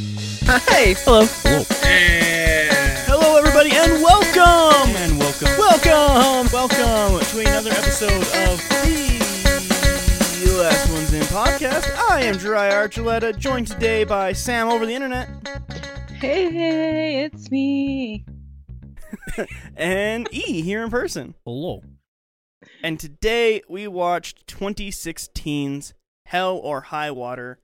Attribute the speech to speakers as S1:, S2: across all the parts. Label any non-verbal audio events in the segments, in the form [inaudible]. S1: Hey, hello.
S2: Hello, everybody, and welcome, and welcome, welcome, welcome to another episode of the Last Ones In podcast. I am Dry Archuleta, joined today by Sam over the internet
S1: Hey, it's me.
S2: [laughs] and E here in person.
S3: Hello.
S2: And today we watched 2016's Hell or High Water,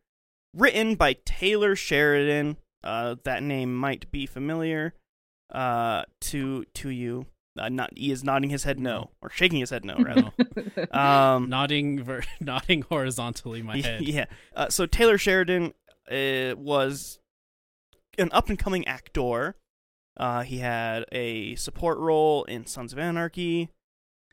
S2: written by Taylor Sheridan. Uh, that name might be familiar uh, to to you. Uh, not he is nodding his head no or shaking his head no rather. um,
S3: Nodding, ver- [laughs] nodding
S2: [laughs]
S3: horizontally my head.
S2: yeah. Uh, so Taylor Sheridan uh, was an up and coming actor. Uh, he had a support role in Sons of Anarchy.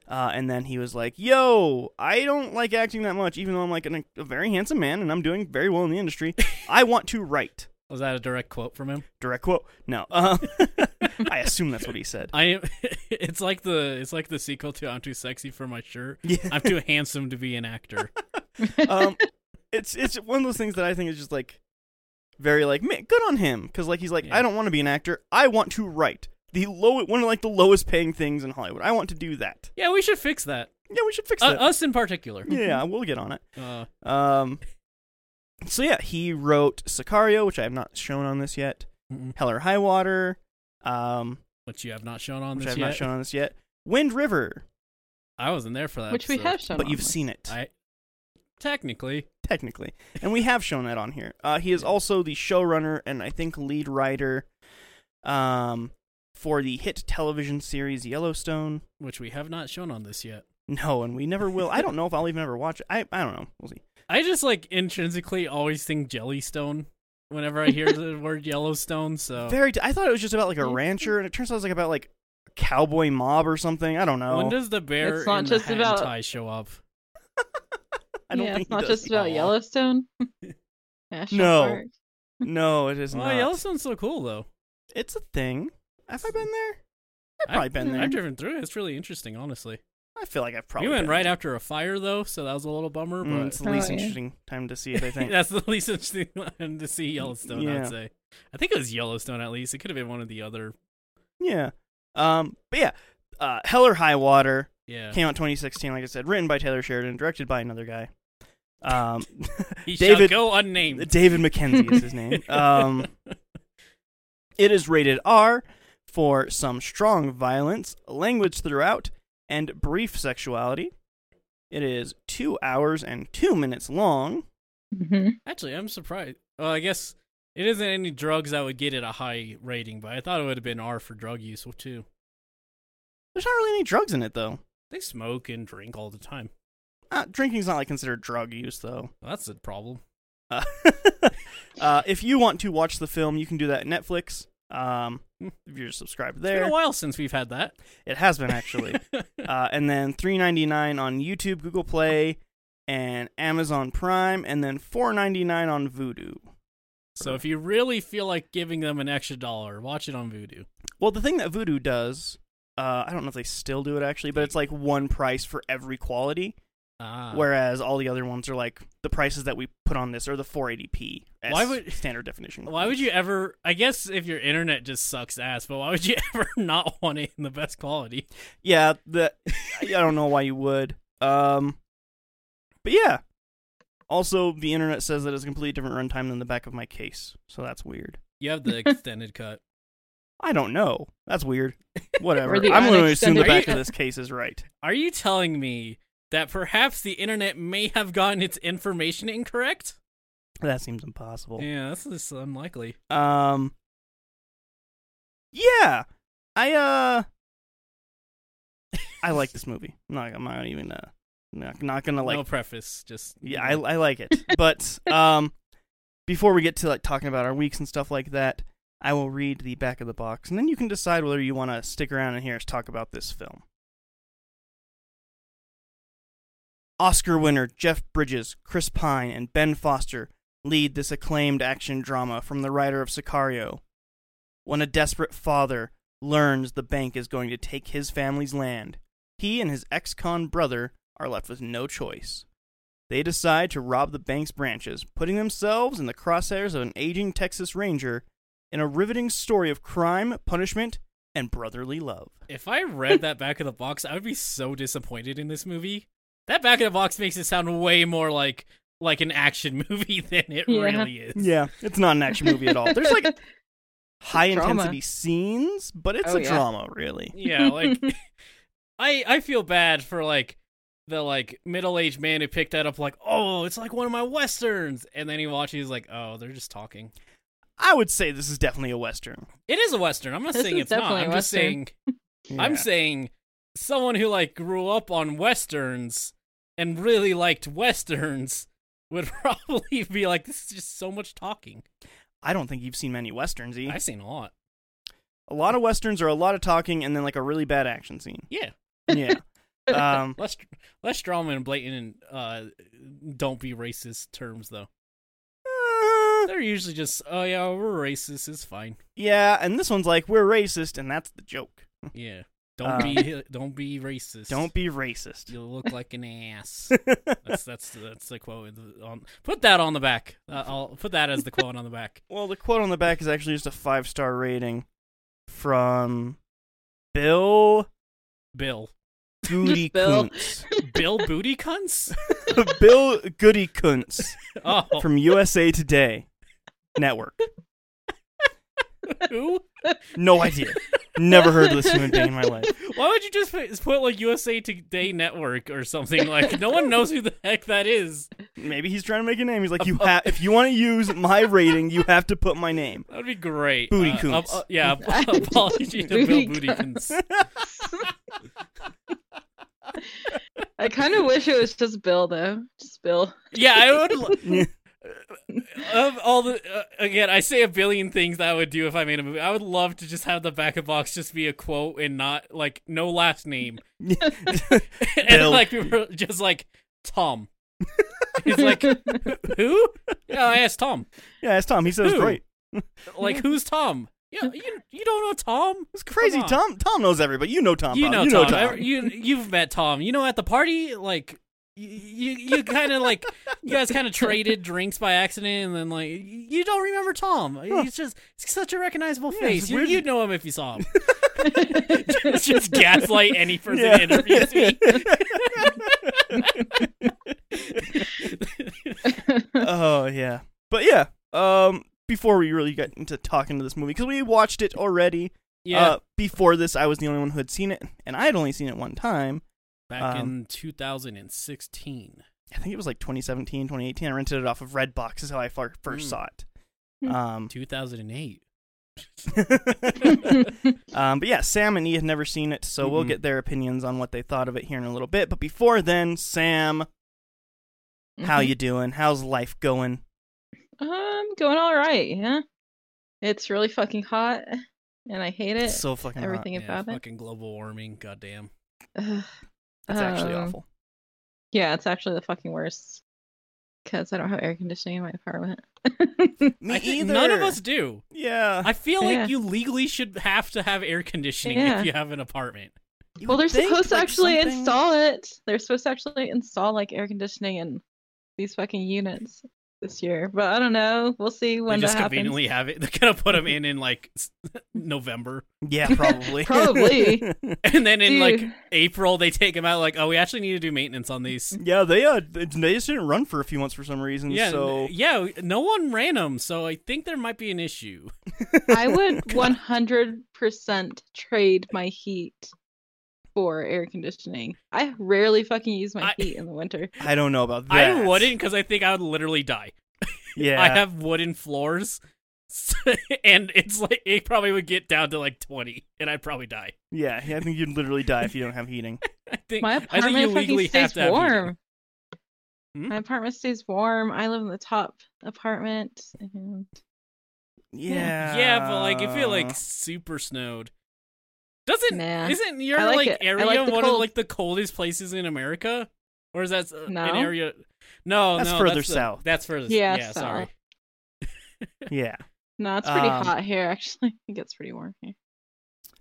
S2: Uh, and then he was like, "Yo, I don't like acting that much, even though I'm like an, a very handsome man and I'm doing very well in the
S3: [laughs]
S2: industry. I want to write."
S3: Was that a direct quote from him?
S2: Direct quote. No, uh, [laughs] I assume that's what he
S3: [laughs]
S2: said.
S3: I am. it's like the it's like the sequel to I'm Too Sexy for My Shirt.
S2: Yeah. [laughs]
S3: I'm too handsome to be an actor.
S2: um, it's it's one of those things that I think is just like very like man, good on him because like he's like
S3: Yeah.
S2: I don't want to be an actor. I want to write the low one of like the lowest paying things in Hollywood. I want to do that.
S3: Yeah, we should fix that.
S2: Yeah, we should fix
S3: Uh,
S2: that.
S3: us in particular.
S2: yeah, we'll get on it.
S3: Uh,
S2: Um, so yeah, he wrote Sicario, which I have not shown on this yet.
S3: Mm-mm.
S2: Hell or High Water, um,
S3: which you have not shown on
S2: which I
S3: this
S2: have
S3: yet.
S2: not shown on this yet. Wind River,
S3: I wasn't there for that.
S1: Which we
S3: episode.
S1: have shown.
S2: but
S1: on
S2: you've
S1: this.
S2: seen it.
S3: I technically.
S2: technically. And we have shown that on here. Uh, he is also the showrunner and I think lead writer um, for the hit television series Yellowstone.
S3: Which we have not shown on this yet.
S2: No, and we never will. I don't know if I'll even ever watch it. I, I don't know. We'll see.
S3: I just like intrinsically always think Jellystone whenever
S2: [laughs]
S3: I hear the word Yellowstone. So
S2: Very. T- I thought it was just about like
S1: Mm-hmm.
S2: a rancher, and it turns out it's like about like a cowboy mob or something. I don't know.
S3: when does the bear
S1: It's not
S3: in
S1: just
S3: the hat and
S1: about-
S3: tie show up?
S2: I don't
S1: yeah,
S2: think
S1: it's
S2: he
S1: not
S2: does.
S1: just about
S3: Aw.
S2: [laughs]
S1: Yellowstone. [laughs] National
S2: No.
S1: Park.
S2: No, it is
S3: Oh,
S2: not.
S3: Yellowstone's so cool though.
S2: It's a thing. Have I been there? I've probably been there.
S3: I've driven through it. It's really interesting, honestly.
S2: I feel like I've probably.
S3: we went
S2: been
S3: right
S2: there.
S3: after a fire though, so that was a little bummer.
S2: Mm, it's
S3: but
S2: the least
S1: Oh, yeah.
S2: interesting time to see it.
S3: [laughs]
S2: I think.
S3: that's the least interesting [laughs] one to see Yellowstone.
S2: Yeah.
S3: I'd say. I think it was Yellowstone at least. It could have been one of the other.
S2: Yeah. Um, but yeah, uh, Hell or High Water
S3: Yeah,
S2: came out 2016, like I said, written by Taylor Sheridan, directed by another guy. Um,
S3: he
S2: David-
S3: shall
S2: [laughs]
S3: go unnamed.
S2: David McKenzie is his name. Um, it is rated R for some strong violence, language throughout, and brief sexuality. It is two hours and two minutes long.
S1: Mm-hmm.
S3: [laughs] Actually, I'm surprised. Well, I guess it isn't any drugs that would get it a high rating, but I thought it would have been R for drug use too.
S2: There's not really any drugs in it, though.
S3: They smoke and drink all the time.
S2: Uh, drinking's not like considered drug use, though.
S3: Well, that's a problem.
S2: Uh, [laughs] uh, if you want to watch the film, you can do that at Netflix. Um, if you're subscribed
S3: It's been
S2: there,
S3: a while since we've had that.
S2: it has been
S3: [laughs]
S2: actually. uh, and then 3.99 on YouTube, Google Play, and Amazon Prime, and then 4.99 on Vudu.
S3: So if you really feel like giving them an extra dollar, watch it on Vudu.
S2: Well, the thing that Vudu does, uh, I don't know if they still do it actually, but it's like one price for every quality,
S3: Ah,
S2: whereas all the other ones are like the prices that we put on this are the 480p. as
S3: Why would-
S2: standard definition?
S3: [laughs] Why would you ever? I guess if your internet just sucks ass, but why would you [laughs] ever not want it in the best quality?
S2: Yeah, the [laughs] I don't know why you would. Um, but yeah. Also, the internet says that it's a completely different runtime than the back of my case, so that's weird.
S3: You have the
S2: [laughs]
S3: extended cut.
S2: I don't know. That's
S1: [laughs]
S2: weird. Whatever.
S1: Or the
S2: I'm going to assume the
S1: unextended-
S2: back of this case is right.
S3: Are you telling me that perhaps the internet may have gotten its information incorrect?
S2: That seems impossible.
S3: Yeah, that's just unlikely.
S2: Um. Yeah, I uh, I like this movie. I'm not, I'm not even uh, not, not gonna like
S3: no preface, just
S2: Yeah, I, I like it. But um, before we get to like talking about our weeks and stuff like that, I will read the back of the box, and then you can decide whether you want to stick around and hear us talk about this film. Oscar winner Jeff Bridges, Chris Pine, and Ben Foster lead this acclaimed action drama from the writer of Sicario. When a desperate father learns the bank is going to take his family's land, he and his ex con brother are left with no choice. They decide to rob the bank's branches, putting themselves in the crosshairs of an aging Texas Ranger in a riveting story of crime, punishment, and brotherly love.
S3: If I read that back of the box, I would be so disappointed in this movie. That back of the box makes it sound way more like like an action [laughs] movie than it
S1: Yeah.
S3: really is.
S2: Yeah, it's not an action movie at all. There's like high
S1: drama.
S2: intensity scenes, but it's
S1: Oh,
S2: a
S1: yeah.
S2: drama, really.
S1: [laughs]
S3: Yeah, like I I feel bad for like the like middle-aged man who picked that up like, "Oh, it's like one of my westerns." And then he watches he's like, "Oh, they're just talking."
S2: I would say this is definitely a western.
S3: It is a western. I'm
S1: [laughs]
S3: not
S1: This
S3: saying
S1: is
S3: it's not.
S1: definitely a
S3: I'm just
S1: western.
S3: saying I'm saying someone who like grew up on westerns and really liked westerns would [laughs] probably be like, "This is just so much talking."
S2: I don't think you've seen many westerns. E.
S3: I've seen a lot.
S2: A lot of westerns are a lot of talking and then like a really bad action scene.
S3: Yeah,
S2: Yeah.
S1: [laughs]
S2: um,
S3: less less drama and blatant and uh, don't be racist terms though.
S2: uh,
S3: They're usually just, "Oh yeah, we're racist. It's fine."
S2: yeah, and this one's like we're racist, and that's the joke.
S3: Yeah, don't be don't be racist.
S2: Uh, Don't be racist.
S3: You'll
S2: [laughs]
S3: look like an ass. That's that's that's the quote. On, put that on the back. Uh, I'll put that as the quote on the back.
S2: Well, the quote on the back is actually just a five star rating from Bill
S3: Bill.
S2: Goody
S1: Bill.
S2: Kuntz.
S3: [laughs]
S2: [laughs]
S3: Bill Booty Cunts?
S2: Bill Goody Kuntz
S3: Oh,
S2: from USA Today Network.
S3: who?
S2: No idea. Never heard of this human being in my life.
S3: Why would you just put, put like USA Today Network or something? Like, no one knows who the heck that is.
S2: Maybe he's trying to make a name. He's like, you
S3: Uh, uh,
S2: have if you want to use my rating, you have to put my name. [laughs]
S3: That would be great.
S2: Booty
S3: Uh, ap-
S2: Cunts.
S3: uh,
S2: [laughs]
S3: yeah, [laughs] ap- apology to
S1: Booty
S3: Bill Booty Cunts.
S1: [laughs] I kind of wish it was just Bill though. Just Bill.
S3: [laughs] Yeah, I would. lo- of all the uh, again, I say a billion things that I would do if I made a movie. I would love to just have the back of box just be a quote and not like no last name, [laughs] and
S2: Bill.
S3: like we were just like Tom. He's
S1: [laughs]
S3: like, [laughs] who? Yeah, I asked Tom.
S2: Yeah, it's Tom. He says
S3: Who?
S2: great.
S3: Like, who's Tom? Yeah, you you don't know Tom.
S2: It's crazy.
S3: Come on.
S2: Tom Tom knows everybody. You know Tom.
S3: you
S2: Bob.
S3: know
S2: you
S3: Tom.
S2: Know Tom.
S3: Every- you you've met Tom. You know at the party, like you you, you kind of like you guys kind of traded drinks by accident, and then like you don't remember Tom. He's just it's such a recognizable
S2: Yeah, it's
S3: face. You,
S2: weird.
S3: you'd know him if you saw him. just,
S2: [laughs]
S3: just gaslight any person
S2: Yeah.
S3: that interviews me. [laughs]
S1: [laughs]
S2: oh yeah. But yeah. Um. Before we really got into talking to this movie, because we watched it already.
S3: Yeah,
S2: Uh, before this, I was the only one who had seen it, and I had only seen it one time.
S3: back
S2: um,
S3: in 2016.
S2: I think it was like 2017, 2018. I rented it off of Redbox. Is how I fir- first
S3: Mm.
S2: saw it.
S1: Hmm.
S2: Um, [laughs]
S3: [laughs] 2008.
S2: Um, but yeah, Sam and E had never seen it, so we'll
S3: Mhm.
S2: get their opinions on what they thought of it here in a little bit. But before then, Sam, how
S1: Mm-hmm.
S2: you doing? How's life going?
S1: Um, going all right. Yeah, it's really fucking hot, and I hate it.
S2: It's so fucking hot.
S1: Eh, Everything
S3: Yeah,
S1: about it.
S3: fucking global warming. Goddamn.
S1: Ugh.
S2: It's actually
S1: Um,
S2: awful.
S1: [sighs] Yeah, it's actually the fucking worst because I don't have air conditioning in my apartment. [laughs]
S2: Me
S3: I think
S2: either. Uh,
S3: None of us do.
S2: Yeah.
S3: I feel
S1: Yeah.
S3: like you legally should have to have air conditioning
S1: Yeah.
S3: if you have an apartment.
S2: You
S1: well,
S2: would
S1: they're
S2: think,
S1: supposed to
S2: like,
S1: actually
S2: something-
S1: install it. They're supposed to actually install like air conditioning in these fucking units this year, but I don't know. We'll see when
S3: they just
S1: that happens.
S3: conveniently [laughs] have it. They're gonna put them in in like s-
S1: [laughs]
S3: [laughs] November, [laughs]
S2: Yeah, probably.
S1: Probably.
S3: and then in like
S1: Dude.
S3: April they take them out. Like, oh, we actually need to do maintenance on these.
S2: [laughs] yeah, they uh, they they just didn't run for a few months for some
S1: Mm,
S2: reason.
S3: Yeah,
S2: So
S3: n- yeah. No one ran them, so I think there might be an issue.
S1: I would 100% trade my heat for air conditioning. I rarely fucking use my
S3: I-
S1: heat in the winter.
S2: I don't know about that.
S3: I wouldn't because I think I would literally die.
S2: Yeah.
S3: I have wooden floors, [laughs] and it's like it probably would get down to like twenty, and I'd probably die.
S2: yeah. I think you'd literally die if you don't have heating.
S3: I think
S1: My
S3: I think you
S1: apartment
S3: legally
S1: fucking
S3: have
S1: stays
S3: to have heating.
S1: warm.
S3: Hmm?
S1: My apartment stays warm. I live in the top apartment. And
S2: Yeah.
S3: [laughs] Yeah, but like if it
S2: Uh.
S3: like super snowed, doesn't
S1: Nah.
S3: isn't your
S1: I like
S3: like,
S1: it. I
S3: area
S1: like the
S3: one of
S1: cold.
S3: like the coldest places in America, or is that uh, an
S1: No.
S3: area? No,
S2: That's
S3: no,
S2: further
S3: that's the-
S2: south.
S3: that's further.
S1: Yeah,
S3: yeah, sorry.
S1: south.
S2: [laughs] Yeah.
S1: no, it's pretty
S2: Um,
S1: hot here. Actually, [laughs] it gets pretty warm here.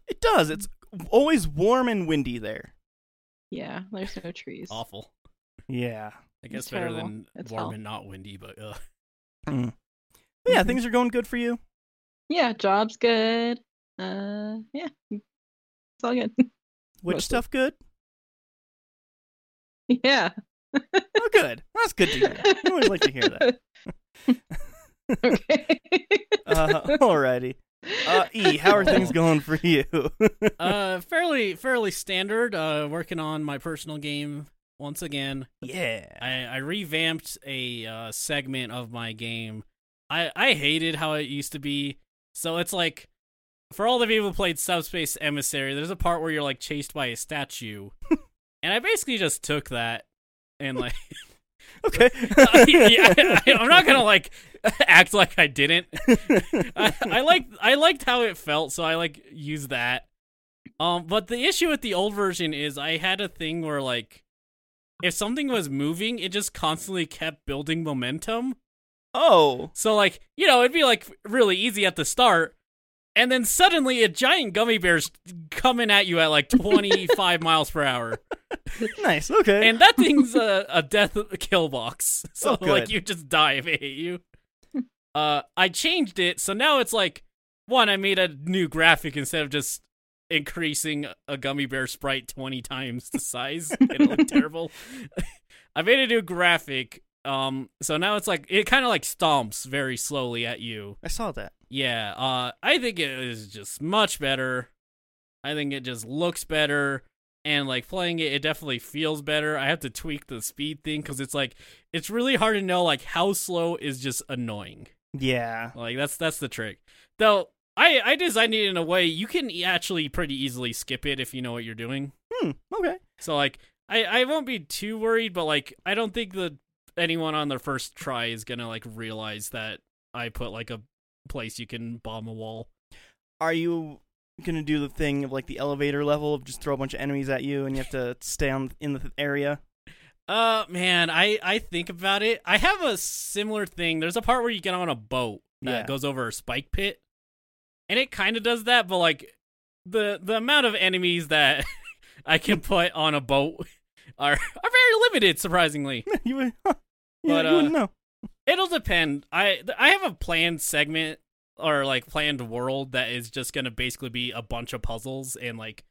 S2: It does. It's always warm and windy there.
S1: Yeah, there's no trees.
S3: Awful.
S2: Yeah.
S3: I guess
S1: It's
S3: better
S1: terrible.
S3: than
S1: It's
S3: warm
S1: hell.
S3: and not windy, but uh,
S2: Mm.
S3: [laughs]
S2: Yeah,
S1: Mhm.
S3: Mm-hmm.
S2: things are going good for you.
S1: Yeah, job's good. Uh, yeah, it's all good. [laughs]
S2: Which
S1: Mostly.
S2: stuff good?
S1: yeah.
S2: Oh,
S3: [laughs]
S2: good. That's good to hear. I always like to hear that.
S1: [laughs]
S3: [laughs]
S1: okay.
S2: Uh, alrighty. Uh, e, how are
S3: Oh.
S2: things going for you? [laughs]
S3: uh, fairly fairly standard. Uh, working on my personal game once again.
S2: yeah.
S3: I, I revamped a uh, segment of my game. I, I hated how it used to be. So it's like, for all the people who played Subspace Emissary, there's a part where you're like chased by a statue, and I basically just took that and like, [laughs]
S2: Okay.
S3: Uh, yeah, I, am not
S2: [laughs]
S3: gonna like [laughs] act like I didn't. I, I liked I liked how it felt, so I like used that. Um, but the issue with the old version is I had a thing where like if something was moving, it just constantly kept building momentum.
S2: Oh.
S3: So like, you know, it'd be like really easy at the start, and then suddenly a giant gummy bear's coming at you at like 25 miles per hour.
S2: Nice. Okay.
S3: And that thing's a, a death kill box. [laughs] So
S2: Oh,
S3: like
S2: good.
S3: you just die if it hit you. Uh I changed it, so now it's like one, I made a new graphic instead of just increasing a gummy bear sprite twenty times the size and
S2: [laughs]
S3: it looked terrible. [laughs] I made a new graphic. Um so now it's like it kinda like stomps very slowly at you.
S2: I saw that.
S3: Yeah, uh, I think it is just much better. I think it just looks better, and like playing it, it definitely feels better. I have to tweak the speed thing because it's like it's really hard to know like how slow is just annoying.
S2: Yeah.
S3: Like that's that's the trick. Though I I designed it in a way you can e- actually pretty easily skip it if you know what you're doing.
S2: Hmm. Okay.
S3: So like I I won't be too worried, but like I don't think that anyone on their first try is gonna like realize that I put like a place you can bomb a wall.
S2: Are you gonna do the thing of like the elevator level of just throw a bunch of enemies at you and you have to stay on in the area? [laughs]
S3: Uh man, I I think about it. I have a similar thing. There's a part where you get on a boat that
S2: Yeah.
S3: goes over a spike pit. And it kind of does that, but like the the amount of enemies that [laughs] I can put on a boat are are very limited surprisingly.
S2: you would. Huh. You-
S3: But,
S2: you,
S3: uh,
S2: wouldn't know.
S3: It'll depend. I th- I have a planned segment or like planned world that is just gonna basically be a bunch of puzzles and like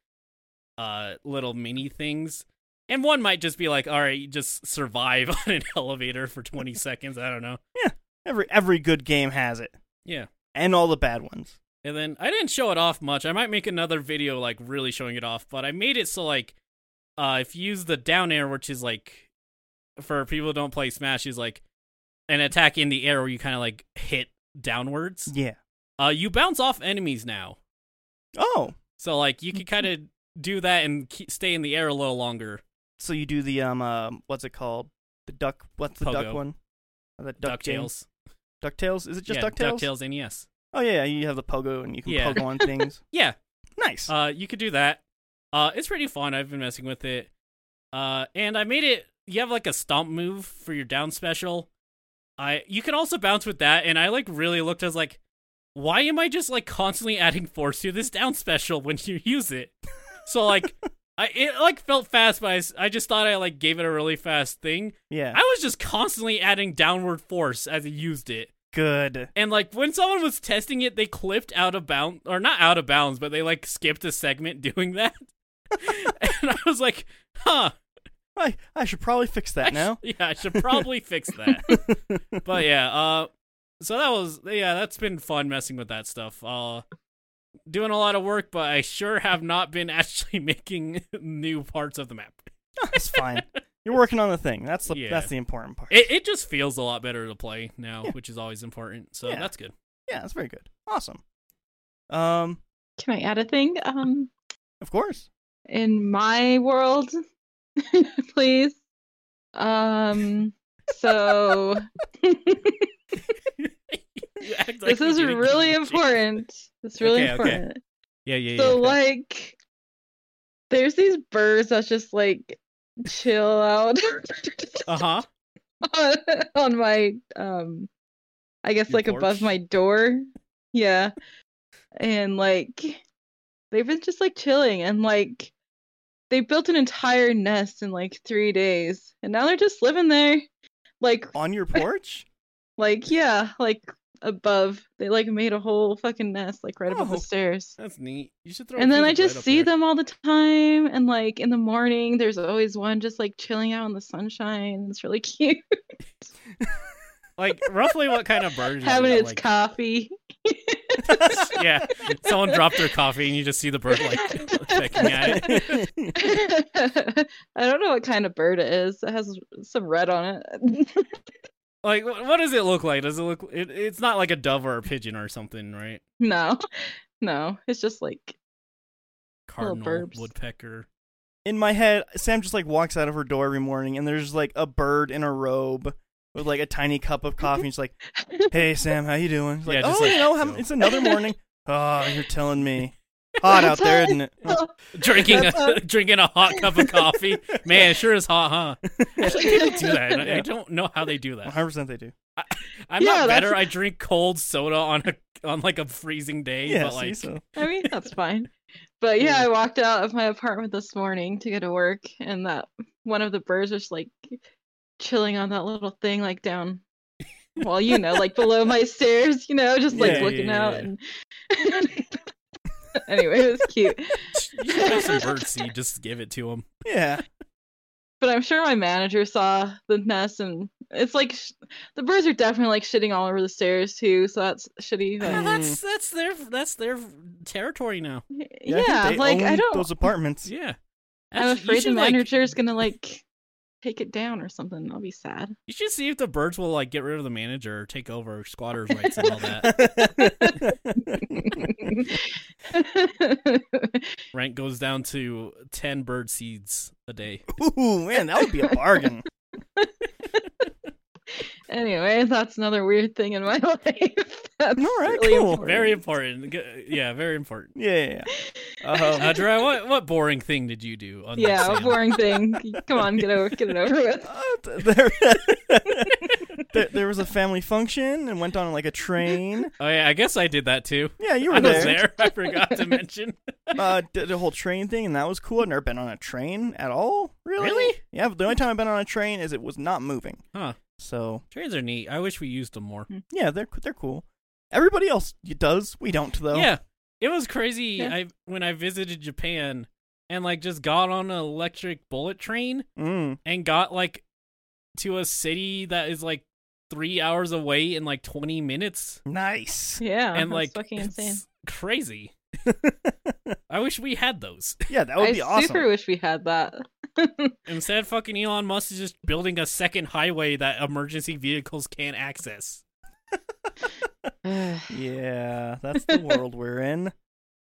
S3: uh little mini things. And one might just be like, all right, just survive [laughs] on an elevator for twenty seconds. I don't know.
S2: Every every good game has it,
S3: Yeah.
S2: and all the bad ones.
S3: And then I didn't show it off much. I might make another video like really showing it off, but I made it so like uh if you use the down air, which is like for people who don't play Smash, is like an attack in the air where you kinda like hit downwards.
S2: Yeah.
S3: Uh, you bounce off enemies now,
S2: Oh.
S3: so like you can kind of do that and keep, stay in the air a little longer.
S2: So you do the um uh, what's it called? The duck. What's the
S3: Pogo.
S2: duck one? Uh, The duck game?
S3: Ducktales,
S2: Ducktales. Is it just
S3: yeah,
S2: Ducktales?
S3: Ducktales NES.
S2: Oh yeah, you have the pogo and you can
S3: Yeah.
S2: pogo on
S3: [laughs]
S2: things.
S3: Yeah,
S2: nice.
S3: uh, you could do that. Uh, it's pretty fun. I've been messing with it. Uh, and I made it. You have like a stomp move for your down special. I you can also bounce with that, and I like really looked. I was like, why am I just like constantly [laughs] adding force to this down special when you use it?
S2: [laughs]
S3: So like, I it like felt fast, but I, s- I just thought I like gave it a really fast thing.
S2: yeah.
S3: I was just constantly adding downward force as I used it.
S2: good.
S3: And like when someone was testing it, they clipped out of bounds or not out of bounds, but they like skipped a segment [laughs] doing that. and I was like, huh.
S2: I I should probably fix that now.
S3: Yeah, I should probably fix
S2: [laughs]
S3: that. [laughs] but yeah, uh so that was yeah, that's been fun messing with that stuff. Uh doing a lot of work, but I sure have not been [laughs] actually making [laughs] new parts of the map.
S2: That's fine. You're working on the thing. That's the
S3: Yeah.
S2: that's the important part.
S3: It it just feels a lot better to play now,
S2: Yeah.
S3: which is always important. So
S2: Yeah.
S3: that's good.
S2: yeah, that's very good. Awesome. Um,
S1: [laughs] Can I add a thing? Um,
S2: of course.
S1: in my world, [laughs] please. Um, so [laughs]
S3: You act like
S1: this
S3: you
S1: is
S3: didn't
S1: really
S3: get it.
S1: important. It's really
S3: Okay, okay.
S1: important.
S3: Yeah, yeah,
S1: So
S3: yeah.
S1: like, there's these birds that just like chill out [laughs]
S3: Uh huh.
S1: on, [laughs] on my um, I guess
S3: Your
S1: like above
S3: porch?
S1: my door. Yeah, and like they've been just like chilling and like they built an entire nest in like three days and now they're just living there, like
S2: On your porch?
S1: like yeah like above. They like made a whole fucking nest like right above
S3: Oh.
S1: the stairs.
S3: That's neat. [laughs] You should throw. a
S1: And then
S3: piece
S1: I
S3: of bread
S1: just
S3: up
S1: see
S3: there.
S1: them all the time and like in the morning there's always one just like chilling out in the sunshine. It's really [laughs] cute.
S3: Like roughly what kind of bird? Is
S1: Having
S3: that?
S1: its
S3: Like-
S1: coffee.
S3: yeah,
S1: [laughs]
S3: someone dropped their coffee, and you just see the bird like pecking at it.
S1: [laughs] I don't know what kind of bird it is. It has some red on it. [laughs]
S3: Like, wh- what does it look like? Does it look? It, it's not like a dove or a pigeon or something, right?
S1: no. No. It's just like Little
S3: Cardinal,
S1: burbs.
S3: woodpecker.
S2: [laughs] in my head, Sam just like walks out of her door every morning, and there's like a bird in a robe with like a tiny cup of coffee. And she's
S1: [laughs]
S2: like, "Hey, Sam, how you doing?" She's like,
S3: Yeah,
S2: "Oh,
S3: just like-
S2: you know, how-
S3: so-
S2: it's
S1: [laughs]
S2: another morning. oh, you're telling me, hot out there, isn't it?" Oh,
S3: Drinking,
S1: That's
S3: a, [laughs] drinking a hot cup of
S1: [laughs]
S3: coffee. Man, it sure is hot, huh? Actually, people do that. and I, I
S2: Yeah.
S3: don't know how they do [laughs] that.
S2: 100% Oh, they do.
S3: I'm
S1: Yeah,
S3: not
S1: that's-
S3: better. I drink cold soda on a on like a freezing day,
S2: Yeah,
S3: but
S2: see,
S3: like
S2: so-
S1: I mean, that's fine. But yeah, I walked out of my apartment this morning to go to work, and that one of the birds was like chilling on that little thing, like down, well, you know, like below my stairs, you know, just like
S2: Yeah,
S1: looking
S3: yeah,
S1: out.
S3: yeah.
S1: And [laughs] anyway, it was cute.
S3: you should have [laughs] some bird seed. Just give it to them.
S2: yeah.
S1: But I'm sure my manager saw the nest, and it's like sh- the birds are definitely like shitting all over the stairs too. So that's shitty.
S2: Yeah,
S1: But,
S3: that's that's their that's their territory now.
S1: yeah,
S2: I think they
S1: like I
S2: own
S1: don't.
S2: Those apartments.
S3: Yeah,
S1: I'm
S3: Actually, you
S1: afraid the
S3: should, like-
S1: manager is gonna like take it down or something. I'll be sad. [laughs]
S3: You should see if the birds will like get rid of the manager or take over squatters' rights and all
S2: [laughs]
S3: that. Rent goes down to ten bird seeds a [laughs] day.
S2: Ooh, man, that would be a bargain.
S1: anyway, that's another weird thing in my [laughs] life. That's
S2: All right,
S1: really
S2: cool.
S1: important.
S3: Very important. G- Yeah, very important. [laughs]
S2: Yeah. Um,
S3: Uh, Dry, what what boring thing did you do? On
S1: [laughs] Yeah,
S3: Sam?
S1: a boring thing. Come on, get over, get it over with.
S2: Uh, th- there, there, there was a family function and went on like a train.
S3: Oh yeah, I guess I did that too.
S2: Yeah, you
S3: I
S2: were
S3: was
S2: there.
S3: there. I forgot to [laughs] mention.
S2: Uh, did a whole train thing, and that was cool. I've never been on a train at all. Really?
S3: Really?
S2: Yeah. The only time I've been on a train is it was not moving.
S3: Huh.
S2: So
S3: Trains are neat. I wish we used them more.
S2: yeah, they're they're cool. Everybody else does. We don't though.
S3: Yeah, it was crazy.
S1: Yeah.
S3: I when I visited Japan and like just got on an electric bullet train
S2: Mm.
S3: and got like to a city that is like three hours away in like 20 minutes [laughs]
S2: Nice.
S1: Yeah,
S3: and
S1: Oh, that's
S3: like
S1: fucking
S3: it's
S1: insane. [laughs]
S3: crazy i wish we had those
S2: Yeah, that would
S1: I
S2: be awesome.
S1: super wish we had that.
S3: instead fucking elon musk is just building a second highway that emergency vehicles can't access
S2: Yeah, that's the world we're in.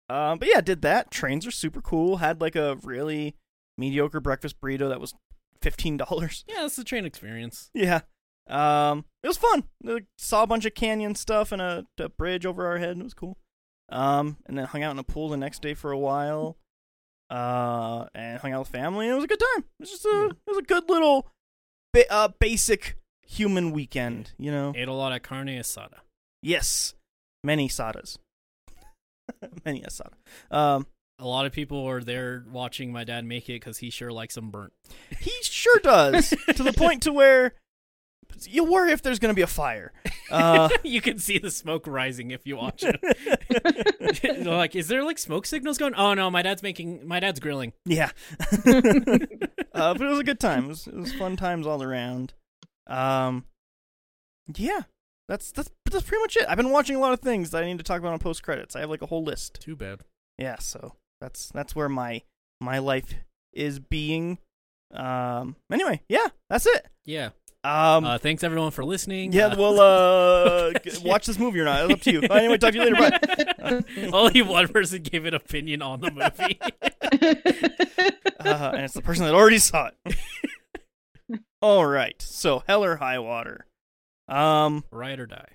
S2: Um, but yeah, did that. Trains are super cool. Had like a really mediocre breakfast burrito that was fifteen dollars. [laughs]
S3: yeah that's the train experience
S2: Yeah. Um, it was fun. Like, saw a bunch of canyon stuff and a, a bridge over our head. It was cool. Um, and then hung out in a pool the next day for a while. Uh, and hung out with family. It was a good time. It was just a it was a good little, ba- uh, basic human weekend. You know.
S3: ate a lot of carne asada
S2: Yes, many Sadas. [laughs] many a Sada. Um,
S3: a lot of people were there watching my dad make it because he sure likes them burnt
S2: he sure does to the point to where you worry if there's going to be a fire. Uh, [laughs]
S3: [laughs] you can see the smoke rising if you watch it [laughs] They're like is there like smoke signals going oh no my dad's making my dad's grilling
S2: yeah, [laughs] uh, but it was a good time. It was, it was fun times all around. Um, yeah, that's that's that's pretty much it. I've been watching a lot of things that I need to talk about on post credits. I have like a whole list.
S3: too bad
S2: yeah so that's that's where my my life is being um anyway yeah that's it
S3: yeah
S2: um
S3: uh, thanks everyone for listening.
S2: yeah
S3: Uh,
S2: well uh g- watch this movie or not it's up to you anyway talk to you later bye
S3: [laughs] only one person gave an opinion on the movie.
S2: [sighs]
S1: [laughs]
S2: [laughs] uh, and it's the person that already saw it [laughs] all right so hell or high water um
S3: [laughs] Ride or die.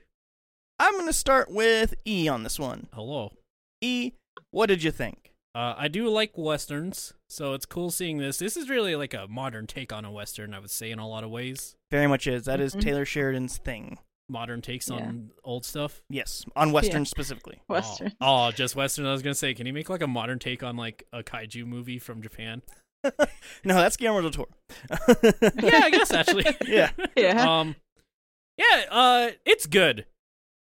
S2: i'm gonna start with e on this one
S3: Hello.
S2: e what did you think
S3: Uh, I do like westerns, so it's cool seeing this. This is really like a modern take on a western, I would say, in a lot of ways.
S2: very much is that is
S1: Mhm.
S2: taylor sheridan's thing
S3: Modern takes
S1: Yeah.
S3: on old stuff.
S2: yes on western specifically
S3: Oh.
S1: [laughs] Western.
S3: Oh, just western. I was gonna say, can you make like a modern take on like a kaiju movie from Japan?
S2: no that's guillermo del toro [laughs]
S3: Oh.
S1: [laughs]
S3: Yeah, I guess actually.
S2: yeah
S1: Yeah.
S3: um, yeah. Uh, it's good.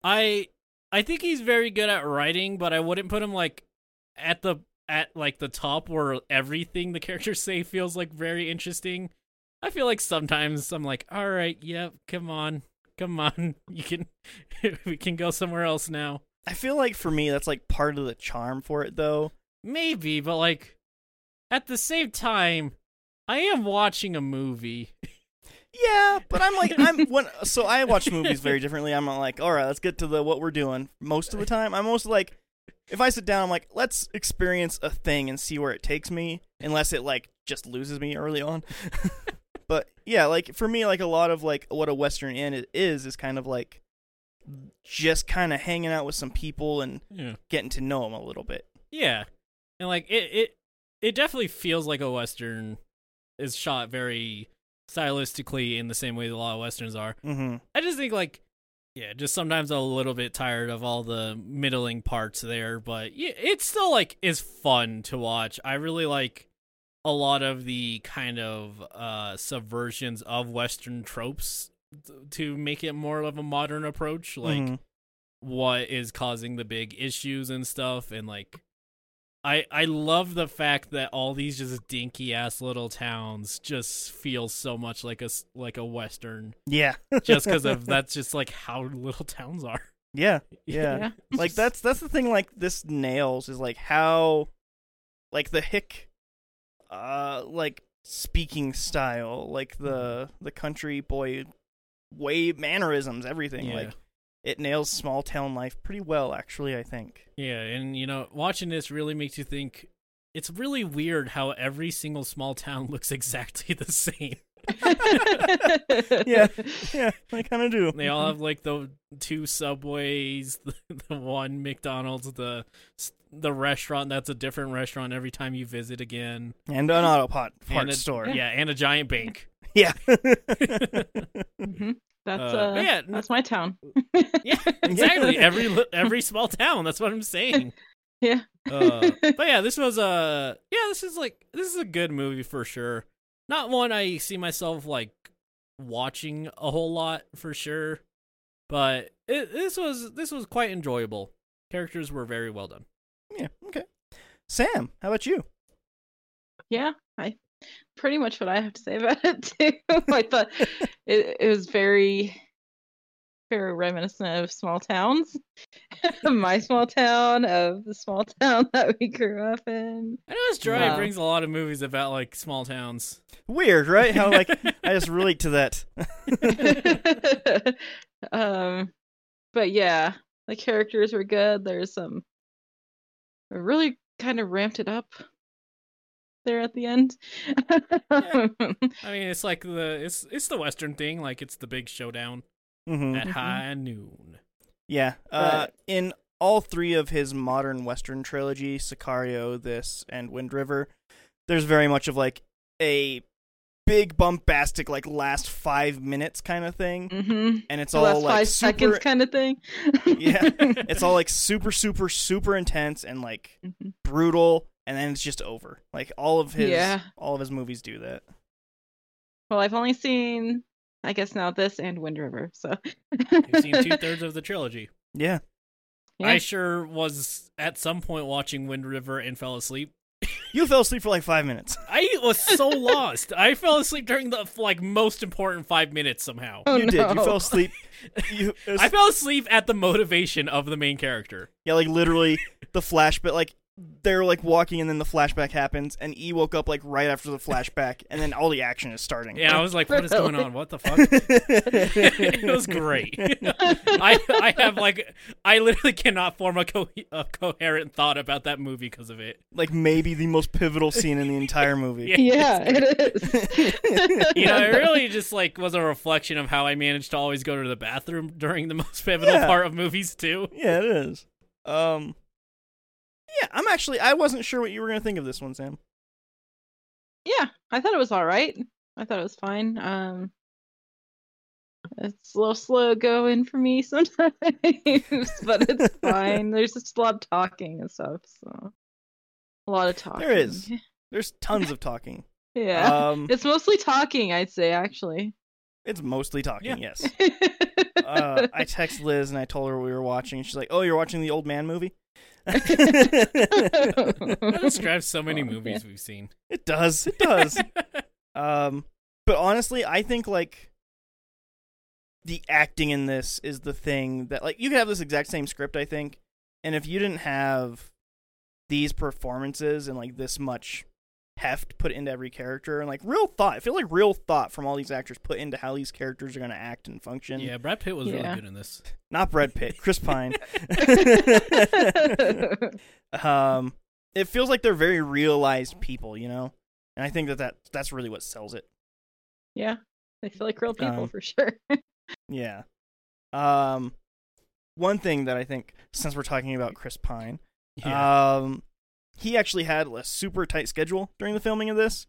S3: I I think he's very good at writing, but I wouldn't put him like at the at like the top where everything the characters [laughs] say feels like very interesting. I feel like sometimes I'm like, all right, yep, come on, come on, [laughs] you can, we can go somewhere else now.
S2: I feel like for me that's like part of the charm for it though.
S3: Maybe, but like at the same time, I am watching a movie.
S2: Yeah, but I'm like
S3: [laughs]
S2: I'm when so I watch movies very differently. I'm uh, like, all right, let's get to the what we're doing. Most of the time, I'm most like, if I sit down, I'm like, let's experience a thing and see where it takes me. Unless it like just loses me early on. [laughs] but yeah, like for me, like a lot of like what a western inn is is kind of like just kind of hanging out with some people and
S3: Yeah.
S2: getting to know them a little bit.
S3: Yeah. And like it it it definitely feels like a western is shot very stylistically in the same way that a lot of westerns are.
S2: Mm-hmm.
S3: I just think like yeah, just sometimes I'm a little bit tired of all the middling parts there, but yeah, it's still like is fun to watch. I really like a lot of the kind of uh subversions of western tropes t- to make it more of a modern approach like
S2: Mm-hmm.
S3: what is causing the big issues and stuff and like I I love the fact that all these just dinky ass little towns just feel so much like a s- like a western
S2: yeah,
S3: just
S2: [laughs]
S3: cuz of that's just like how little towns are. [laughs]
S2: yeah, yeah.
S1: Yeah.
S2: like that's that's the thing like this nails is like how like the hick uh like speaking style like the
S3: Mm-hmm.
S2: the country boy way mannerisms everything
S3: Yeah.
S2: like it nails small town life pretty well actually i
S3: [laughs]
S2: think
S3: Yeah, and you know, watching this really makes you think it's really weird how every single small town [laughs] looks exactly the same. [laughs]
S1: [laughs]
S2: Yeah. yeah i kind of do
S3: They all have like the two subways, [laughs] the, the one McDonald's, the the restaurant that's a different restaurant every time you visit again.
S2: and an auto pot
S3: and
S2: part
S3: a,
S2: store
S3: Yeah, and a giant bank. [laughs]
S2: yeah
S1: Mhm. That's
S3: Uh,
S1: uh,
S3: but yeah, n-
S1: that's my town.
S3: Yeah,
S1: [laughs]
S3: [laughs] exactly. every li- every small town. That's what I'm saying.
S1: Yeah.
S3: Uh, but yeah, this was a yeah. This is like this is a good movie for sure. Not one I see myself like watching a whole lot for sure. But it, this was this was quite enjoyable. Characters were very well done.
S2: yeah okay sam how about you
S1: [laughs] yeah, I pretty much what I have to say about it [laughs] too. I
S3: [laughs]
S1: thought it, it was very, very reminiscent of small towns, [laughs] my small town, of the small town that we grew up in.
S3: I know this dry
S1: Wow.
S3: brings a lot of movies about like small towns.
S2: weird right how
S1: [laughs]
S3: [laughs]
S2: like i just relate to that [laughs]
S1: [laughs] um, but yeah, the characters were good. There's some they really kind of ramped it up there at the end. [laughs]
S3: I mean, it's like the it's it's the western thing. Like it's the big showdown
S2: mm-hmm.
S3: at
S1: Mhm.
S3: high noon.
S2: Yeah. Uh,
S1: But-
S2: in all three of his modern Western trilogy, Sicario, this, and Wind River, there's very much of like a big bombastic, like last five minutes kind of thing.
S1: hmm
S2: And it's
S1: The
S2: all
S1: last
S2: like
S1: five
S2: super
S1: seconds kind of thing. [laughs] Mm-hmm.
S2: Yeah. [laughs] it's all like super, super, super intense and like
S1: Mhm.
S2: brutal and then it's just over. Like all of his
S1: Yeah.
S2: all of his movies do that.
S1: Well, I've only seen, I guess now this and Wind River. So
S3: You've seen two thirds of the trilogy.
S2: Yeah.
S1: Yeah.
S3: I sure was at some point watching Wind River and fell asleep.
S2: You fell asleep for like five
S1: [laughs]
S2: minutes.
S3: I was so lost. I fell asleep during the like most important five minutes somehow.
S1: [laughs] Oh,
S2: you did. You
S1: no.
S2: fell asleep. You,
S1: [laughs]
S2: it was-
S3: I fell asleep at the motivation of the main character.
S2: Yeah, like literally the flashback. Like they're like walking, and then the flashback happens, and E woke up like right after the flashback, and then all the action is starting.
S3: Yeah,
S2: [laughs]
S3: I was like, "What is
S1: Really?
S3: going on? What the fuck?" it
S2: [laughs]
S3: was great. I I have like I literally cannot form a, co- a coherent thought about that movie because of it.
S2: like maybe the most pivotal scene in the entire movie.
S3: Yeah.
S1: yeah,
S2: [laughs]
S1: it is.
S3: you
S1: [laughs]
S3: know, it really just like was a reflection of how I managed to always go to the bathroom during the most pivotal
S2: Yeah.
S3: part of movies too.
S2: Yeah, it is. Um, yeah, I'm actually I wasn't sure what you were gonna think of this one, Sam.
S1: yeah i thought it was all right i thought it was fine um it's a little slow going for me [laughs] sometimes but
S2: [laughs]
S1: it's fine there's just a lot of talking and stuff so a lot of talking
S2: There is. There's tons of talking.
S1: [laughs] yeah
S2: Um,
S1: it's mostly talking i'd say actually
S2: It's mostly talking.
S3: Yeah.
S2: Yes. Uh,
S1: [laughs]
S2: I text Liz and I told her we were watching. and She's like, "Oh, you're watching the old man movie." it
S3: That
S1: [laughs]
S3: describes
S2: [laughs]
S3: so many
S1: Oh,
S3: movies we've seen.
S2: does. It does. Um, but honestly, I think like the acting in this is the thing that like you could have this exact same script, I think, and if you didn't have these performances and like this much heft put into every character and like real thought, I feel like real thought from all these actors put into how these characters are going to act and Uh, function.
S3: yeah, Brad Pitt was
S1: Yeah.
S3: really good in this.
S2: Not Brad Pitt, Chris Pine. [laughs] um, it feels like they're very realized people, you know, and I think that, that that's really what sells it.
S1: yeah, they feel like real people
S2: Um,
S1: for sure. [laughs]
S2: Yeah. Um one thing that I think since we're talking about Chris Pine, um he actually had a super tight schedule during the filming of this.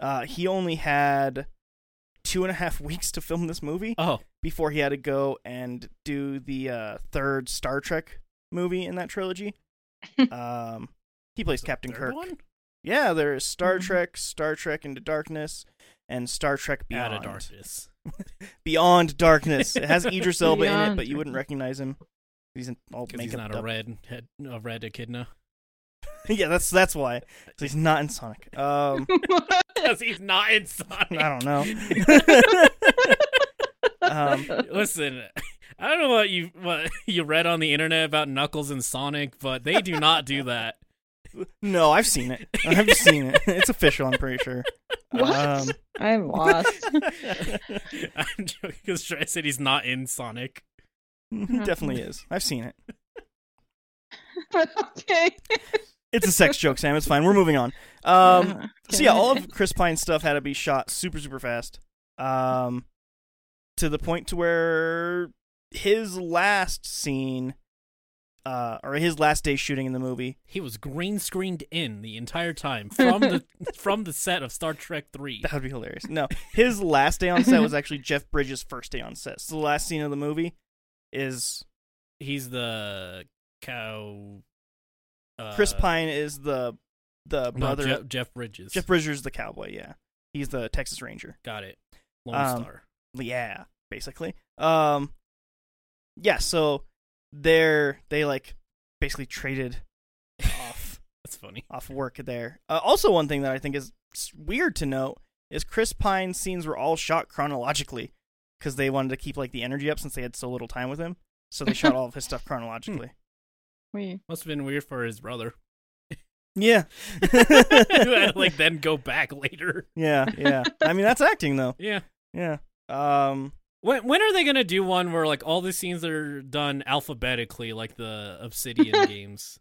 S2: Uh he only had two and a half [laughs] weeks to film this movie
S3: oh,
S2: before he had to go and do the uh third Star Trek movie in that trilogy. um he plays Captain
S3: third
S2: Kirk.
S3: One?
S2: Yeah, there is Star
S1: Mhm.
S2: Trek, Star Trek Into Darkness, and Star Trek Beyond.
S3: Out of
S2: [laughs]
S3: darkness.
S2: Beyond Darkness. It has Idris Elba in it,
S1: Beyond
S2: but you wouldn't recognize him. He's in all
S3: Because
S2: makeup.
S3: he's not a
S2: up.
S3: red head, a red echidna. [laughs]
S2: [laughs] yeah, that's that's why. So he's not in Sonic. Um,
S3: Because he's not in Sonic.
S2: I don't
S1: [laughs]
S2: know. um,
S3: Listen, I don't know what you what [laughs] you read on the internet about Knuckles and Sonic, but they do not do that. [laughs]
S2: no, I've seen it. I've seen it. It's official. I'm pretty sure.
S1: What? [laughs]
S2: Um, [laughs]
S1: I'm lost. [laughs]
S3: I'm joking because Dre said he's not in Sonic.
S2: he definitely
S1: Mm-hmm.
S2: is. I've seen it.
S1: okay.
S2: It's a sex joke, Sam. It's fine. We're moving on. Um,
S1: Uh-huh. Uh,
S2: So yeah,
S3: [laughs]
S2: all of Chris Pine's stuff had to be shot super super fast, um, to the point to where his last scene, uh, or his last day shooting in the movie, [laughs]
S3: He was green screened in the entire time
S2: [laughs]
S3: from the from the set of Star Trek Three.
S2: that would be hilarious. No, his last day on set
S3: [laughs]
S2: was actually Jeff Bridges' first day on set. So the last scene of the movie is
S3: He's the cow. Uh,
S2: Chris Pine is the the
S3: no,
S2: brother.
S3: Jeff, Jeff Bridges.
S2: Jeff Bridges is the cowboy. Yeah, he's the Texas Ranger.
S3: Got it. Lone
S2: Um,
S3: Star.
S2: yeah basically um yeah so they're they like basically traded off
S3: That's funny.
S2: off work there uh, also one thing that i think is s- weird to note is chris pine's scenes were all shot chronologically because they wanted to keep like the energy up since they had so little time with him so they shot all of his stuff chronologically
S1: [laughs] We-
S3: Must have been weird for his brother [laughs]
S2: yeah
S3: who had to, like then go back later.
S2: [laughs] yeah yeah i mean that's acting though
S3: Yeah.
S2: yeah um
S3: When when are they gonna do one where like all the scenes are done alphabetically, like the Obsidian games?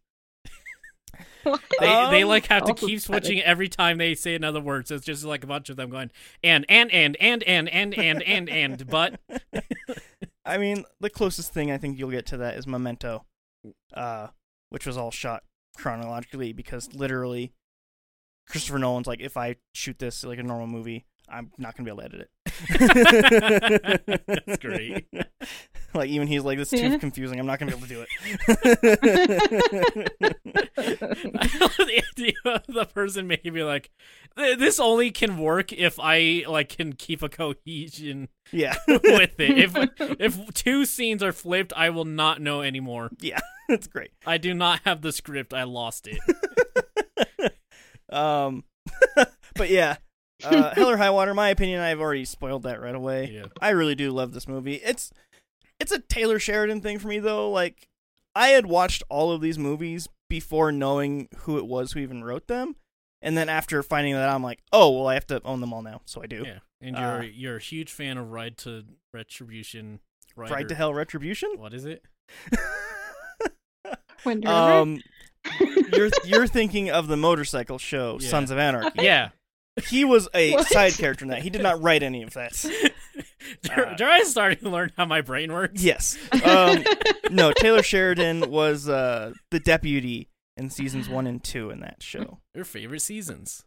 S3: They they
S2: Um,
S3: like have to keep
S1: alphabetic.
S3: switching every time they say another word, so it's just like a bunch of them going and and and and and and and and and but
S2: [laughs]
S3: [laughs]
S2: I mean, the closest thing I think you'll get to that is Memento, uh, which was all shot chronologically because literally Christopher Nolan's like, if I shoot this like a normal movie, I'm not gonna be able to edit it.
S3: That's
S2: [laughs]
S3: great.
S2: Like even he's like, this is too
S1: Yeah.
S2: confusing. I'm not gonna be able to do it.
S1: [laughs]
S3: I love the idea of the person may be like, "Th- this only can work if I like can keep a cohesion [laughs]
S2: yeah, [laughs]
S3: with it. If if two scenes are flipped, I will not know anymore.
S2: that's great.
S3: I do not have the script. I lost it.
S2: Um, [laughs] but yeah, uh, Hell or High Water. My opinion. I've already spoiled that right away.
S3: Yeah.
S2: I really do love this movie. It's it's a Taylor Sheridan thing for me though. Like I had watched all of these movies before knowing who it was who even wrote them. And then after finding that I'm like, "Oh, well I have to own them all now." So I do.
S3: Yeah, and
S2: Uh,
S3: you're you're a huge fan of Ride to Retribution. Ride,
S2: Pride to Hell
S3: [laughs]
S2: Retribution?
S3: What is it?
S1: Wind River?
S2: um you're you're thinking of the motorcycle show
S3: Yeah.
S2: Sons of Anarchy. [laughs]
S3: Yeah,
S2: He was a
S1: What?
S2: side character in that. He did not write any of that. Uh,
S3: Jar- Jariah's starting to learn how my brain works.
S2: Yes. Um, no, Taylor Sheridan was uh, the deputy in seasons 1 and 2 in that show.
S3: Your favorite seasons?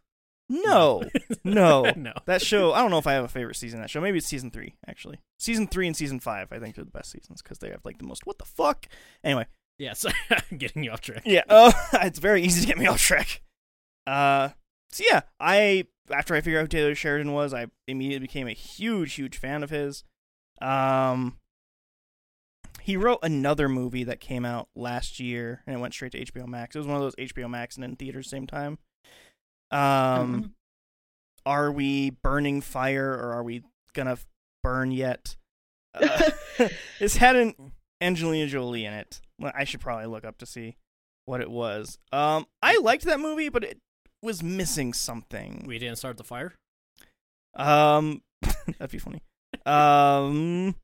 S2: No,
S3: [laughs]
S2: no.
S3: no.
S2: That show, I don't know if I have a favorite season of that show. Maybe it's season three, actually. Season three and season five, I think, are the best seasons because they have like the most. What the fuck? Oh, Anyway,
S3: Yeah, so [laughs] I'm getting
S2: [laughs]
S3: you off track.
S2: yeah. Uh, it's very easy to get me off track. Uh, so yeah, I after I figured out who Taylor Sheridan was, I immediately became a huge, huge fan of his. Um, he wrote another movie that came out last year and it went straight to HBO Max. It was one of those HBO Max and in theaters same time.
S1: Mm-hmm.
S2: Um, are we burning fire or are we gonna f- burn yet?
S3: [laughs]
S2: Uh, [laughs] it's had an Angelina Jolie in it. Well, I should probably look up to see what it was. Um, I liked that movie, but it was missing something.
S3: We didn't start the fire.
S2: Um, [laughs] that'd be funny. Um,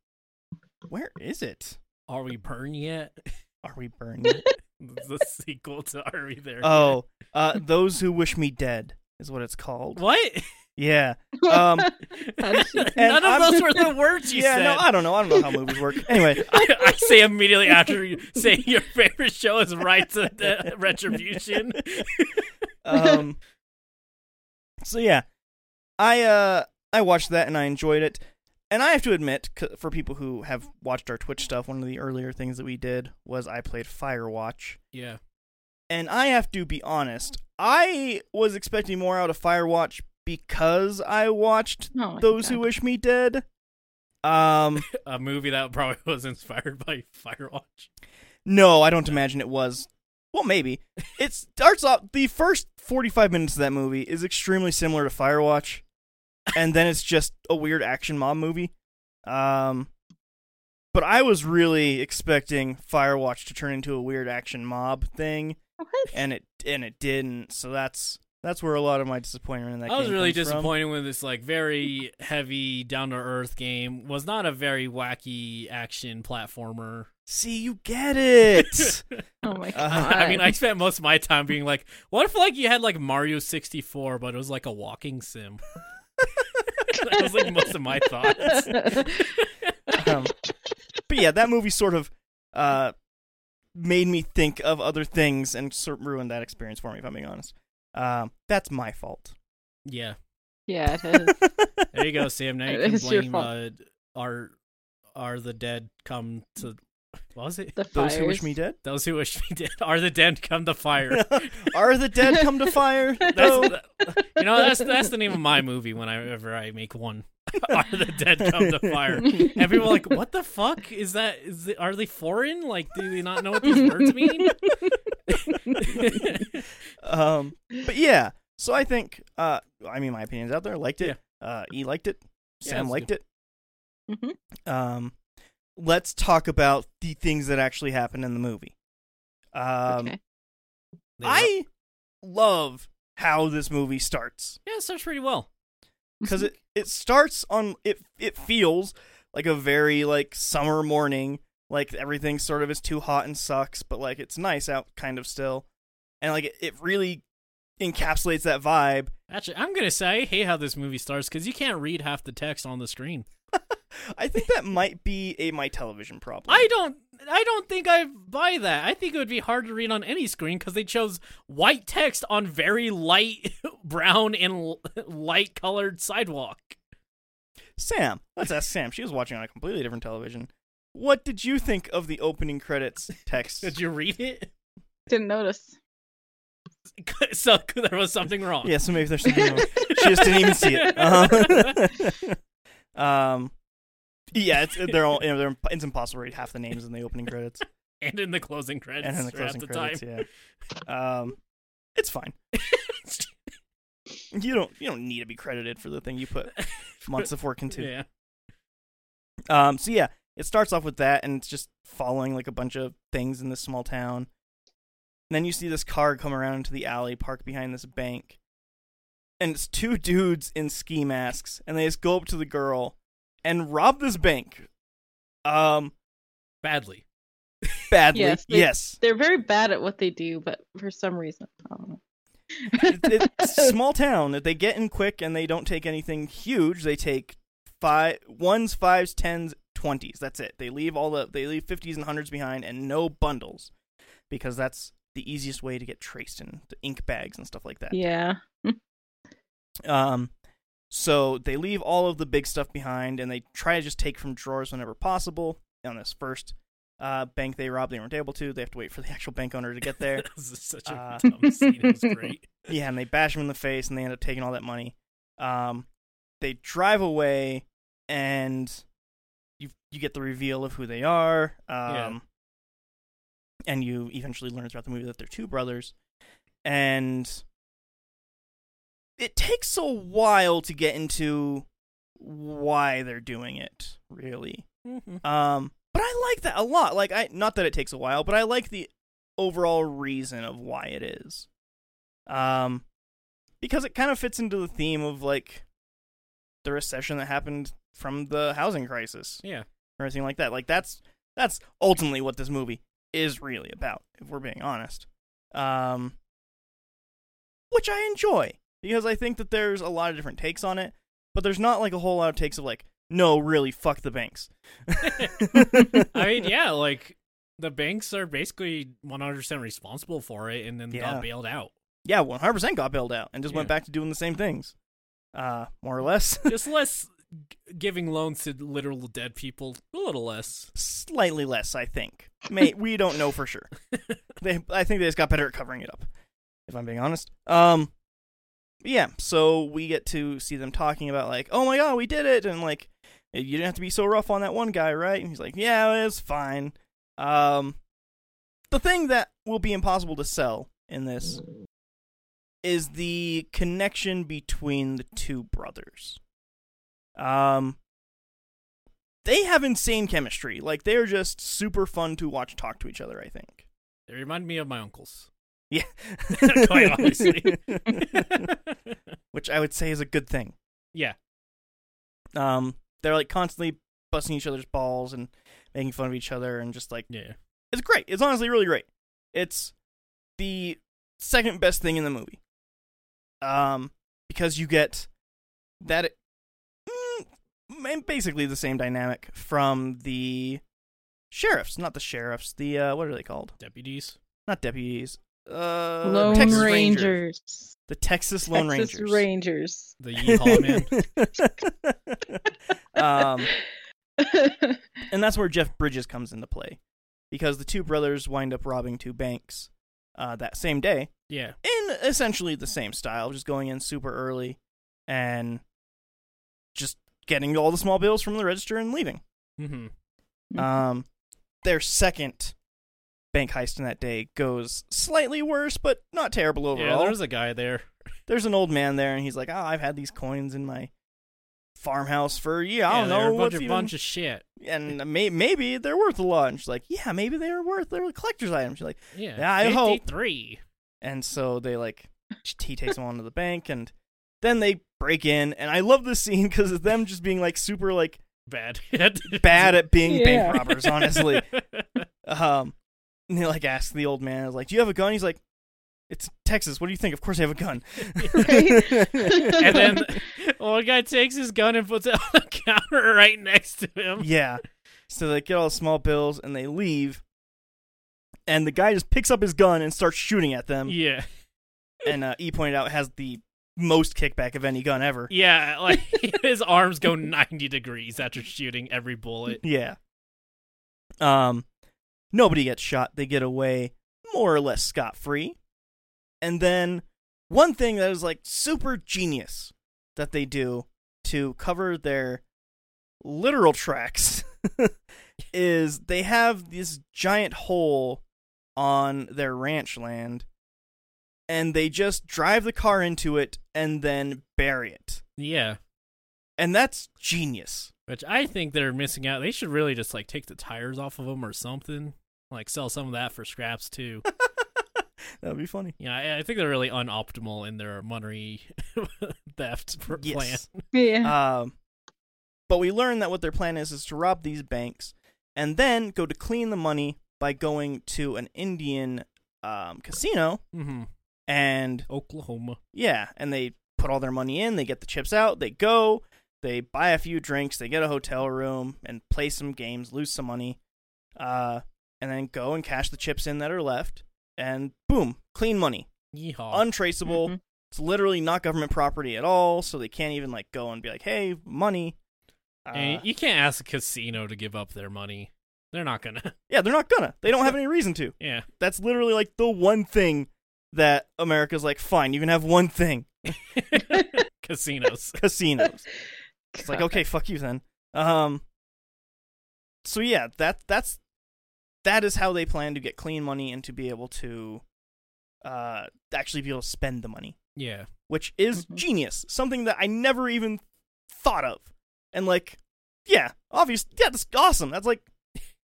S2: where is it?
S3: Are we burn yet? [laughs]
S2: Are we burning?
S3: the sequel to Are We There?
S2: oh, uh, those who wish me dead is what it's called.
S3: what?
S2: Yeah.
S1: [laughs]
S2: Um,
S1: How'd
S3: [laughs]
S1: she-
S3: None of
S2: I'm- [laughs]
S3: those were the words you
S2: yeah.
S3: said.
S2: No, I don't know. I don't know how movies work. Anyway,
S3: [laughs] I, I say immediately after you saying your favorite show is Rights
S2: [laughs]
S3: of [laughs] the Retribution.
S2: um, so yeah, I uh I watched that and I enjoyed it. And I have to admit, c- for people who have watched our Twitch stuff, one of the earlier things that we did was I played Firewatch.
S3: Yeah.
S2: And I have to be honest, I was expecting more out of Firewatch because I watched
S1: Oh my
S2: Those
S1: God.
S2: Who Wish Me Dead. Um,
S3: A movie that probably was inspired by Firewatch.
S2: no, I don't imagine it was. Well, maybe
S3: [laughs]
S2: it starts off. The first forty-five minutes of that movie is extremely similar to Firewatch, and then it's just a weird action mob movie. Um, but I was really expecting Firewatch to turn into a weird action mob thing,
S1: What?
S2: and it and it didn't. So that's that's where a lot of my disappointment in that.
S3: I was
S2: game
S3: really
S2: comes from.
S3: disappointed with this like very heavy down to earth game. Was not a very wacky action platformer. [laughs]
S2: See, you get it.
S1: Oh my
S2: Uh,
S1: god!
S3: I mean, I spent most of my time being like, what if like you had like Mario 64 but it was like a walking sim? [laughs] that was like most of
S2: [laughs]
S3: my thoughts.
S2: um, but yeah, that movie sort of uh, made me think of other things and sort of ruined that experience for me. If I'm being honest, um, that's my fault. [laughs]
S3: Yeah.
S1: [laughs] yeah, it is.
S3: There you go, Sam. Now you
S1: It
S3: can
S1: is your
S3: blame uh, are are the dead come to what was it?
S1: The
S2: Those
S1: fires.
S2: who wish me dead
S3: Those who wish me dead are the dead come
S2: [laughs]
S3: to fire.
S2: are the dead come to fire.
S3: [laughs] That's,
S2: Though?
S3: you know, that's
S1: [laughs]
S3: that's the name of my movie whenever I make one. [laughs] are the dead come to fire? And people are like, what the fuck is that? Is it, are they foreign? Like, do they not know what these
S1: [laughs]
S3: words mean?
S2: Um, but yeah, so I think uh, I mean my opinion's out there. Liked it. Uh, e liked it.
S3: Yeah,
S2: Sam
S3: that's Mm-hmm.
S2: liked it.
S1: Mhm.
S2: Um, let's talk about the things that actually happened in the movie. [laughs] Um,
S1: okay.
S2: I love how this movie
S3: [laughs]
S2: starts
S3: yeah, it starts pretty well.
S2: because it, it starts on it it feels like a very like summer morning like everything sort of is too hot and sucks but like it's nice out kind of still and like it, it really encapsulates that vibe
S3: Actually, I'm gonna say I hate how this movie starts because you can't read half the text on the screen.
S2: i think
S3: [laughs]
S2: that might be a my television problem
S3: I don't. I don't think I buy that. I think it would be hard to read on any screen because they chose white text on very light [laughs] brown and l- light colored sidewalk.
S2: sam let's ask sam she was watching on a completely different television what did you think of the opening credits text
S3: Did you read it?
S1: [laughs] Didn't notice.
S3: [laughs] so there was something wrong.
S2: yeah so maybe there's something wrong. she just didn't even see it. Uh-huh. [laughs] um, yeah, it's, they're all you know, they're, it's impossible to read half the names in the opening credits
S3: [laughs] and in the closing credits.
S2: and in the
S3: or at
S2: closing
S3: the
S2: credits.
S3: Time.
S2: Yeah, um, it's
S3: [laughs]
S2: fine. You don't you don't need to be credited for the thing you
S3: [laughs]
S2: put months of work into.
S3: yeah.
S2: Um, so yeah, it starts off with that, and it's just following like a bunch of things in this small town. And then you see this car come around into the alley, parked behind this bank, and it's two [laughs] dudes in ski masks, and they just go up to the girl and rob this bank. Um,
S3: Badly. [laughs]
S2: badly. Yes,
S1: Yes, they- They're very bad at what they do, but for some reason, I don't know.
S2: It-
S1: [laughs]
S2: it's a small town. They get in quick, and they don't take anything huge. They take five ones, fives, tens, twenties. That's it. They leave all the they leave fifties and hundreds behind, and no bundles, because that's the easiest way to get traced in the ink bags and stuff like that.
S1: yeah.
S2: Um, so they leave all of the big stuff behind, and they try to just take from drawers whenever possible. On this first uh, bank they robbed, they weren't able to. They have to wait for the actual bank owner to get there.
S3: that was such a
S2: Uh,
S3: [laughs]
S2: [laughs]
S3: dumb scene. It was great.
S2: yeah, and they bash him in the face, and they end up taking all that money. Um, they drive away, and you you get the reveal of who they are. Um,
S3: Yeah.
S2: and you eventually learn throughout the movie that they're two brothers, and it takes a while to get into why they're doing it. Really,
S3: Mm-hmm.
S2: um, but I like that a lot. Like I not that it takes a while, but I like the overall reason of why it is. Um because it kind of fits into the theme of like the recession that happened from the housing crisis
S3: Yeah.
S2: or anything like that. Like that's that's ultimately what this movie is really about, if we're being honest. Um, which I enjoy because I think that there's a lot of different takes on it, but there's not like a whole lot of takes of like, no, really, fuck the banks.
S3: I mean, yeah, like the banks are basically 100% responsible for it and then
S2: Yeah.
S3: got bailed out.
S2: yeah, 100% got bailed out and just went
S3: Yeah.
S2: back to doing the same things, uh, more or less.
S3: Just less g- giving loans to literal dead people, a little less.
S2: Slightly less, I think. May we don't know for sure. They, I think they just got better at covering it up. If I'm being honest. Um, but yeah. So we get to see them talking about like, oh my god, we did it, and like, you didn't have to be so rough on that one guy, right? And he's like, yeah, it's fine. Um, the thing that will be impossible to sell in this is the connection between the two brothers. Um, they have insane chemistry. Like they're just super fun to watch talk to each other. I think. [laughs]
S3: It reminded me of my uncles. [laughs]
S2: Yeah,
S3: Quite
S2: [laughs]
S3: honestly. [laughs]
S2: which I would say is a good thing.
S3: yeah.
S2: Um, they're like constantly busting each other's balls and making fun of each other, and just like
S3: Yeah.
S2: it's great. It's honestly really great. It's the second best thing in the movie. Um, because you get that mm, ma- basically the same dynamic from the sheriffs, not the sheriffs. The uh, what are they called?
S3: Deputies.
S2: Not deputies. Uh,
S1: Lone
S2: Texas
S1: Rangers.
S2: Ranger. The Texas Lone
S1: Texas
S2: Rangers.
S1: Rangers.
S3: The Yeehaw
S2: [laughs]
S3: Man.
S1: [laughs]
S2: um, and that's where Jeff Bridges comes into play, because the two brothers wind up robbing two banks uh, that same day
S3: Yeah.
S2: in essentially the same style, just going in super early and just getting all the small bills from the register and leaving.
S1: [laughs]
S3: Mm-hmm.
S2: Um, their second bank heist in that day goes slightly worse, but not terrible
S3: Yeah,
S2: overall.
S3: there was a guy there.
S2: there's an old man there, and he's like, "Oh, I've had these coins in my farmhouse for yeah, I
S3: yeah,
S2: don't
S3: there were
S2: know
S3: a
S2: what's
S3: bunch of,
S2: even-
S3: bunch of shit.
S2: and may- maybe they're worth a lot." And she's like, "Yeah, maybe they are worth. They're a collector's item." She's like,
S3: Yeah.
S2: Yeah, I hope.
S3: 53.
S2: and so they like he takes them onto the bank, and then they break in. And I love this scene because of them just being like super like
S3: Bad.
S2: bad at being
S1: Yeah.
S2: bank robbers, honestly.
S3: [laughs]
S2: Um, and they like ask the old man, like, "Do you have a gun?" He's like, "It's Texas. What do you think? Of course I have a gun."
S3: and then one guy takes his gun and puts it on the counter right next to him.
S2: [laughs] yeah. So they get all the small bills and they leave. And the guy just picks up his gun and starts shooting at them.
S3: Yeah,
S2: And uh, E pointed out it has the most kickback of any gun ever.
S3: yeah. Like [laughs] his arms go ninety degrees after shooting every bullet.
S2: Yeah. Um, nobody gets shot. They get away more or less scot free. And then one thing that is like super genius that they do to cover their literal tracks [laughs] is they have this giant hole on their ranch land and they just drive the car into it and then bury it.
S3: Yeah,
S2: And that's genius.
S3: which I think they're missing out. They should really just like take the tires off of them or something. Like sell some of that for scraps too. [laughs]
S2: That would be funny.
S3: yeah, I, I think they're really unoptimal in their money [laughs] theft pr-
S2: Yes.
S3: plan.
S2: [laughs]
S1: yeah.
S2: Um, but we learn that what their plan is is to rob these banks and then go to clean the money by going to an Indian um, casino.
S3: hmm
S2: And
S3: Oklahoma.
S2: yeah, and they put all their money in, they get the chips out, they go, they buy a few drinks, they get a hotel room and play some games, lose some money, uh, and then go and cash the chips in that are left. And boom, clean money,
S3: Yeehaw.
S2: untraceable.
S1: Mhm.
S2: It's literally not government property at all, so they can't even like go and be like, "Hey, money." Uh,
S3: And you can't ask a casino to give up their money. They're not gonna. [laughs]
S2: yeah, they're not gonna. They don't have any reason to. [laughs]
S3: Yeah.
S2: That's literally like the one thing that America's like, "Fine, you can have one thing."
S3: casinos.
S2: [laughs] casinos. It's like okay, fuck you then. Um. So yeah, that that's that is how they plan to get clean money and to be able to uh actually be able to spend the money,
S3: Yeah.
S2: which is
S1: Mhm.
S2: genius. Something that I never even thought of. And like, yeah, obvious. Yeah, that's awesome. That's like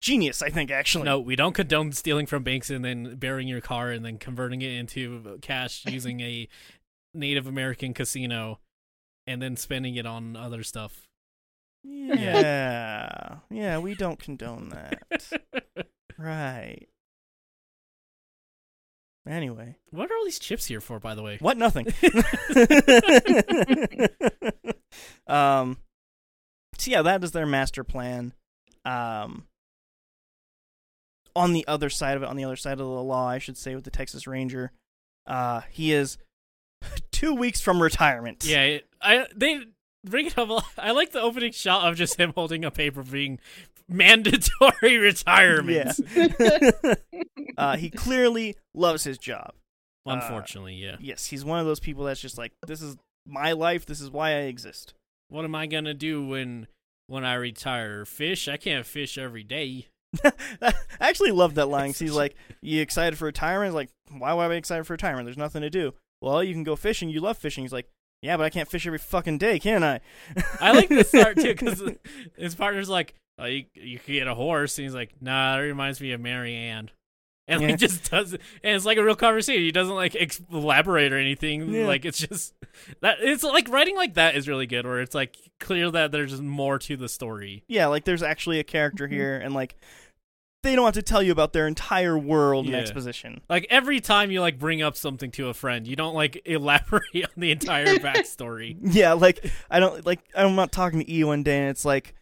S2: genius. I think actually.
S3: No, we don't condone stealing from banks and then burying your car and then converting it into cash using a Native American casino and then spending it on other stuff.
S2: Yeah. [laughs] yeah, we don't condone that. right. Anyway.
S3: What are all these chips here for, by the way?
S2: What? Nothing. [laughs] um. So yeah, that is their master plan. Um. On the other side of it, on the other side of the law, I should say, with the Texas Ranger, uh, he is [laughs] two weeks from retirement.
S3: Yeah, it, I they bring it up. a lot. [laughs] I like the opening shot of just him holding a paper being mandatory [laughs] retirement.
S2: Yeah. [laughs] uh, he clearly loves his job.
S3: Unfortunately, yeah.
S2: Yes, he's one of those people that's just like, this is my life. This is why I exist.
S3: What am I gonna do when when I retire? Fish? I can't fish every day.
S2: [laughs] I actually love that line. 'cause He's like, "You excited for retirement?" He's like, "Why would I be excited for retirement? There's nothing to do." Well, you can go fishing. You love fishing. He's like, "Yeah, but I can't fish every fucking day, can I?"
S3: I like this part too because
S2: [laughs]
S3: his partner's like, oh, you you could get a horse, and he's like, nah, that reminds me of Mary Ann. And
S2: Yeah.
S3: like just does not and it's like a real conversation. He doesn't like ex- elaborate or anything.
S2: Yeah.
S3: Like it's just that it's like writing like that is really good, where it's like clear that there's more to the story.
S2: yeah, like there's actually a character here, and like they don't have to tell you about their entire world and
S3: Yeah.
S2: exposition.
S3: Like every time you like bring up something to a friend, you don't like [laughs] elaborate on
S2: [laughs]
S3: the entire backstory.
S2: Yeah, like I don't like I'm not talking to E one day, and it's like,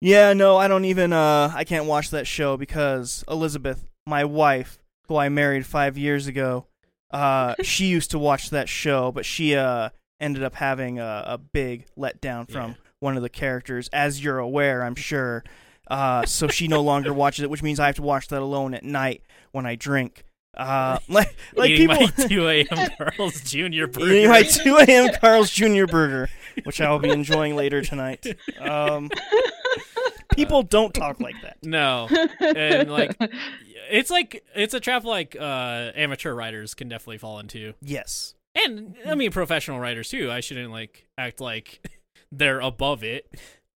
S2: yeah, no, I don't even uh I can't watch that show because Elizabeth, my wife, who I married five years ago,
S3: [laughs]
S2: uh she used to watch that show, but she uh ended up having a, a big letdown from
S3: Yeah.
S2: one of the characters, as you're aware, I'm sure. Uh, so she no longer watches it, which means I have to watch that alone at night when I drink. Uh, [laughs] like like
S3: Eating
S2: people.
S3: my
S2: [laughs]
S3: two a.m. Carl's Junior burger.
S2: Eating my [laughs] 2 a.m. Carl's Jr. burger, which I will be enjoying later tonight. Um, people don't talk like that.
S3: No, [laughs] and like it's like it's a trap like uh amateur writers can definitely fall into
S2: Yes.
S3: and i mean professional writers too i shouldn't like act like [laughs] they're above it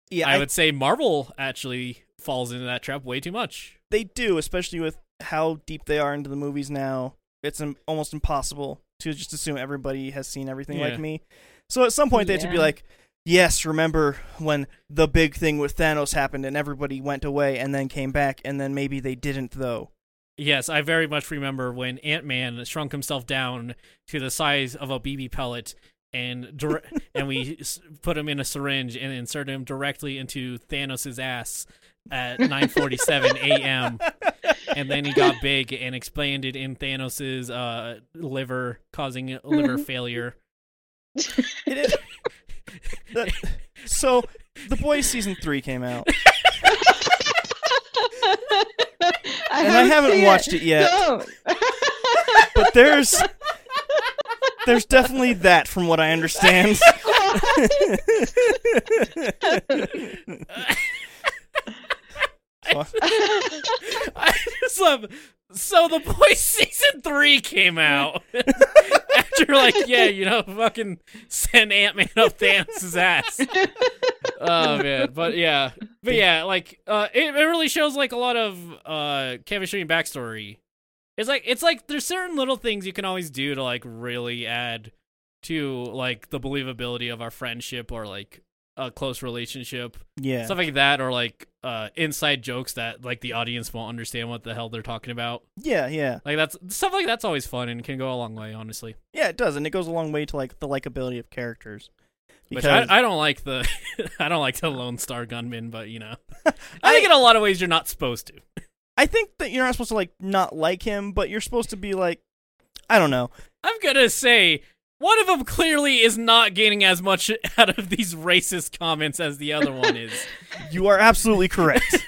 S2: Yeah,
S3: i,
S2: I-
S3: would say marvel actually falls into that trap way too much
S2: they do, especially with how deep they are into the movies now. It's im- almost impossible to just assume everybody has seen everything
S3: Yeah.
S2: like me. So at some point, they have to be
S1: Yeah.
S2: like, yes, remember when the big thing with Thanos happened and everybody went away and then came back, and then maybe they didn't, though.
S3: yes i very much remember when ant-man shrunk himself down to the size of a bb pellet and dir- and we s- put him in a syringe and inserted him directly into Thanos' ass at 9:47 a.m. and then he got big and expanded in Thanos' uh, liver, causing liver failure.
S2: It
S3: [laughs]
S2: is. [laughs] That- so, The Boys season three came out.
S1: I
S2: and I haven't
S1: seen
S2: watched it yet.
S3: [laughs]
S1: Don't.
S2: But
S1: [laughs]
S2: there's there's definitely that from what I
S1: [laughs]
S2: understand. [laughs] Fuck.
S3: I just love. So the boys [laughs] season three came out [laughs] after like yeah you know fucking send Ant Man up Thanos' ass. Oh man, but yeah, but yeah, like uh, it, it really shows like a lot of uh chemistry and backstory. It's like it's like there's certain little things you can always do to like really add to like the believability of our friendship or like a close relationship
S2: yeah.
S3: stuff like that or like uh inside jokes that like the audience won't understand what the hell they're talking about
S2: Yeah, yeah.
S3: like that's stuff like that's always fun and can go a long way honestly
S2: Yeah, it does, and it goes a long way to like the likability of characters.
S3: which
S2: Because-
S3: I, I don't like the [laughs] i don't like the lone star gunman
S2: [laughs]
S3: but you know i think in a lot of ways you're not supposed to
S2: I think that you're not supposed to like not like him, but you're supposed to be like I don't know.
S3: i'm gonna say one of them clearly is not gaining as much [laughs] out of these racist comments as the other
S2: [laughs]
S3: one is
S2: You are absolutely
S3: [laughs]
S2: correct.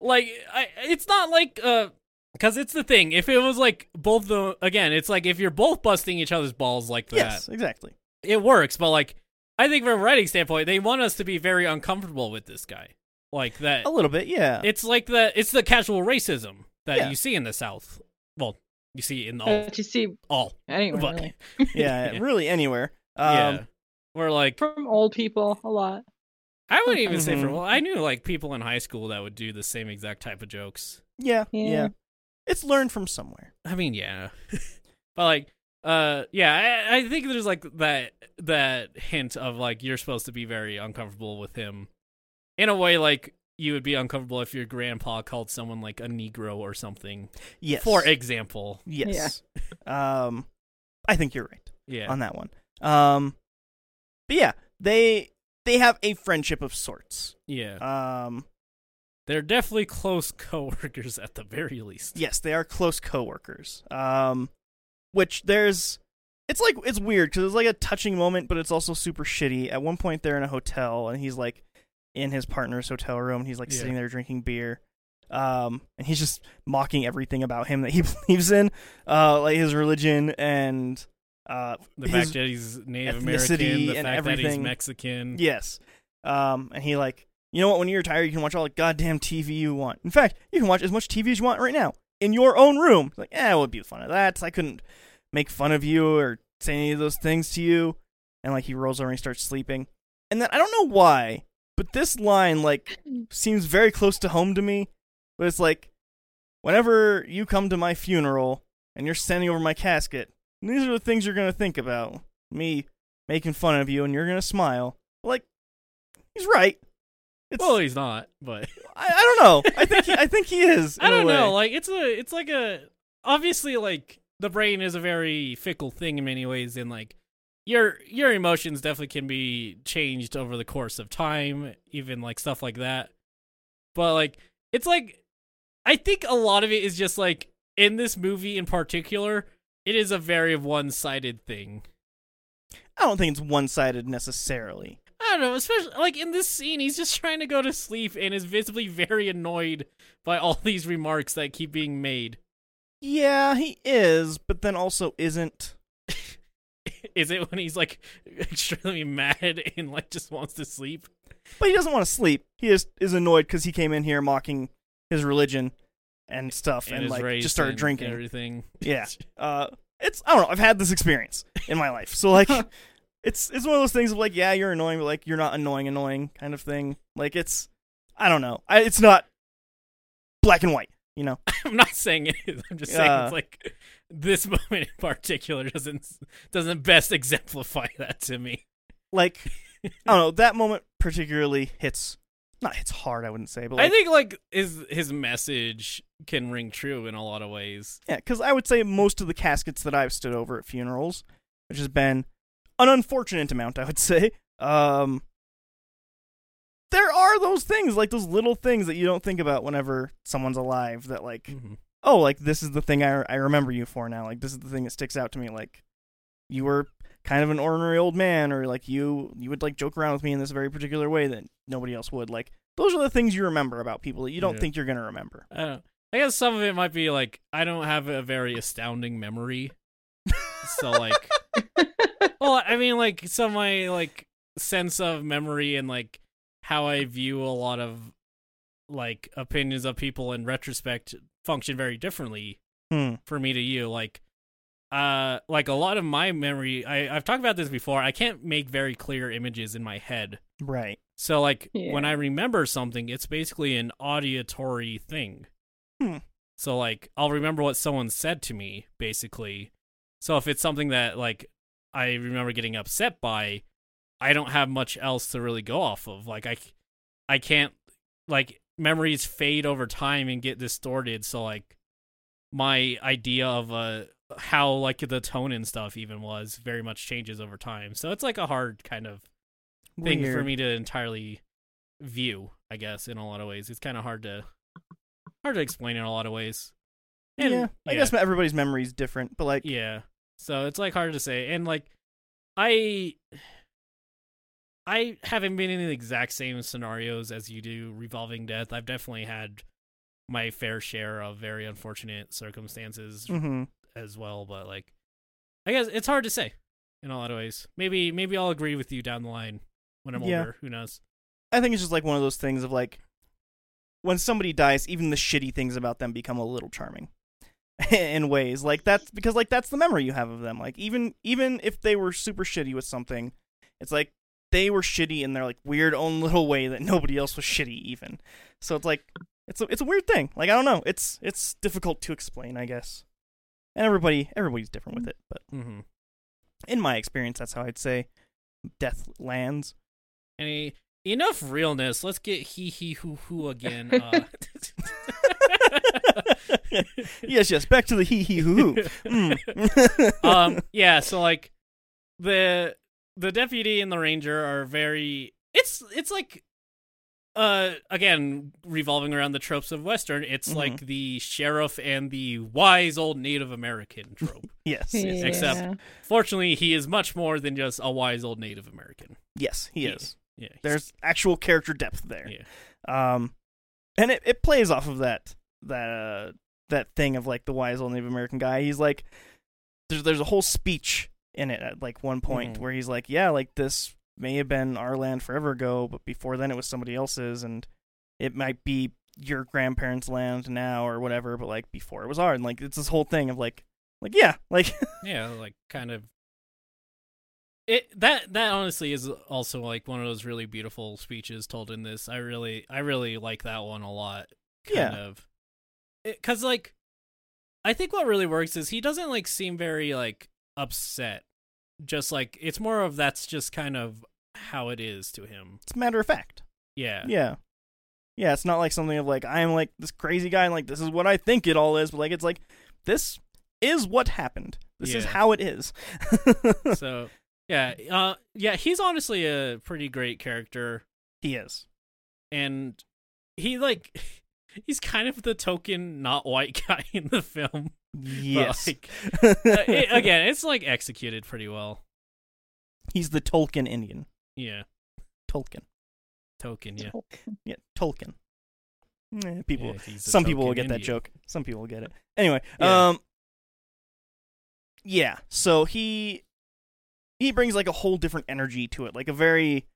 S3: like I, it's not like uh because it's the thing if it was like both the again it's like if you're both busting each other's balls like that
S2: yes, exactly.
S3: it works, but like I think from a writing standpoint, they want us to be very uncomfortable with this guy. Like that.
S2: A little bit,
S3: [laughs]
S2: yeah.
S3: It's like the it's the casual racism that
S2: Yeah.
S3: you see in the South. Well, you see in all
S1: But you see,
S2: [laughs]
S3: all.
S1: anyway,
S3: But-
S1: really.
S2: yeah, really anywhere. Um,
S3: yeah. We're like
S1: from old people a lot.
S3: I wouldn't even say for
S2: Mhm.
S3: well, I knew like people in high school that would do the same exact type of jokes.
S2: yeah, yeah,
S1: Yeah.
S2: It's learned from somewhere.
S3: I mean, yeah, but like, uh, yeah, I, I think there's like that that hint of like you're supposed to be very uncomfortable with him, in a way like you would be uncomfortable if your grandpa called someone like a Negro or something,
S2: Yes.
S3: for example.
S2: yes. [laughs] Um, I think you're right
S3: Yeah,
S2: on that one. Um, but yeah, they they have a friendship of sorts.
S3: yeah,
S2: Um,
S3: they're definitely close [laughs] coworkers at the very least.
S2: yes, they are close coworkers. Um, which there's, it's like it's weird because it's like a touching moment, but it's also super shitty. At one point, they're in a hotel and he's like in his partner's hotel room and he's like
S3: Yeah.
S2: sitting there drinking beer. Um, and he's just mocking everything about him that he [laughs] believes in, uh, like his religion and uh,
S3: The
S2: his-
S3: fact that he's Native
S2: ethnicity
S3: American, the
S2: and
S3: fact that he's
S2: everything.
S3: Mexican.
S2: Yes. Um, and he like, you know what? When you're retired, you can watch all the goddamn TV you want. In fact, you can watch as much TV as you want right now in your own room. It's like, eh, what would be the fun of that? I couldn't make fun of you or say any of those things to you. And like, he rolls over and he starts sleeping. And then I don't know why, but this line like seems very close to home to me. But it's like, whenever you come to my funeral and you're standing over my casket, these are the things you're gonna think about me making fun of you, and you're gonna smile. Like, he's right. It's,
S3: Well, he's not, but
S2: I, I don't know. I think he, I think
S3: [laughs]
S2: he is.
S3: I
S2: in a
S3: don't know.
S2: way.
S3: Like it's a it's like a obviously like the brain is a very fickle thing in many ways and like your your emotions definitely can be changed over the course of time, even like stuff like that. But like it's like I think a lot of it is just like in this movie in particular, it is a very one-sided thing.
S2: I don't think it's one sided necessarily.
S3: I don't know, especially like in this scene, he's just trying to go to sleep and is visibly very annoyed by all [laughs] these remarks that keep being made.
S2: Yeah, he is, but then also isn't.
S3: [laughs] Is it when he's like extremely mad and like just wants to sleep?
S2: But he doesn't want to sleep. He is is annoyed because he came in here mocking his religion and stuff, and,
S3: is
S2: like
S3: raised
S2: just started
S3: and
S2: drinking.
S3: everything. [laughs]
S2: Yeah. Uh, it's I don't know. I've had this experience in my life, so like, it's it's one of those things of like, yeah, you're annoying, but like you're not annoying, annoying kind of thing. Like it's, I don't know. I, it's not black and white, you know.
S3: I'm not saying it is. I'm just saying
S2: Yeah.
S3: it's like this [laughs] moment in particular doesn't doesn't best exemplify that to me.
S2: Like I don't know. That moment particularly hits, not hits hard. I wouldn't say, but like,
S3: I think like his his message can ring true in a lot of ways.
S2: Yeah, because I would say most of the caskets that I've stood over at funerals, which has been an unfortunate amount, I would [laughs] say, um, there are those things, like those little things that you don't think about whenever someone's alive that, like,
S3: Mhm.
S2: oh, like this is the thing I, I remember you for now. Like, this is the thing that sticks out to me. Like, you were kind of an ordinary old man, or like you, you would like joke around with me in this very particular way that nobody else would. Like, those are the things you remember about people that you don't
S3: Yeah.
S2: think you're going to remember.
S3: I don't. I guess some of it might be like I don't have a very astounding memory, so like, well, I mean, like some of my like sense of memory and like how I view a lot of like opinions of people in retrospect function very differently
S2: Hmm.
S3: for me to you. Like, uh, like a lot of my memory, I I've talked about this before. I can't make very clear images in my head.
S2: Right.
S3: So like
S1: Yeah.
S3: when I remember something, it's basically an auditory thing.
S2: Hmm.
S3: So like I'll remember what someone said to me basically. So if it's something that like I remember getting upset by, I don't have much else to really go off of. Like I c- I can't like memories fade over time and get distorted, so like my idea of uh how like the tone and stuff even was very much changes over time. So it's like a hard kind of thing for
S2: Weird.
S3: me to entirely view, I guess, in a lot of ways. It's kind of hard to hard to explain in a lot of ways. And,
S2: yeah, I guess everybody's memory is different, but like,
S3: yeah. So it's like hard to say. And like I I haven't been in the exact same scenarios as you do revolving death. I've definitely had my fair share of very unfortunate circumstances
S2: mhm.
S3: as well, but like I guess it's hard to say. in a lot of ways. Maybe maybe I'll agree with you down the line when I'm
S2: Yeah.
S3: older. Who knows?
S2: I think it's just like one of those things of like when somebody dies, even the shitty things about them become a little charming [laughs] in ways. Like that's because like that's the memory you have of them. Like even even if they were super shitty with something, it's like they were shitty in their like weird own little way that [laughs] nobody else was shitty even. So it's like it's a it's a weird thing. Like I don't know. It's it's difficult to explain, I guess. And everybody everybody's different with it, but
S3: Mm-hmm.
S2: in my experience that's how I'd say death lands. [laughs]
S3: Any enough realness. Let's get he he hoo hoo again. Uh,
S2: yes, yes. Back to the hee hee hoo hoo. Mm.
S3: [laughs] um yeah so like the the deputy and the ranger are very it's it's like uh again revolving around the tropes of western it's
S2: Mhm.
S3: like the sheriff and the wise old native american trope
S2: [laughs] yes, yes,
S1: Yeah.
S3: except- fortunately he is much more than just a wise old native american
S2: yes. He is.
S3: yeah he's-
S2: There's actual character depth there.
S3: yeah
S2: Um, and it, it plays off of that that uh, that thing of like the wise old Native American guy. He's like, there's there's a whole speech in it at like one point
S3: Mhm.
S2: where he's like, yeah, like this may have been our land forever ago, but before then it was somebody else's, and it might be your grandparents' land now or whatever, but like before it was ours. And like it's this whole thing of like, like yeah, like [laughs]
S3: yeah like kind of it that that honestly is also like one of those really beautiful speeches told in this i really i really like that one a lot kind
S2: Yeah.
S3: of because like i think what really works is he doesn't like seem very like upset just like it's more of that's just kind of how it is to him
S2: it's a matter of fact.
S3: yeah
S2: Yeah. Yeah, it's not like something of like I'm like this crazy guy and like this is what I think it all is, but like it's like this is what happened. This is
S3: Yeah.
S2: how it is. [laughs]
S3: so yeah uh yeah he's honestly a pretty great character
S2: he is.
S3: and he like [laughs] he's kind of the token not white [laughs] guy in the film but,
S2: Yes.
S3: like, [laughs] uh,
S2: [laughs]
S3: it- again it's like executed pretty well
S2: He's the Tolkien Indian.
S3: yeah
S2: Tolkien.
S3: token yeah
S2: Yeah, Tolkien. Eh, [laughs] people
S3: Yeah, he's a
S2: some people will get
S3: token
S2: that
S3: Indian.
S2: joke. Some people will get it. Anyway,
S3: Yeah.
S2: um Yeah, so he he brings like a whole different energy to it, like a very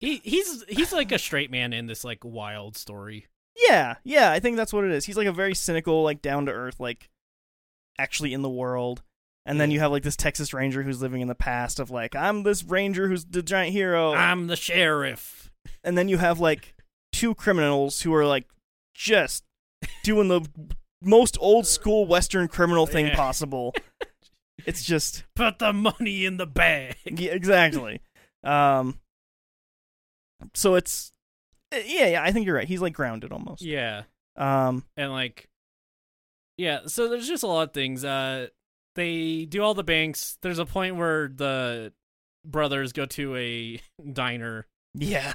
S3: He, he's he's like a straight man in this like wild story.
S2: Yeah, yeah, I think that's what it is. He's like a very cynical, like down to earth, like actually in the world. And then you have like this Texas Ranger who's living in the past of like I'm this ranger who's the giant hero.
S3: I'm the sheriff.
S2: and then you have like two criminals who are like just doing the most old school western criminal thing
S3: Yeah. [laughs]
S2: possible. it's just
S3: Put the money in the bag. [laughs]
S2: yeah, exactly. Um so it's eh, yeah, yeah, I think you're right. He's like grounded almost.
S3: Yeah,
S2: Um
S3: and like, yeah. So there's just a lot of things. Uh, they do all the banks. There's a point where the brothers go to a [laughs] diner.
S2: yeah.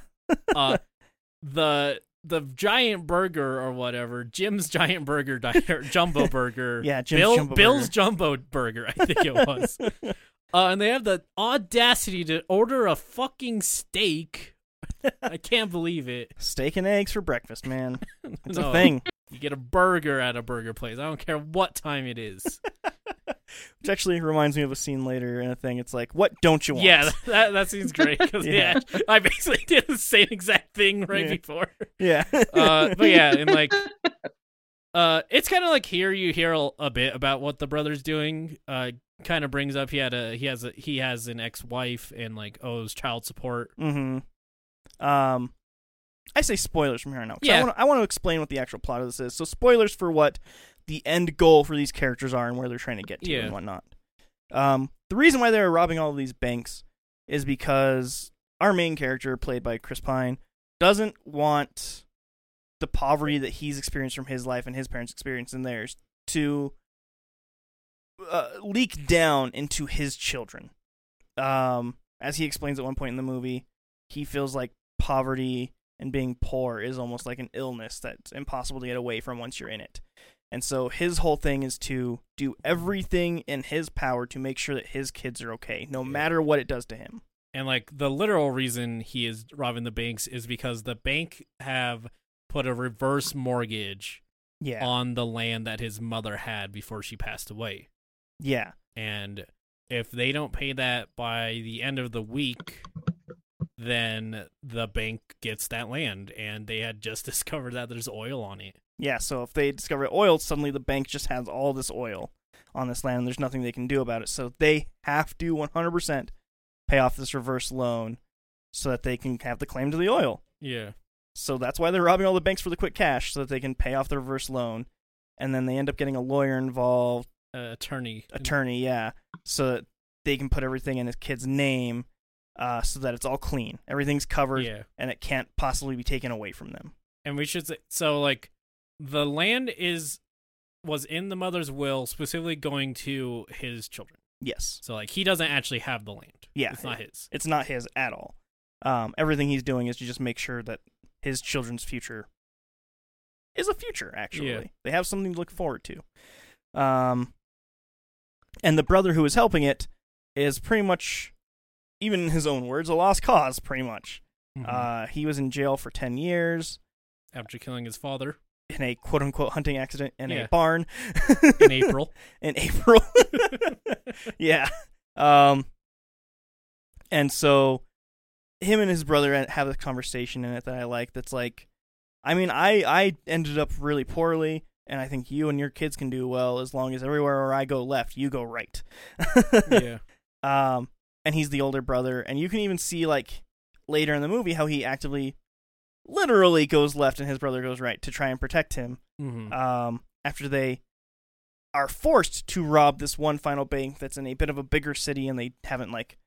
S3: Uh, the the giant burger or whatever, Jim's giant burger diner,
S2: [laughs]
S3: jumbo burger.
S2: Yeah, Jim's
S3: Bill,
S2: Jumbo
S3: Bill's
S2: Burger.
S3: jumbo burger. I think it was.
S2: [laughs]
S3: Uh, and they have the audacity to order a fucking steak. I can't believe it.
S2: Steak and eggs for breakfast,
S3: [laughs]
S2: man. It's
S3: No,
S2: a thing.
S3: You get a burger at a burger place. I don't care what time
S2: [laughs]
S3: it is.
S2: Which actually reminds me of a scene later in a thing. It's like, what don't you want?
S3: yeah, that that seems great.
S2: [laughs]
S3: 'cause,
S2: Yeah.
S3: yeah. I basically did the same exact thing right
S2: Yeah.
S3: before.
S2: yeah. [laughs]
S3: Uh, but yeah, and like, uh, it's kind of like here you hear a, a bit about what the brother's doing. Uh, kind of brings up he had a he has a he has an ex wife and like owes child support.
S2: mm-hmm. Um, I say spoilers from here on out. 'cause I
S3: Yeah.
S2: wanna- I want to explain what the actual plot of this is. So spoilers for what the end goal for these characters are and where they're trying to get to
S3: Yeah.
S2: and whatnot. Um, the reason why they're robbing all of these banks is because our main character, played by Chris Pine, doesn't want the poverty that he's experienced from his life and his parents' experience in theirs to uh, leak down into his children. Um, as he explains at one point in the movie, he feels like poverty and being poor is almost like an illness that's impossible to get away from once you're in it. And so his whole thing is to do everything in his power to make sure that his kids are okay, no
S3: Yeah.
S2: matter what it does to him.
S3: and like the literal reason he is robbing the banks is because the bank have put a reverse mortgage
S2: Yeah.
S3: on the land that his mother had before she passed away
S2: yeah.
S3: and if they don't pay that by the end of the week, then the bank gets that land. And they had just [laughs] discovered that there's oil on it.
S2: Yeah, so if they discover oil, suddenly the bank just has all this oil on this land and there's nothing they can do about it. So they have to 100% pay off this reverse loan so that they can have the claim to the oil.
S3: Yeah.
S2: So that's why they're robbing all the banks for the quick cash so that they can pay off the reverse loan. And then they end up getting a lawyer involved,
S3: Uh, attorney.
S2: attorney, yeah, so that they can put everything in his kid's name uh, so that it's all clean. Everything's covered
S3: Yeah.
S2: and it can't possibly be taken away from them.
S3: And we should say so like the land is was in the mother's will specifically going to his children.
S2: Yes.
S3: So like he doesn't actually have the land.
S2: Yeah.
S3: It's not his.
S2: It's not his at all. Um, everything he's doing is to just make sure that his children's future is a future. Actually,
S3: Yeah.
S2: they have something to look forward to. Um, and the brother who is helping it is pretty much, even in his own words, a lost cause. Pretty much,
S3: Mm-hmm.
S2: uh, he was in jail for ten years
S3: After killing
S2: [laughs]
S3: his father
S2: in a quote unquote hunting accident in
S3: Yeah.
S2: a barn
S3: in April.
S2: in [laughs] April. yeah. Um and so him and his brother have a conversation in it that I like that's like I mean I I ended up really poorly and I think you and your kids can do well as long as everywhere where I go left you go right.
S3: yeah.
S2: [laughs] Um, and he's the older brother, and you can even see like later in the movie how he actively, literally goes left and his brother goes right to try and protect him.
S3: hmm
S2: Um, after they are forced to rob this one final bank that's in a bit of a bigger city, and they haven't like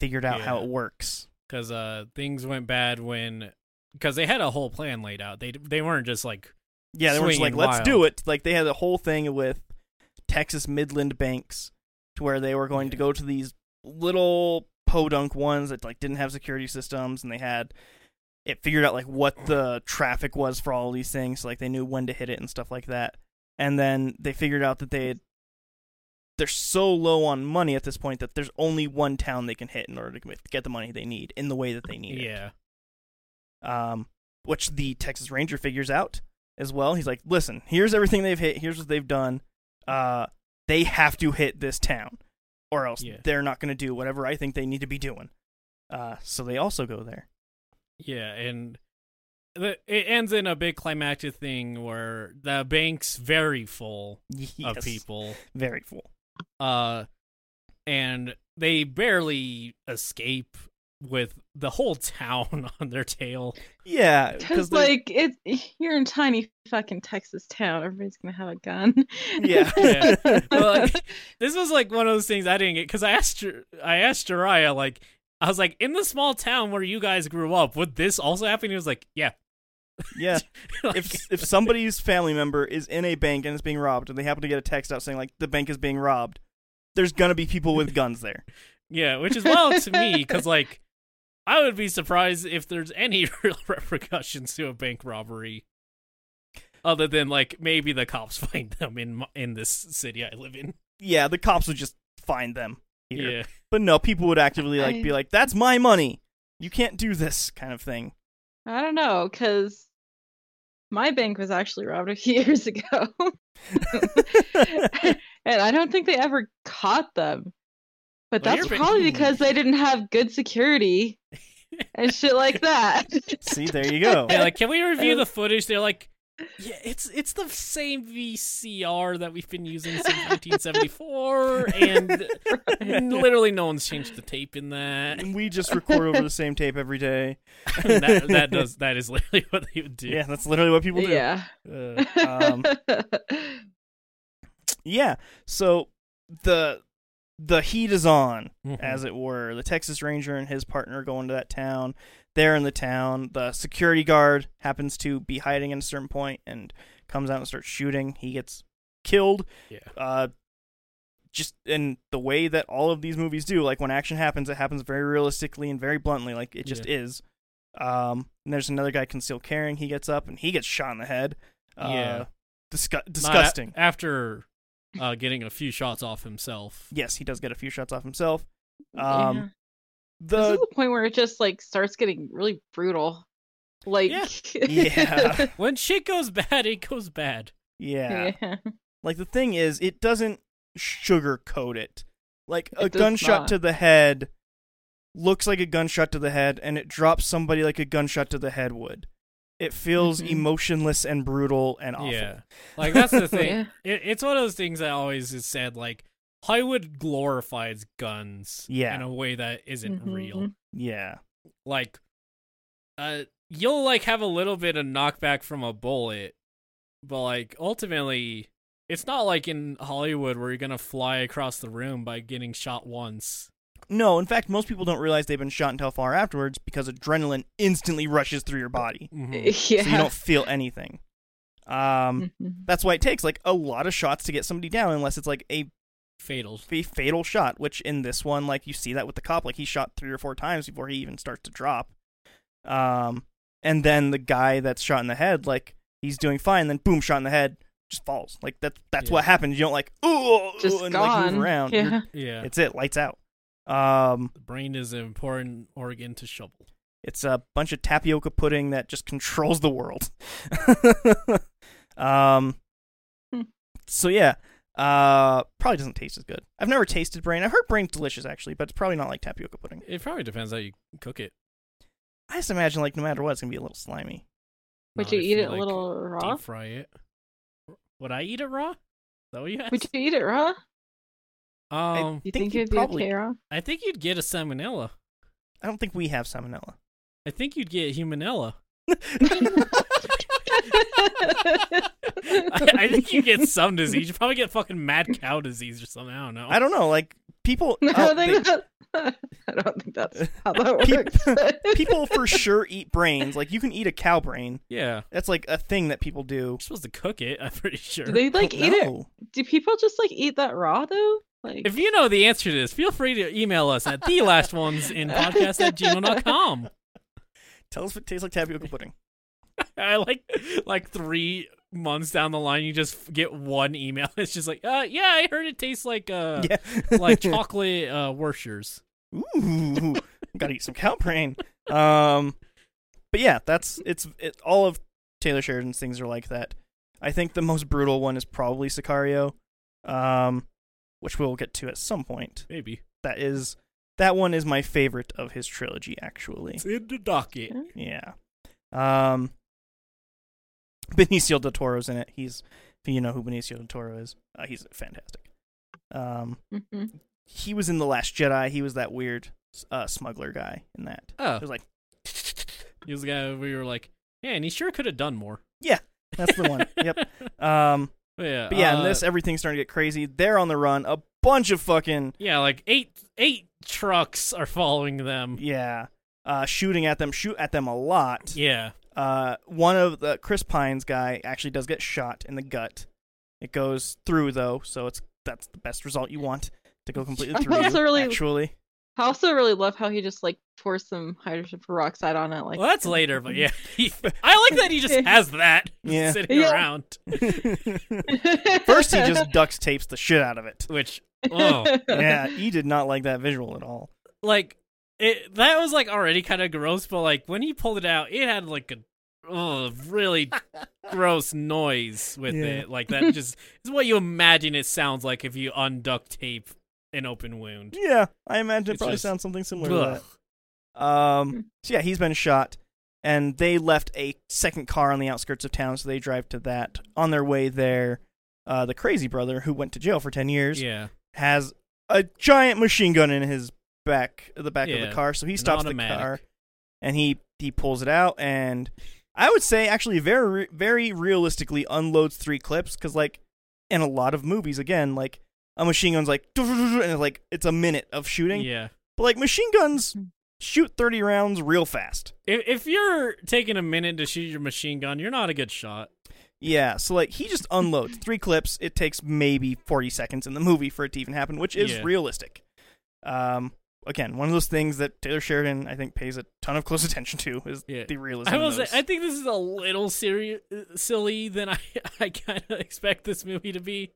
S2: figured out how
S3: Yeah.
S2: it works.
S3: Cuz uh things went bad when cuz they had a whole plan laid out. They they weren't just like
S2: Yeah, they were just like,
S3: Swinging
S2: let's
S3: wild.
S2: do it. Like they had a whole thing with Texas Midland banks to where they were going to
S3: Yeah.
S2: go to these little podunk ones that like didn't have security systems and they had it figured out like what the traffic was for all these things, like they knew when to hit it and stuff like that. And then they figured out that they had they're so low on money at this point that there's only one town they can hit in order to get the money they need in the way that they need it
S3: yeah.
S2: um, which the Texas Ranger figures out as well. He's like, listen, here's everything they've hit. Here's what they've done. Uh, they have to hit this town, or else
S3: Yeah.
S2: they're not going to do whatever I think they need to be doing. Uh, so they also go there. [laughs]
S3: Yeah, and the, it ends in a big climactic thing where the bank's very full of
S2: Yes.
S3: people.
S2: Very cool.
S3: uh and they barely escape with the whole town [laughs] on their tail
S2: Yeah,
S1: Because
S2: they're-
S1: like it, you're in tiny fucking Texas town. Everybody's gonna have a gun. [laughs]
S2: yeah,
S3: Yeah. Well, like, this was like one of those things i didn't get because i asked Jer- i asked Jiraiya, like i was like in the small town where you guys grew up would this also happen he was like yeah
S2: yeah.
S3: [laughs] Like,
S2: If if somebody's family member is in a bank and is being robbed, and they happen to get a text out saying like the bank is being robbed, there's gonna be people with guns there.
S3: yeah which is wild to me because
S2: [laughs]
S3: like i would be surprised if there's any [laughs] real repercussions to a bank robbery other than like maybe the cops [laughs] find them in my- in this city i live in
S2: Yeah, the cops would just find them. Here.
S3: yeah
S2: But no, people would actively like
S1: I-
S2: be like, "That's my money. You can't do this kind of thing." [laughs]
S1: I don't know, because my bank was actually robbed a few [laughs] years ago. and I don't think they ever caught them. But
S3: Well,
S1: that's
S3: your ba-
S1: probably
S3: Hmm.
S1: because they didn't have good security
S2: [laughs]
S1: and shit like that.
S2: See,
S1: [laughs]
S2: there you go.
S3: They're like, can
S2: [laughs]
S3: we review the footage? They're like, yeah, it's it's the same VCR that we've been using
S2: [laughs]
S3: since 1974, and and literally no one's changed the tape in that. [laughs]
S2: we just record over the same tape every day.
S3: that, that does that is literally [laughs] what they would do.
S2: Yeah, that's literally what people do.
S1: yeah.
S3: Uh,
S1: [laughs]
S2: um, Yeah. So the the heat is on,
S3: mhm.
S2: as it were. The Texas Ranger and his partner go into that town. They're in the town. The security guard happens to be hiding at a certain point and comes out and starts shooting. He gets killed.
S3: yeah,
S2: uh just in the way that all of these movies do like when action happens it happens very realistically and very bluntly like it just is um and there's another guy concealed carrying he gets up and he gets shot in the head uh,
S3: Yeah.
S2: disgu-
S3: Not a-
S2: disgusting
S3: after uh, getting a few shots off himself.
S2: yes he does get a few shots off himself
S1: Yeah.
S2: um
S1: this is
S2: the
S1: the point where it just like starts getting really brutal. Like [laughs]
S2: yeah
S3: When shit goes bad, it goes bad.
S2: yeah
S1: yeah.
S2: like the thing is it doesn't sugarcoat it Like a
S1: It does
S2: gunshot
S1: not.
S2: to the head looks like a gunshot to the head, and it drops somebody like a gunshot to the head would. It feels
S1: Mhm.
S2: emotionless and brutal and awful.
S3: Yeah. Like that's the thing.
S1: Yeah.
S3: It, it's one of those things that always is said like Hollywood glorifies guns
S2: Yeah.
S3: in a way that isn't
S1: Mhm.
S3: real.
S2: mm-hmm. Yeah.
S3: Like uh you'll like have a little bit of knockback from a bullet, but like ultimately it's not like in Hollywood where you're going to fly across the room by getting shot once.
S2: No, in fact, most people don't realize they've been shot until far afterwards because adrenaline instantly rushes through your body,
S3: Mhm.
S1: Yeah.
S2: Mm. so you
S1: [laughs]
S2: don't feel anything. Um,
S1: Mhm.
S2: that's why it takes like a lot of shots to get somebody down, unless it's like a
S3: Fatal.
S2: a fatal shot, which in this one, like you see that with the cop, like he shot three or four times before he even starts to drop. Um, and then the guy that's shot in the head, like he's doing fine, then boom, shot in the head, just falls. Like that's that's
S3: Yeah.
S2: what happens. You don't like ooh
S1: Just
S2: and
S1: gone.
S2: like move around. You're-
S1: Yeah.
S3: Yeah.
S2: It's it, lights out. Um,
S3: the brain is an important organ to shovel.
S2: it's a bunch of tapioca pudding that just controls the world. [laughs] um,
S1: Hmm.
S2: so yeah, uh, probably doesn't taste as good. I've never tasted brain. I've heard brain's delicious actually, but it's probably not like tapioca pudding.
S3: It probably depends how you cook it.
S2: I just imagine like no matter what, it's gonna be a little slimy.
S1: Would
S3: Not
S1: you
S3: if
S1: eat it
S3: like,
S1: a little raw?
S3: Deep fry it. Would I eat it raw? Is that what you asked?
S1: Would you eat it raw?
S3: um,
S1: Do you
S2: think
S1: think,
S2: you
S1: it'd be
S2: probably-
S1: okay
S2: [laughs]
S1: raw? [laughs]
S3: I think you'd get a salmonella.
S2: I don't think we have salmonella.
S3: I think you'd get
S1: [laughs]
S3: humanella. [laughs] I, I think you get some disease. You probably get fucking mad cow disease or something. I don't know.
S2: I don't know. Like people,
S1: No, [laughs] I
S2: oh,
S1: don't think that. [laughs] I don't think
S3: [laughs]
S1: that's how that
S2: they-
S1: works.
S2: people for sure eat brains. Like you can eat a cow brain.
S3: yeah,
S2: That's like a thing that people do. Oh,
S3: you're supposed to cook it. [laughs] I'm pretty
S1: [laughs]
S3: sure.
S1: Do they like
S2: Don't
S1: eat it?
S2: know.
S1: Do people just like eat that raw though? Like
S3: If you know the answer to this, feel free to email us at the last
S1: [laughs]
S3: ones in podcast at gmail.com.
S2: Tell us if it tastes like tapioca pudding.
S3: [laughs] I like like three months down the line, you just get one email. [laughs] It's just like, uh, yeah, I heard it tastes like uh,
S2: [laughs] yeah,
S3: like chocolate uh, Worshers.
S2: Ooh, gotta eat some cow brain. Um, but yeah, that's it's it, all of Taylor Sheridan's things are like that. I think the most brutal one is probably Sicario, um, which we'll get to at some point.
S3: Maybe
S2: That is that one is my favorite of his trilogy, actually.
S3: it's in the docket.
S2: Yeah. Um, Benicio del Toro's in it. He's if you know who Benicio del Toro is, uh, he's fantastic. Um,
S1: Mhm.
S2: he was in the Last Jedi. He was that weird uh, smuggler guy in that. [laughs]
S3: Oh,
S2: It was like
S3: he was the guy we were like, man, he sure could have done more.
S2: that's the one. yep.
S3: [laughs]
S2: Um,
S3: But yeah,
S2: but yeah,
S3: uh,
S2: and this everything's starting to get crazy. They're on the run. A bunch of fucking
S3: yeah, like eight eight trucks are following them.
S2: yeah, uh, shooting at them. Shoot at them a lot.
S3: Yeah,
S2: Uh, one of the Chris Pine's guy actually does get shot in the gut. It goes through though, so it's that's the best result you want to go completely
S1: I
S2: through.
S1: also really-
S2: actually,
S1: I also really love how he just like pours some hydrogen peroxide on it. Like
S3: well, that's later.
S1: [laughs]
S3: But yeah, [laughs] He- I like that
S2: [laughs]
S3: he just has that
S2: Yeah.
S3: [laughs] sitting
S1: Yeah.
S3: around.
S2: first he just duct tapes the shit out of it.
S1: [laughs]
S3: Which oh,
S2: Yeah, he did not like that visual at all.
S3: like it that was like already kind of gross, but like when he pulled it out, it had like a oh
S2: [laughs]
S3: really gross noise with
S2: Yeah.
S3: it. Like
S2: [laughs]
S3: that just is what you imagine it sounds like if you unduct tape an open wound.
S2: Yeah, I imagine it
S3: It's
S2: probably
S3: just-
S2: sounds something similar to that.
S3: Ugh.
S2: Um, so yeah, he's been shot, and they left a second car on the outskirts of town, so they drive to that. On their way there, uh, the crazy brother who went to jail for ten years
S3: Yeah,
S2: has a giant machine gun in his back, the back of
S3: Yeah,
S2: the car. So he stops the
S3: automatic.
S2: car, and he he pulls it out, and I would say actually very very realistically unloads three clips because like in a lot of movies again like. A machine gun's like, [laughs] and it's like it's a minute of shooting.
S3: yeah.
S2: But like machine guns shoot 30 rounds real fast.
S3: If if you're taking a minute to shoot your machine gun, you're not a good shot.
S2: Yeah, so like he just unloads three clips. It takes maybe 40 seconds in the movie for it to even happen, which is
S3: Yeah.
S2: realistic. Um again, one of those things that Taylor Sheridan I think pays a ton of close [laughs] attention to is
S3: Yeah.
S2: the realism.
S3: I will
S2: of
S3: say,
S2: those.
S3: I think this is a little seri- silly than I [laughs] I kind of expect this movie to be.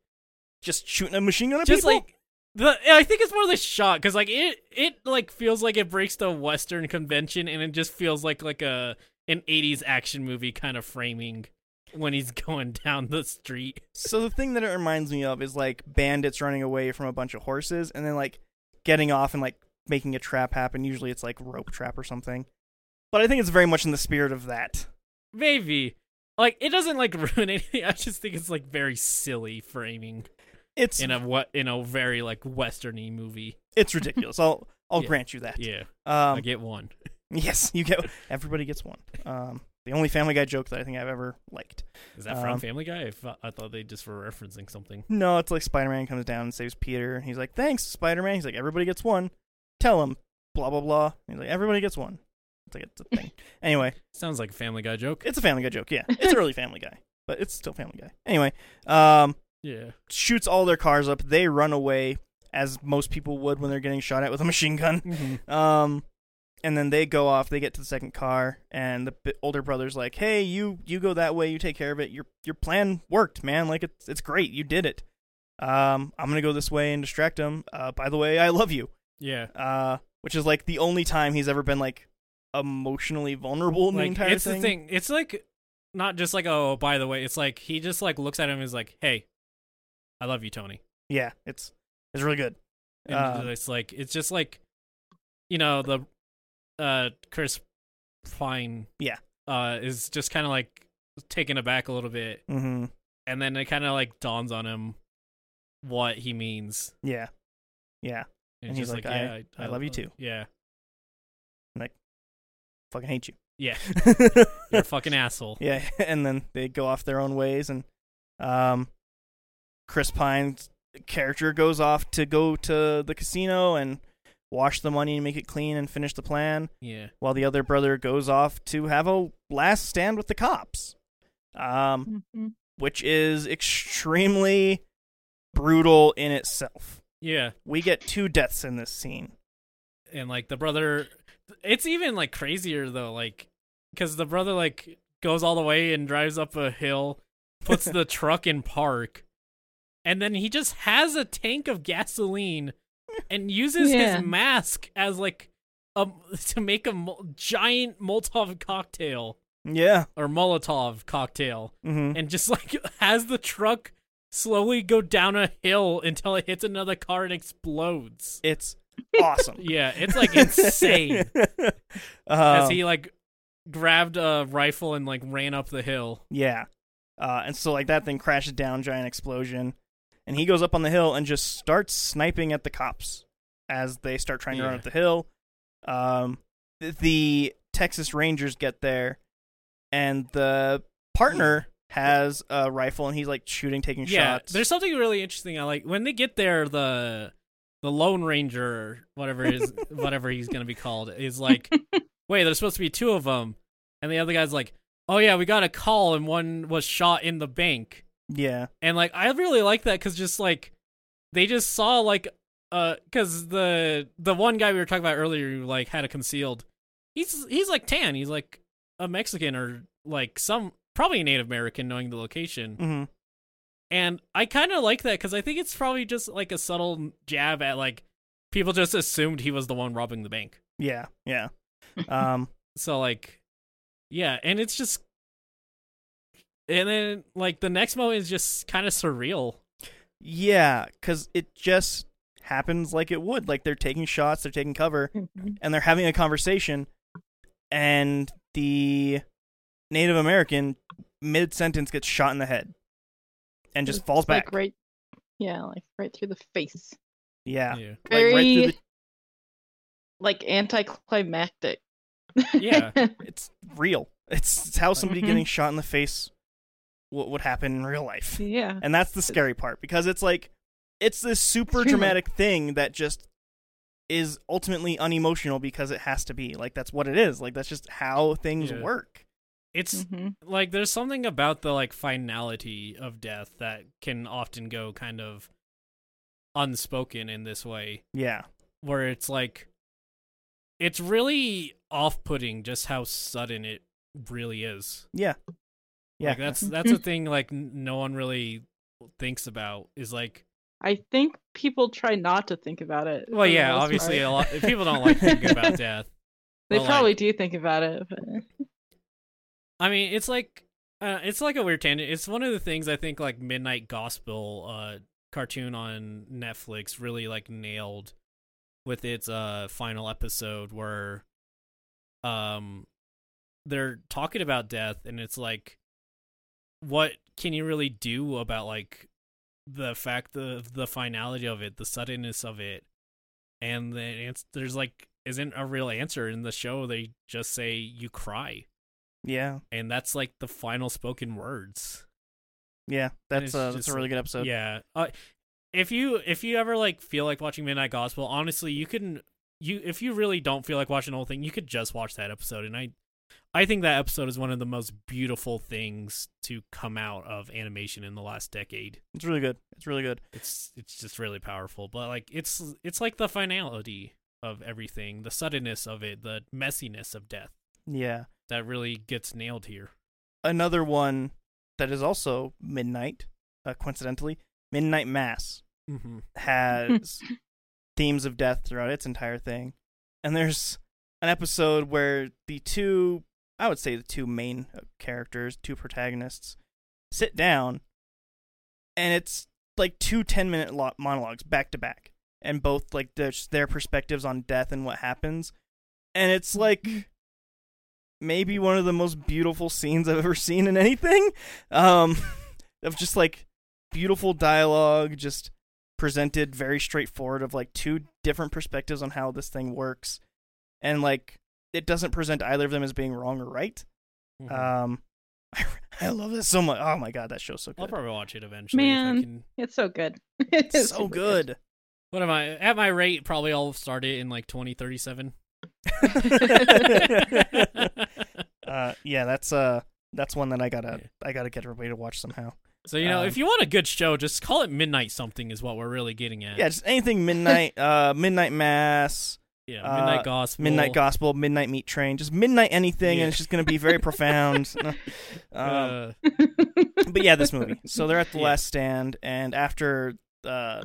S2: just shooting a machine gun at
S3: just
S2: people.
S3: like the I think it's more the shot because like it it like feels like it breaks the Western convention and it just feels like like a an eighties action movie kind of framing. when he's [laughs] going down the street.
S2: So the thing that it reminds me of is like bandits running away from a bunch of horses and then like getting off and like making a trap happen. Usually it's like rope trap or something. But I think it's very much in the spirit of that.
S3: Maybe. Like it doesn't like [laughs] ruin anything. I just think it's like very silly framing
S2: It's
S3: in a what in a very like westerny movie.
S2: it's ridiculous. I'll I'll
S3: Yeah.
S2: grant you that.
S3: Yeah,
S2: Um,
S3: I get one.
S2: [laughs] yes, you get [laughs] everybody gets one. Um, the only Family Guy joke that I think I've ever liked.
S3: Is that from
S2: um,
S3: Family Guy? I, thought I thought they just were referencing something.
S2: No, it's like Spider Man comes down and saves Peter, and he's like, "Thanks, Spider Man." He's like, "Everybody gets one." Tell him, blah blah blah. He's like, "Everybody gets one." It's like it's a
S3: [laughs]
S2: thing. anyway,
S3: Sounds like a Family Guy joke.
S2: it's a Family Guy joke.
S3: [laughs]
S2: Yeah, it's early Family Guy, but it's still Family Guy. Anyway, um,
S3: Yeah.
S2: shoots all their cars up. They run away as most people would when they're getting shot at with a machine gun. Um, and then they go off. They get to the second car, and the b- older brother's like, "Hey, you you go that way. You take care of it. Your your plan worked, man. Like it's it's great. You did it. Um, I'm gonna go this way and distract him. Uh, by the way, I love you.
S3: Yeah.
S2: Uh, which is like the only time he's ever been like emotionally vulnerable in the
S3: Like,
S2: entire
S3: it's
S2: thing.
S3: the thing. It's like not just like oh by the way. It's like he just like looks at him and is like hey, I love you, Tony.
S2: Yeah, it's it's really good.
S3: And uh,
S2: Um,
S3: it's like it's just like you know the uh Chris Pine
S2: Yeah.
S3: uh is just kind of like taken aback a little bit
S2: Mm-hmm.
S3: and then it kind of like dawns on him what he means.
S2: Yeah, yeah. And
S3: it's
S2: he's
S3: just
S2: like, I- I love you too.
S3: uh, Yeah.
S2: Fucking hate you. [laughs]
S3: Yeah. You're a fucking asshole. [laughs]
S2: Yeah, [laughs] and then they go off their own ways, and um, Chris Pine's character goes off to go to the casino and wash the money and make it clean and finish the plan,
S3: Yeah.
S2: while the other brother goes off to have a last stand with the cops, um,
S1: Mhm.
S2: which is extremely brutal in itself.
S3: Yeah.
S2: We get two deaths in this scene.
S3: And like the brother it's even like crazier though like cuz the brother like goes all the way and drives up a hill, puts the truck in park, and then he just has a tank of gasoline and uses
S1: Yeah.
S3: his mask as like a, [laughs] to make a mo- giant Molotov cocktail
S2: Yeah.
S3: or Molotov cocktail.
S2: Mm-hmm.
S3: and just [laughs] like has the truck slowly go down a hill until it hits another car
S2: [laughs]
S3: and explodes.
S2: It's awesome.
S3: Yeah, it's [laughs] like
S2: [laughs]
S3: insane. As
S2: Um,
S3: he like grabbed a rifle and like ran up the hill.
S2: Yeah. Uh, and so like that thing crashes down, giant explosion, and he goes up on the hill and just starts sniping at the cops as they start trying to run
S3: Yeah.
S2: up the hill. Um, th- the Texas Rangers get there, and the partner has a rifle and he's like shooting, taking
S3: Yeah,
S2: shots.
S3: there's something really interesting. I like when they get there. The the Lone Ranger, whatever
S2: [laughs]
S3: it is, whatever he's gonna be called, is like, wait, there's supposed to be two of them, and the other guy's like, oh yeah, we got a call and one was shot in the bank.
S2: yeah,
S3: and like i really like that because just like they just saw like uh because the the one guy we were talking about earlier who like had a concealed he's he's like tan he's like a mexican or like some probably native american knowing the location
S2: hmm
S3: and i kind of like that because i think it's probably just like a subtle jab at like people just assumed he was the one robbing the bank
S2: yeah,
S3: [laughs]
S2: yeah. Um,
S3: so like yeah and it's just and then like the next moment is just kind of surreal
S2: yeah, because it just happens like it would. Like they're taking shots, they're taking cover, and they're having a conversation and the native american mid sentence gets shot in the head and just falls back
S1: Like right, yeah, like right through the face.
S2: yeah, Like,
S3: yeah.
S2: right
S1: Very
S2: through
S1: like, anticlimactic.
S3: Yeah.
S2: the, it's real it's, it's how somebody
S1: Mhm.
S2: getting shot in the face what would happen in real life
S1: [laughs] yeah.
S2: and that's the scary part because it's like it's this super
S1: It's human.
S2: dramatic thing that just is ultimately unemotional because it has to be like that's what it is like that's just how things
S3: Yeah.
S2: work
S3: it's
S1: hmm
S3: like there's something about the like finality of death that can often go kind of unspoken in this way
S2: yeah
S3: where it's like it's really off-putting just how sudden it really is
S2: yeah yeah
S3: like that's that's a thing like n- no one really thinks about is like
S1: I think people try not to think about it. for
S3: well
S1: the
S3: yeah
S1: most
S3: obviously
S1: part.
S3: a lot people don't like
S1: [laughs]
S3: thinking about death
S1: they
S3: but, like-
S1: probably do think about it. But...
S3: I mean, it's like Uh, it's like a weird tangent. It's one of the things I think like Midnight Gospel uh, cartoon on Netflix really like nailed with its uh, final episode where um they're talking about death and it's like what can you really do about like the fact of the finality of it, the suddenness of it, and then it's, there's like isn't a real answer in the show. They just say you cry,
S2: Yeah,
S3: and that's like the final spoken words.
S2: yeah. That's
S3: it's
S2: uh, that's
S3: just
S2: a really good episode.
S3: yeah. Uh, if you if you ever like feel like watching Midnight Gospel, honestly, you can you if you really don't feel like watching the whole thing, you could just watch that episode. And I I think that episode is one of the most beautiful things to come out of animation in the last decade.
S2: It's really good. It's really good.
S3: it's it's just really powerful but like it's it's like the finality of everything the suddenness of it the messiness of death
S2: Yeah.
S3: that really gets nailed here
S2: Another one that is also midnight, uh, coincidentally, Midnight Mass.
S3: mm-hmm.
S2: has themes of death throughout its entire thing. And there's an episode where the two, I would say the two main uh, characters, two protagonists, sit down and it's like two 10 minute lo- monologues back to back. And both, like, their, their perspectives on death and what happens. And it's like maybe one of the most beautiful scenes I've ever seen in anything. [laughs] Um, of just like beautiful dialogue, just presented very straightforward of like two different perspectives on how this thing works and like it doesn't present either of them as being wrong or right
S3: mm-hmm.
S2: um [laughs] I, I love this so much oh my god that show's so
S3: i'll
S2: good
S3: probably watch it eventually if I
S1: Man.
S3: can...
S1: It's so good. [laughs]
S2: It's so
S1: super
S2: good
S3: what am i at my rate probably i'll start it in
S2: [laughs]
S3: like 2037
S2: uh yeah that's uh that's one that i gotta
S3: Yeah.
S2: i gotta get everybody to watch somehow
S3: so you know
S2: Um,
S3: if you want a good show just call it midnight something is what we're really getting at
S2: yeah just anything [laughs] midnight uh midnight mass
S3: Yeah,
S2: uh,
S3: midnight gospel
S2: midnight gospel midnight meat train just midnight anything
S3: Yeah.
S2: and it's just gonna be very [laughs] profound um,
S3: uh,
S2: but yeah, this movie. So they're
S3: [laughs]
S2: at the
S3: Yeah.
S2: last stand, and after uh,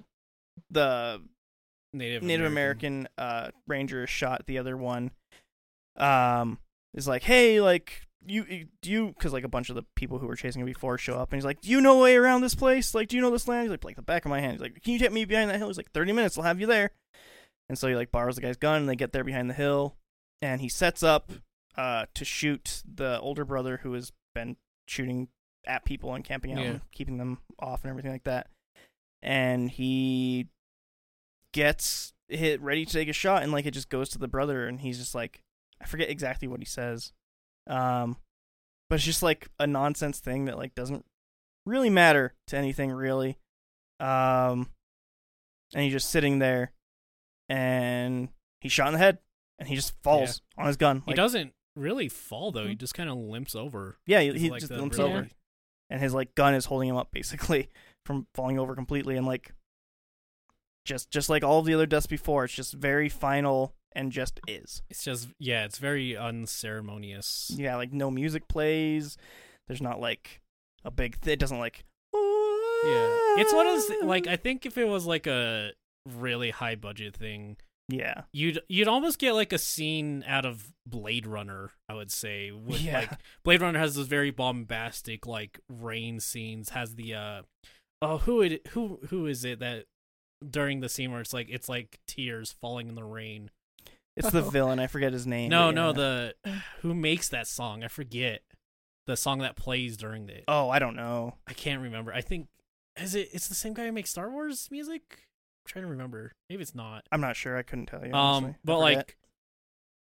S2: the
S3: native
S2: Native American uh, ranger is shot, the other one um, is like, "Hey, like you, do you?" Because like a bunch of the people who were chasing him before show up, and he's like, "Do you know a way around this place? Like, do you know this land?" He's like, "Like the back of my hand." He's like, "Can you take me behind that hill?" He's like, "30 minutes, I'll have you there." And so he like borrows the guy's gun, and they get there behind the hill, and he sets up uh, to shoot the older brother who has been shooting at people and camping out
S3: Yeah.
S2: and keeping them off and everything like that. And he gets hit ready to take a shot, and like it just goes to the brother, and he's just like, I forget exactly what he says, um, but it's just like a nonsense thing that like doesn't really matter to anything really. Um, and he's just sitting there, and he's shot in the head, and he just falls on his gun.
S3: he
S2: Like, Hmm?
S3: doesn't really fall though he just kind of limps over
S2: yeah, he,
S3: He's
S2: he
S3: like
S2: just
S3: the
S2: limps
S3: really-
S2: over, and his like gun is holding him up [laughs] basically from falling over completely, and like just just like all of the other deaths before, it's just very final and just is.
S3: It's just yeah, it's very unceremonious.
S2: Yeah, like no music plays. There's not like a big. Th- it doesn't like. Yeah,
S3: It's one of those like I think if it was like a really high budget thing,
S2: yeah,
S3: you'd you'd almost get like a scene out of Blade Runner, I would say. With
S2: Yeah.
S3: like Blade Runner has those very bombastic like rain scenes, has the uh oh who it who who is it that during the scene where it's like it's like tears falling in the rain.
S2: it's the villain. I forget his name.
S3: No,
S2: but
S3: no,
S2: yeah.
S3: the [sighs] who makes that song? I forget. The song that plays during it.
S2: Oh, I don't know.
S3: I can't remember. I think is it it's the same guy who makes Star Wars music? I'm trying to remember. Maybe it's not.
S2: I'm not sure. I couldn't tell you. honestly.
S3: um
S2: I
S3: but
S2: forget.
S3: like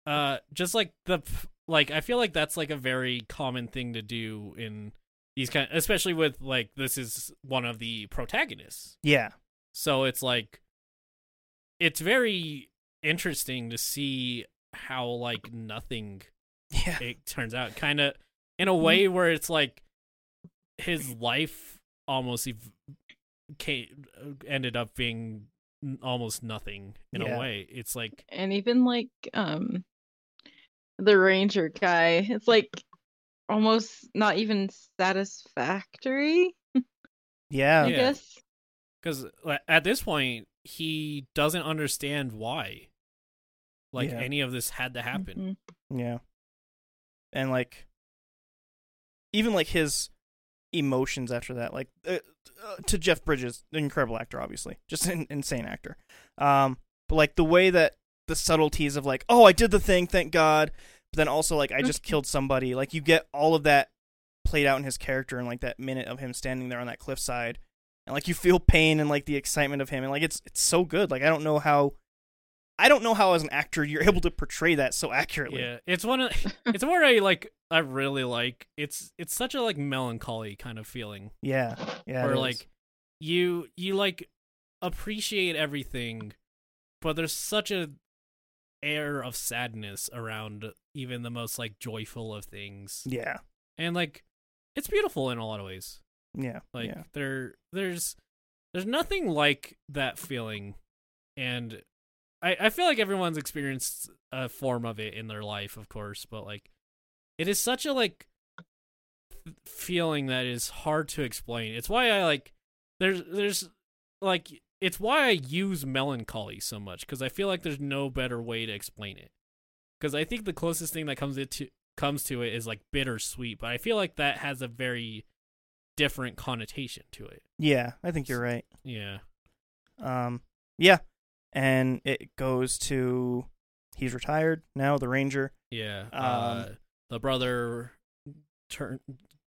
S3: uh just like the p- like I feel like that's like a very common thing to do in these kind especially with like this is one of the protagonists. [laughs]
S2: yeah,
S3: So it's like it's very interesting to see how like nothing
S2: yeah,
S3: it turns out kind of in a way
S2: Mm-hmm.
S3: where it's like his life almost ev- ca- ended up being n- almost nothing in
S2: Yeah.
S3: a way it's like
S1: [laughs] And even like um the ranger guy, it's like almost not even satisfactory,
S2: yeah,
S1: I
S3: Yeah.
S1: guess.
S3: because uh, at this point he doesn't understand why like
S2: Yeah. Mm-hmm.
S1: Mm-hmm. [laughs]
S3: any of this had to happen
S1: Mhm.
S2: yeah. And like, even like his emotions after that, like uh, uh, to Jeff Bridges, an incredible actor, obviously, just an insane actor. Um, but like the way that the subtleties of like, oh, I did the thing, thank God, but then also like I just killed somebody. Like you get all of that played out in his character and like that minute of him standing there on that cliffside, and like you feel pain and like the excitement of him, and like it's it's so good. Like I don't know how. I don't know how, as an actor, you're [laughs] able to portray that so accurately.
S3: Yeah, it's one of
S2: [laughs]
S3: it's one I like. I really like. It's it's such a like melancholy kind of feeling,
S2: yeah, yeah, it
S3: where
S2: is.
S3: like you you like appreciate everything, but there's such a air of sadness around even the most like joyful of things,
S2: yeah,
S3: and like it's beautiful in a lot of ways.
S2: yeah,
S3: Like
S2: yeah.
S3: there there's there's nothing like that feeling and I, I feel like everyone's experienced a form of it in their life, of course, but like it is such a like f- feeling that is hard to explain. It's why I like there's there's like it's why I use melancholy so much cuz I feel like there's no better way to explain it. Cuz I think the closest thing that comes it to comes to it is like bittersweet, but I feel like that has a very different connotation to it.
S2: Yeah, I think you're right.
S3: Yeah.
S2: Um, yeah, and it goes to he's retired now, the Ranger.
S3: Yeah.
S2: Um,
S3: uh, the brother turn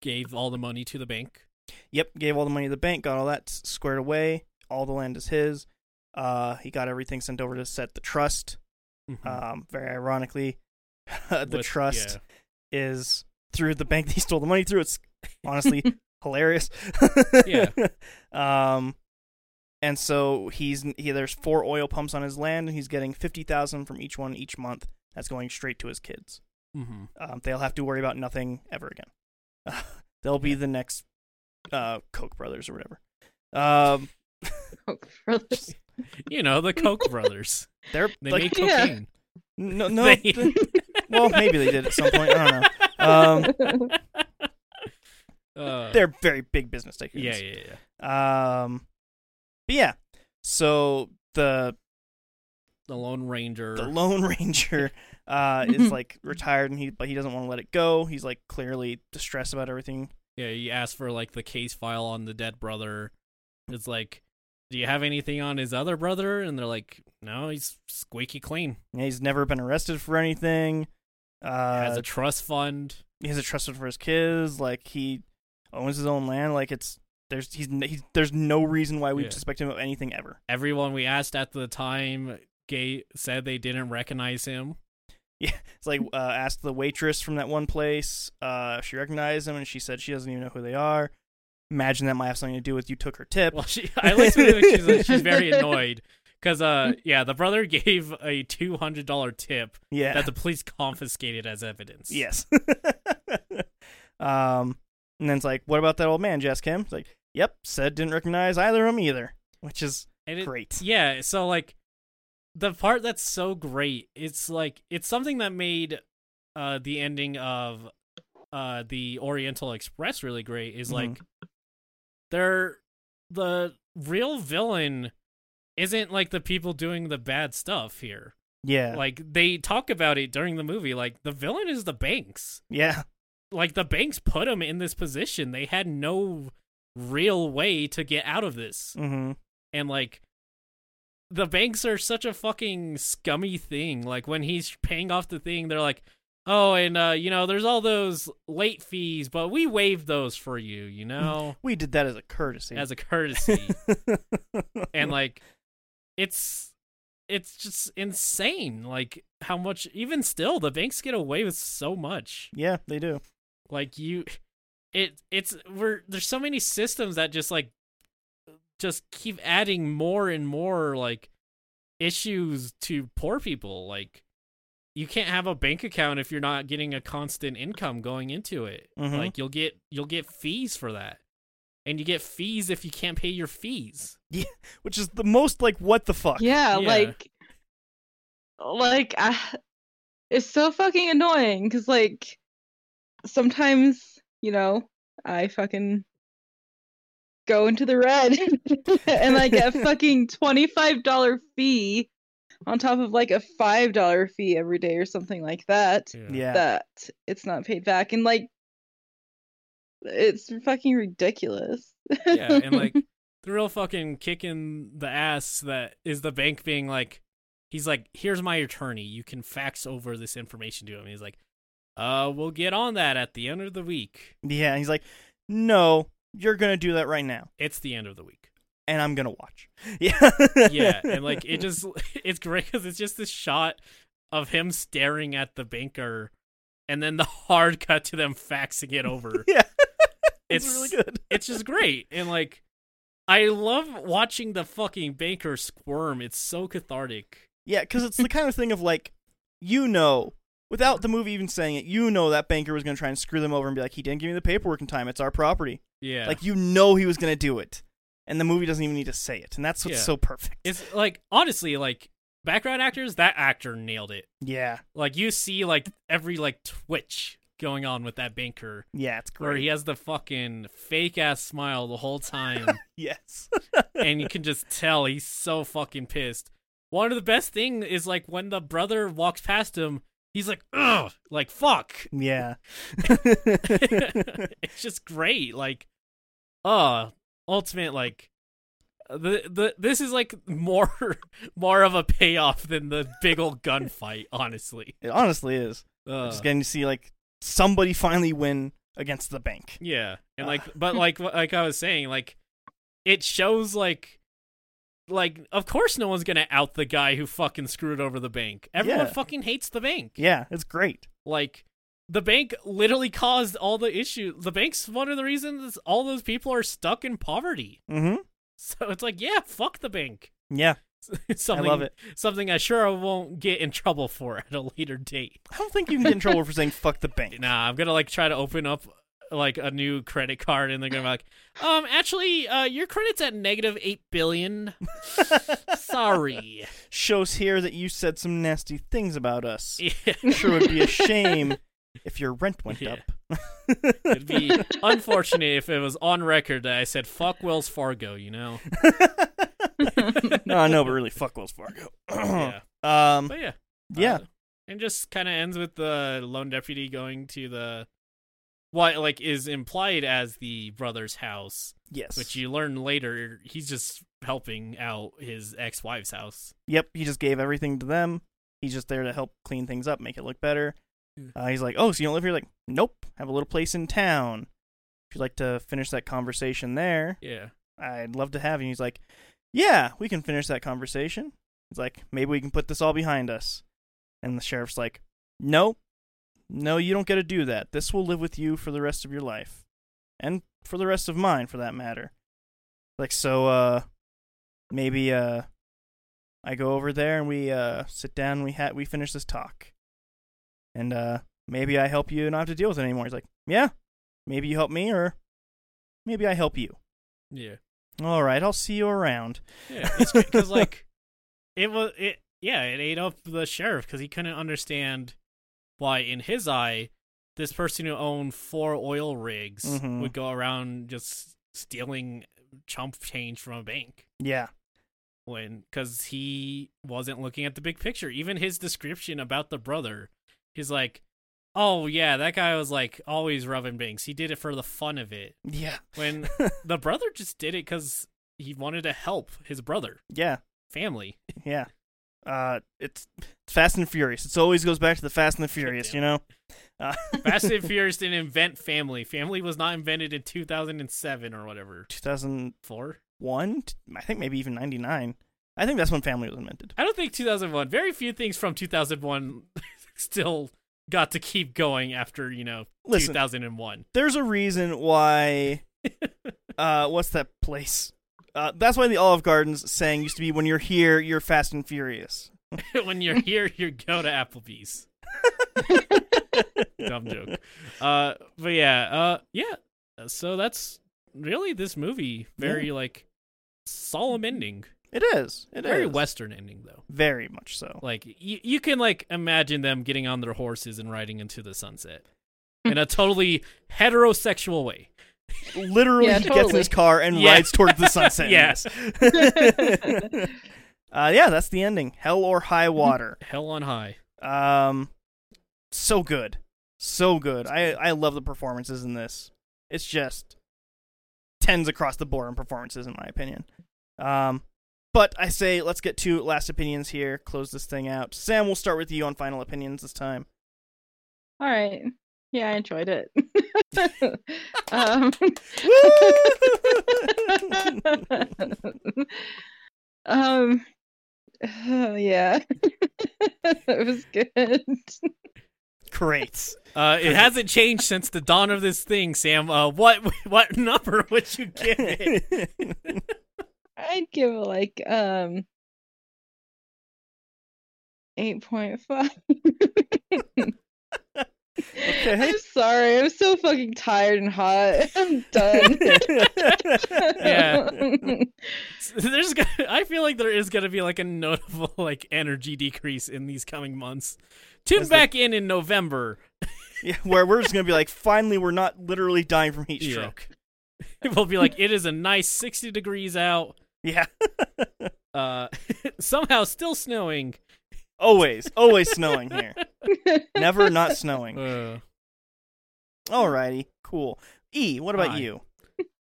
S3: gave all the money to the bank.
S2: Yep, gave all the money to the bank, got all that s- squared away. All the land is his. Uh, he got everything sent over to set the trust.
S3: uh,
S2: Um, very ironically, [laughs] the
S3: Hmm. With-
S2: trust
S3: yeah.
S2: is through the bank that he stole the money through. It's honestly hilarious.
S3: Yeah.
S2: [laughs] Um, and so he's he, there's four oil pumps on his land, and he's getting fifty thousand from each one each month. That's going straight to his kids.
S3: Mhm.
S2: Um, they'll have to worry about nothing ever again. [laughs] they'll be the next uh, Koch brothers or whatever. Um,
S1: Koch brothers.
S3: You know the Koch brothers.
S2: they're
S3: They
S2: like
S3: make
S1: Yeah.
S3: cocaine. [laughs]
S2: no no.
S3: They-
S2: th- well, maybe they did at some point. I don't know.
S3: [laughs]
S2: Um, [laughs]
S3: Uh,
S2: they're very big business takers.
S3: yeah, yeah, yeah.
S2: Um, but yeah. So the
S3: The Lone Ranger.
S2: the Lone [laughs] Ranger uh, is like retired, and he but he doesn't want to let it go. He's like clearly distressed about everything.
S3: yeah, you asked for like the case file on the dead brother. It's like, do you have anything on his other brother? And they're like, no, he's squeaky clean.
S2: And he's never been arrested for anything. Uh,
S3: has a trust fund.
S2: he has a trust fund for his kids. Like he owns his own land. Like it's there's he's, he's there's no reason why we
S3: Yeah.
S2: suspect him of anything ever.
S3: Everyone we asked at the time gay said they didn't recognize him.
S2: It's like uh, asked the waitress from that one place. Uh, if she recognized him, and she said she doesn't even know who they are. Imagine that might have something to do with you took her tip.
S3: Well, she I like to think she's uh, she's very annoyed because uh yeah, the brother gave a two hundred dollar tip
S2: yeah,
S3: that the police confiscated as evidence.
S2: Yes. [laughs] um, and then it's like, what about that old man? Jess Kim. It's like, yep, said didn't recognize either of them either, which is
S3: and it,
S2: great.
S3: yeah. So like the part that's so great, it's like it's something that made uh the ending of uh the Oriental Express really great. Is
S2: Mhm.
S3: like they're the real villain isn't like the people doing the bad stuff here.
S2: Yeah,
S3: Like they talk about it during the movie. Like the villain is the banks.
S2: yeah,
S3: Like the banks put him in this position. They had no real way to get out of this.
S2: hmm
S3: And like the banks are such a fucking scummy thing. Like when he's paying off the thing, they're like, "Oh, and uh, you know, there's all those late fees, but we waived those for you, you know,
S2: we did that as a courtesy.
S3: as a courtesy." and like it's it's just insane like how much even still the banks get away with so much
S2: [laughs] yeah, they do.
S3: like you it it's we're there's so many systems that just like just keep adding more and more like issues to poor people like you can't have a bank account if you're not getting a constant income going into it
S2: Mhm.
S3: like you'll get you'll get fees for that and you get fees if you can't pay your fees
S2: Which is the most like what the fuck?
S3: Yeah.
S1: yeah, like, like I, it's so fucking annoying because like sometimes you know I fucking go into the red [laughs] and I get a fucking twenty five dollar fee on top of like a five dollar fee every day or something like that
S2: yeah,
S1: that it's not paid back and like It's fucking ridiculous.
S3: yeah,
S1: [laughs]
S3: and like the real fucking kick in the ass that is the bank being like, he's like, here's my attorney. You can fax over this information to him. He's like, uh, we'll get on that at the end of the week.
S2: Yeah, and he's like, "No, you're gonna do that right now,
S3: It's the end of the week.
S2: and I'm gonna watch." [laughs] Yeah,
S3: Yeah, and like it just, [laughs] it's great because it's just this shot of him staring at the banker, and then the hard cut to them faxing it over.
S2: [laughs] yeah,
S3: it's
S2: really good.
S3: it's just great and like i love watching the fucking banker squirm it's so cathartic
S2: Yeah, because
S3: [laughs]
S2: it's the kind of thing of like, you know, without the movie even saying it, you know that banker was gonna try and screw them over and be like, "He didn't give me the paperwork in time. It's our property."
S3: yeah
S2: Like you know he was gonna do it, and the movie doesn't even need to say it, and that's what's
S3: Yeah.
S2: so perfect.
S3: it's like honestly like background actors that actor nailed it
S2: yeah,
S3: like you see like every like twitch going on with that banker
S2: yeah, it's
S3: where
S2: great.
S3: he has the fucking fake ass smile the whole time
S2: [laughs]
S3: [laughs]
S2: Yes,
S3: and you can just tell he's so fucking pissed one of the best thing is like when the brother walks past him he's like ugh like fuck [laughs]
S2: yeah,
S3: it's just great. Like, uh, ultimate like the the this is like more [laughs] more of a payoff than the big old gunfight.
S2: [laughs]
S3: Honestly,
S2: it honestly is.
S3: uh,
S2: Just getting to see like somebody finally win against the bank.
S3: yeah,
S2: [laughs]
S3: and like, but like like I was saying, like it shows like. Like, of course, no one's gonna out the guy who fucking screwed over the bank. Everyone
S2: Yeah.
S3: fucking hates the bank.
S2: Yeah, it's great.
S3: Like the bank literally caused all the issue. The bank's one of the reasons all those people are stuck in poverty.
S2: Mm-hmm.
S3: [laughs] So it's like, yeah, fuck the bank. [laughs]
S2: Yeah,
S3: something,
S2: I love it.
S3: Something I sure won't get in trouble for at a later date.
S2: I don't think you can get in trouble for saying "fuck the bank."
S3: [laughs] Nah, I'm gonna like try to open up like a new credit card, and they're gonna be like, um, actually, uh, your credit's at negative eight
S2: [laughs]
S3: billion. Sorry. [laughs]
S2: Shows here that you said some nasty things about us.
S3: Yeah,
S2: Sure
S1: [laughs]
S2: would be a shame if your rent went
S3: Yeah.
S2: up. [laughs]
S3: it'd be unfortunate if it was on record that I said fuck Wells Fargo.
S2: [clears throat]
S3: You know.
S2: No, I know, but really, fuck Wells Fargo. [clears throat]
S3: yeah.
S2: Um,
S3: But yeah.
S2: yeah,
S3: Uh, and just kind of ends with the lone deputy going to the what like is implied as the brother's house,
S2: yes.
S3: which you learn later he's just helping out his ex-wife's house.
S2: Yep, he just gave everything to them. He's just there to help clean things up, make it look better.
S3: Yeah.
S2: Uh, he's like, "Oh, so you don't live here?" Like, "Nope, have a little place in town. If you'd like to finish that conversation there,
S3: Yeah.
S2: I'd love to have you." He's like, "Yeah, we can finish that conversation." He's like, "Maybe we can put this all behind us." And the sheriff's like, "No, no, you don't get to do that. This will live with you for the rest of your life, and for the rest of mine, for that matter." Like, so, uh, maybe, uh, I go over there and we uh sit down. And we ha- we finish this talk, and uh maybe I help you not have to deal with it anymore. He's like, yeah, maybe you help me, or maybe I help you.
S3: Yeah.
S2: All right, I'll see you around.
S3: [laughs] Yeah, it's because like it was it yeah it ate up the sheriff because he couldn't understand why in his eye this person who owned four oil rigs
S2: Mhm.
S3: would go around just stealing chump change from a bank
S2: Yeah,
S3: when because he wasn't looking at the big picture even his description about the brother he's like oh yeah that guy was like always rubbing banks he did it for the fun of it
S2: yeah,
S3: when the brother just did it because he wanted to help his brother
S2: yeah,
S3: family
S2: yeah. Uh, it's it's Fast and Furious. It always goes back to the Fast and the Furious,
S3: damn
S2: you know.
S3: Fast and Furious didn't invent family. Family was not invented in 2007 or whatever.
S2: Two thousand
S3: Four?
S2: one, I think maybe even ninety nine. I think that's when Family was invented.
S3: I don't think 2001. Very few things from 2001 [laughs] still got to keep going after, you know,
S2: Listen.
S3: 2001.
S2: there's a reason why
S3: [laughs]
S2: uh what's that place uh, that's why the Olive Gardens saying used to be when you're here, you're fast and furious.
S3: [laughs] when you're here, you go
S2: [laughs]
S3: to Applebee's. Dumb joke. Uh, but yeah, uh, yeah. So that's really this movie. Very, like, solemn ending.
S2: It is. It is
S3: Very Western ending, though.
S2: Very much so.
S3: Like you, you can like imagine them getting on their horses and riding into the sunset in a totally heterosexual way.
S2: Literally,
S1: Yeah,
S2: he gets in
S1: totally.
S2: his car and
S3: Yeah.
S2: rides towards the
S3: [laughs]
S2: sunset. [laughs]
S3: Yes,
S2: Uh, yeah, that's the ending. Hell or high water.
S3: hell on high.
S2: Um, so good, so good. I I love the performances in this. It's just tens across the board in performances, in my opinion. Um, but I say let's get to last opinions here. Close this thing out. Sam, we'll start with you on final opinions this time.
S1: All right. Yeah, I enjoyed it. [laughs] um, [laughs] um, [sighs] oh, yeah, [laughs] it was good.
S2: [laughs] Great.
S3: Uh, it hasn't changed since the dawn of this thing, Sam. Uh, what [laughs] what number would you give it?
S1: I'd give it like um eight point five. [laughs]
S2: Okay.
S1: I'm sorry. I'm so fucking tired and hot. [laughs] I'm done.
S3: [laughs] Yeah. [laughs] There's, go- I feel like there is gonna be like a notable [laughs] like energy decrease in these coming months. Tune
S2: As the-
S3: back in in November.
S2: [laughs] yeah, where we're just gonna be like, finally, we're not literally dying from heat
S3: Yeah.
S2: stroke.
S3: We'll be like, [laughs] it is a nice sixty degrees out.
S2: Yeah,
S3: Uh, [laughs] somehow still snowing.
S2: always, always snowing here. Never not snowing.
S3: Uh,
S2: Alrighty, cool. E, what about
S3: Fine.
S2: you?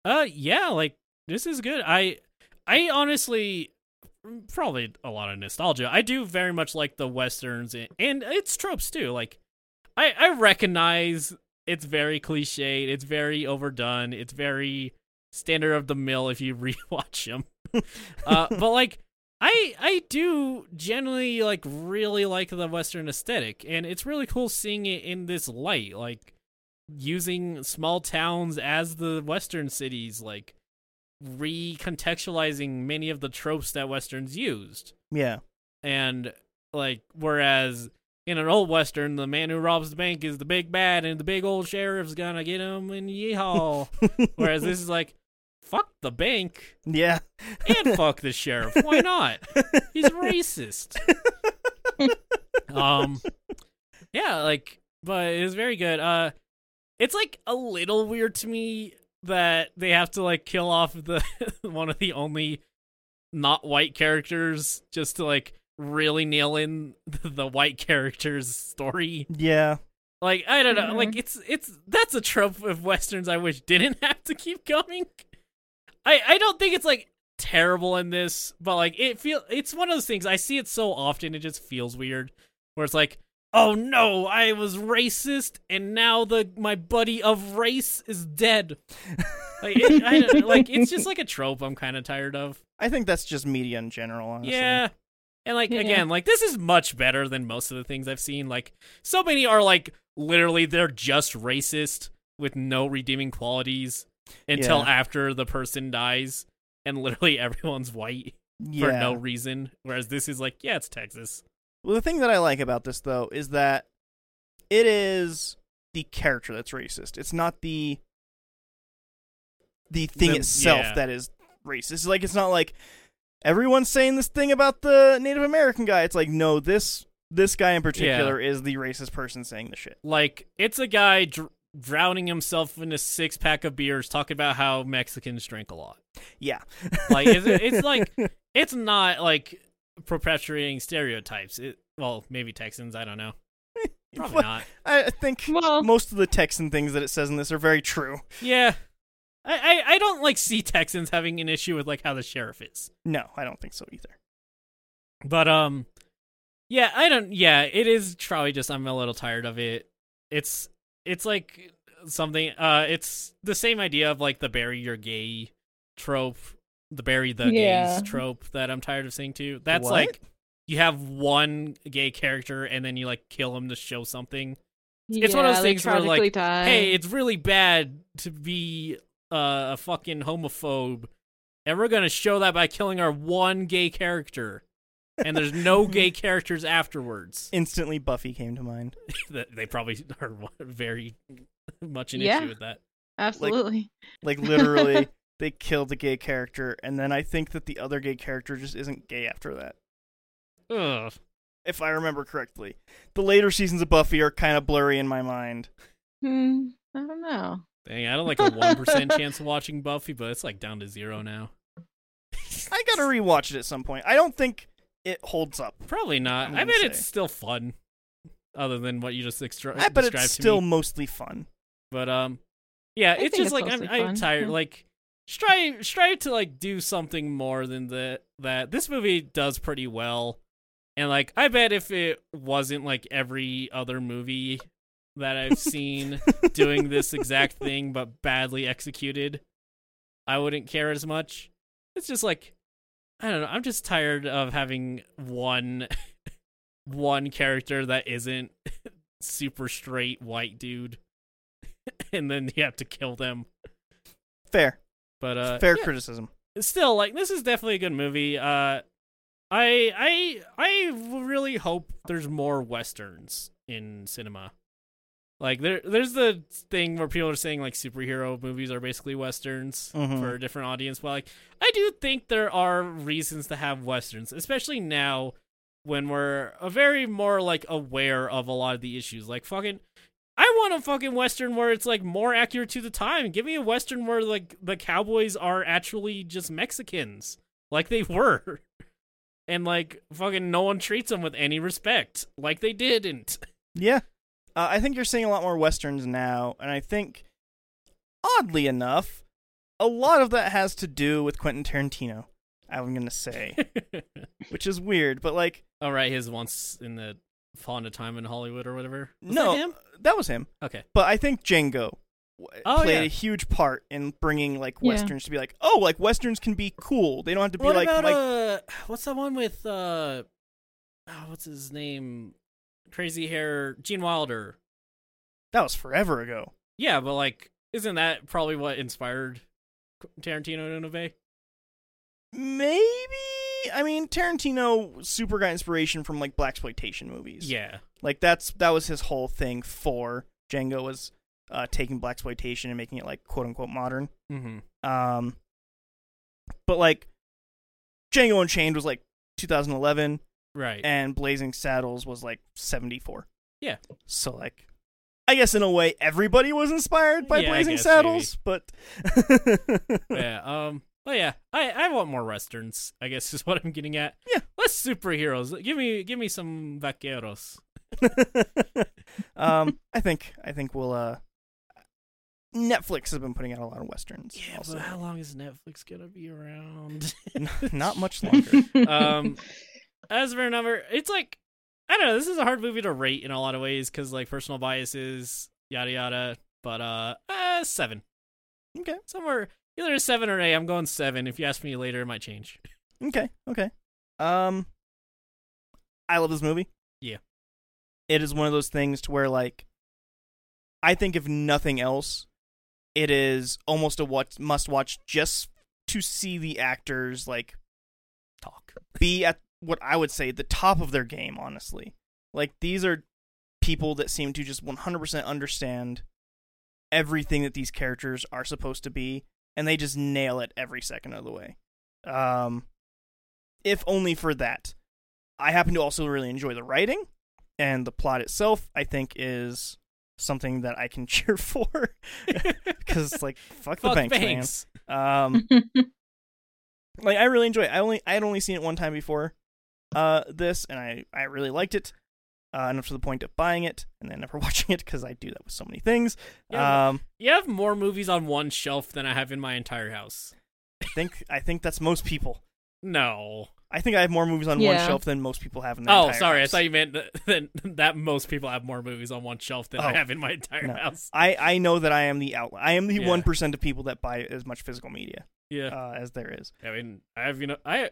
S3: uh, yeah, like this is good. I, I honestly, probably a lot of nostalgia. I do very much like the westerns and, and its tropes too. Like, I I recognize it's very cliched. It's very overdone. It's very standard of the mill if you [laughs] rewatch them. uh, but like I I do generally like really like the western aesthetic and it's really cool seeing it in this light like using small towns as the western cities like recontextualizing many of the tropes that westerns used
S2: Yeah,
S3: and like whereas in an old western the man who robs the bank is the big bad and the big old sheriff's gonna get him and yeehaw whereas this is like fuck the bank
S2: yeah,
S3: and fuck the sheriff. Why not? He's racist. um, yeah, like, but it's very good. Uh, it's like a little weird to me that they have to like kill off the [laughs] one of the only not white characters just to like really nail in [laughs] the white character's story.
S2: yeah.
S3: Like I don't know,
S1: Mhm.
S3: like it's it's that's a trope of westerns I wish didn't [laughs] have to keep coming. I I don't think it's like terrible in this, but like it feel it's one of those things I see it so often it just feels weird where it's like oh no, I was racist and now the my buddy of race is dead. like it, I don't, like it's just like a trope I'm kind of tired of.
S2: I think that's just media in general. Honestly.
S3: Yeah. And like
S1: Yeah.
S3: again, like this is much better than most of the things I've seen. Like so many are like literally they're just racist with no redeeming qualities until
S2: Yeah.
S3: after the person dies and literally [laughs] everyone's white
S2: yeah.
S3: for no reason. Whereas this is like, yeah, it's Texas.
S2: Well, the thing that I like about this though is that it is the character that's racist. It's not the the thing
S3: The-
S2: itself
S3: yeah.
S2: that is racist. It's Like it's not like everyone's saying this thing about the Native American guy. It's like no, this this guy in particular is the racist person saying the shit.
S3: Like it's a guy dr- drowning himself in a six pack of beers talking about how Mexicans drink a lot.
S2: Yeah.
S3: Like it's, it's like it's not like perpetuating stereotypes. It, well, maybe Texans, I don't know. Probably
S2: What?
S3: not.
S2: I I think
S1: [laughs] well,
S2: most of the Texan things that it says in this are very true.
S3: Yeah. I, I, I don't like see Texans having an issue with like how the sheriff is.
S2: No, I don't think so either.
S3: But um yeah, I don't yeah, it is probably just I'm a little tired of it. It's it's like something uh it's the same idea of like the bury your gay trope, the bury the
S1: Yeah.
S3: gays trope that I'm tired of seeing too. That's
S2: What?
S3: like you have one gay character and then you like kill him to show something. it's one of those
S1: they
S3: things where, like,
S1: tragically die.
S2: Um,
S3: hey, it's really bad to be uh, a fucking homophobe, and we're gonna show that by killing our one gay character, and there's no
S2: [laughs]
S3: gay characters afterwards. [laughs]
S2: Instantly, Buffy came to mind.
S3: That- they probably [laughs] are very much an
S1: Yeah.
S3: issue with that.
S1: absolutely.
S2: Like literally, they killed the gay character, and then I think that the other gay character just isn't gay after that,
S3: Ugh.
S2: if I remember correctly. The later seasons of Buffy are kind of blurry in my mind.
S1: Hmm, I don't know.
S3: Dang, I don't
S2: [laughs]
S3: like a one percent chance of watching Buffy, but it's like down to zero now.
S2: I gotta rewatch it at some point. I don't think it holds up.
S3: Probably not.
S2: I'm
S3: I
S2: gonna
S3: bet
S2: say.
S3: it's still fun, other than what you just extra-
S2: I bet
S3: described
S2: it's
S3: to
S2: still
S3: me.
S2: mostly fun.
S3: But um, Yeah,
S1: think
S3: it's just
S1: it's
S3: like
S1: mostly
S3: I'm, I'm
S1: fun, [laughs]
S3: tired.
S1: yeah.
S3: Like strive strive to like do something more than the, that. This movie does pretty well, and like I bet if it wasn't like every other movie that I've seen doing this
S1: [laughs]
S3: exact thing but badly executed, I wouldn't care as much. It's just like I don't know. I'm just tired of having one [laughs] one character that isn't [laughs] super straight white dude [laughs] and then you have to kill them.
S2: Fair,
S3: But uh
S2: fair
S3: yeah,
S2: criticism.
S3: still like this is definitely a good movie. Uh I I I really hope there's more westerns in cinema. Like there there's the thing where people are saying like superhero movies are basically westerns
S2: Mhm.
S3: for a different audience, but like I do think there are reasons to have westerns, especially now when we're a very more like aware of a lot of the issues. Like fucking I want a fucking western where it's like more accurate to the time. Give me a western where like the cowboys are actually just Mexicans, like they were, [laughs] and like fucking no one treats them with any respect, like they didn't. [laughs]
S2: Yeah, uh, I think you're seeing a lot more westerns now, and I think, oddly enough, a lot of that has to do with Quentin Tarantino. I'm gonna
S3: [laughs]
S2: say, which is weird, but like,
S3: All Oh, right, his once in the Fond of Time in Hollywood or whatever. Was
S2: no,
S3: that him?
S2: that was him.
S3: Okay.
S2: But I think Django w-
S3: Oh,
S2: played
S3: yeah.
S2: a huge part in bringing like
S1: Yeah.
S2: westerns to be like, oh, like westerns can be cool. They don't have to be
S3: What
S2: like
S3: about
S2: Mike.
S3: uh, what's that one with uh, oh, what's his name? Crazy hair, Gene Wilder.
S2: that was forever ago.
S3: Yeah, but like, isn't that probably what inspired Tarantino to innovate?
S2: Maybe I mean Tarantino super got inspiration from like black exploitation movies.
S3: Yeah,
S2: like that's that was his whole thing for Django was uh, taking black exploitation and making it like quote unquote modern.
S3: mm-hmm.
S2: Um, but like Django Unchained was like 2011,
S3: right.
S2: and Blazing Saddles was like 74.
S3: Yeah.
S2: So like, I guess in a way everybody was inspired by
S3: Yeah, I
S2: Blazing
S3: guess,
S2: Saddles, but
S3: [laughs] yeah. Um. Well, yeah. I I want more westerns. I guess [laughs] is what I'm getting at.
S2: Yeah.
S3: Less superheroes. Give me give me some vaqueros.
S2: [laughs] um, I think I think we'll uh. Netflix has been putting out a lot of westerns. also.
S3: but how long is Netflix gonna be around? [laughs]
S2: N- not much longer.
S3: um.
S2: [laughs]
S3: As for number, it's like I don't know. This is a hard movie to rate in a lot of ways because like personal biases, yada yada. But uh, uh, seven
S2: okay.
S3: somewhere. Either a seven or an eight. I'm going seven. If you ask me later, it might change.
S2: Okay. Okay. Um I love this movie.
S3: Yeah.
S2: It is one of those things to where like I think if nothing else, it is almost a watch must watch just to see the actors like [laughs]
S3: Talk.
S2: be at what I would say the top of their game, honestly. Like these are people that seem to just 100% understand everything that these characters are supposed to be and they just nail it every second of the way. Um if only for that. I happen to also really enjoy the writing and the plot itself I think is something that I can [laughs] cheer for cuz it's like fuck, the
S3: Fuck
S2: banks, man.
S3: Banks.
S2: Um like I really enjoy it. I only I had only seen it one time before uh this and I I really liked it. Uh, enough to the point of buying it and then never [laughs] watching it because I do that with so many things.
S3: Yeah.
S2: Um,
S3: You have more movies on one shelf than I have in my entire house.
S2: I think I think that's most people.
S3: No.
S2: I think I have more movies on one
S1: Yeah.
S2: shelf than most people have in their
S3: Oh,
S2: entire
S3: sorry.
S2: House.
S3: I thought you meant [laughs] that, that, that most people have more movies on one shelf than I
S2: Oh.
S3: have in my entire
S2: No.
S3: house.
S2: I I know that I am the outlier. I am the
S3: Yeah.
S2: one of people that buy as much physical media
S3: Yeah.
S2: uh, as there is.
S3: I mean, I have, you know, I.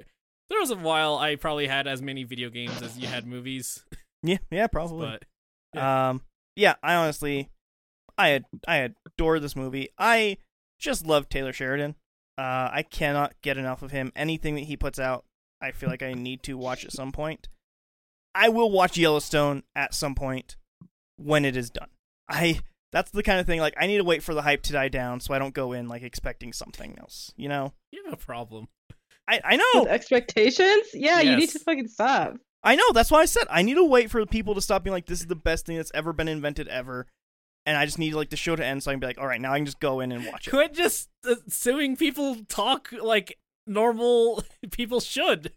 S3: There was a while I probably had as many video games as you had movies,
S2: [sighs] Yeah, yeah, probably.
S3: but Yeah.
S2: Um, yeah, I honestly, I ad- I adore this movie. I just love Taylor Sheridan. Uh, I cannot get enough of him. Anything that he puts out, I feel like I need to watch at some point. I will watch Yellowstone at some point when it is done. I that's the kind of thing like I need to wait for the hype to die down so I don't go in like expecting something else. You know,
S3: you have a problem.
S2: I I
S1: [laughs] With
S2: know
S1: expectations? Yeah, you need
S3: Yes.
S1: to fucking stop.
S2: I know. That's why I said I need to wait for people to stop being like, "This is the best thing that's ever been invented ever," and I just need like the show to end so I can be like, "All right, now I can just go in and watch it."
S3: Quit just assuming people talk like normal [laughs] people should.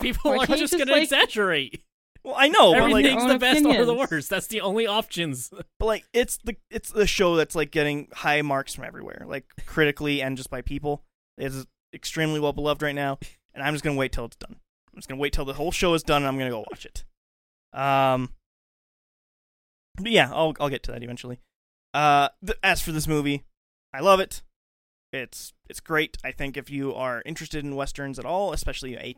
S3: People
S1: Why
S3: are
S1: can't you
S3: just
S1: just,
S3: going to
S1: like-
S3: exaggerate.
S2: Well, I know, but like,
S1: Everything-
S3: Everything's
S1: own
S3: the best or the
S1: opinions.
S3: worst. That's the only options.
S2: but like, it's the it's the show that's like getting high marks from everywhere, like critically and just by people. It's extremely well beloved right now, and I'm just gonna wait till it's done. I'm just gonna wait till the whole show is done, and I'm gonna go watch it. Um, but yeah, I'll I'll get to that eventually. Uh, th- as for this movie, I love it. It's it's great. I think if you are interested in westerns at all, especially a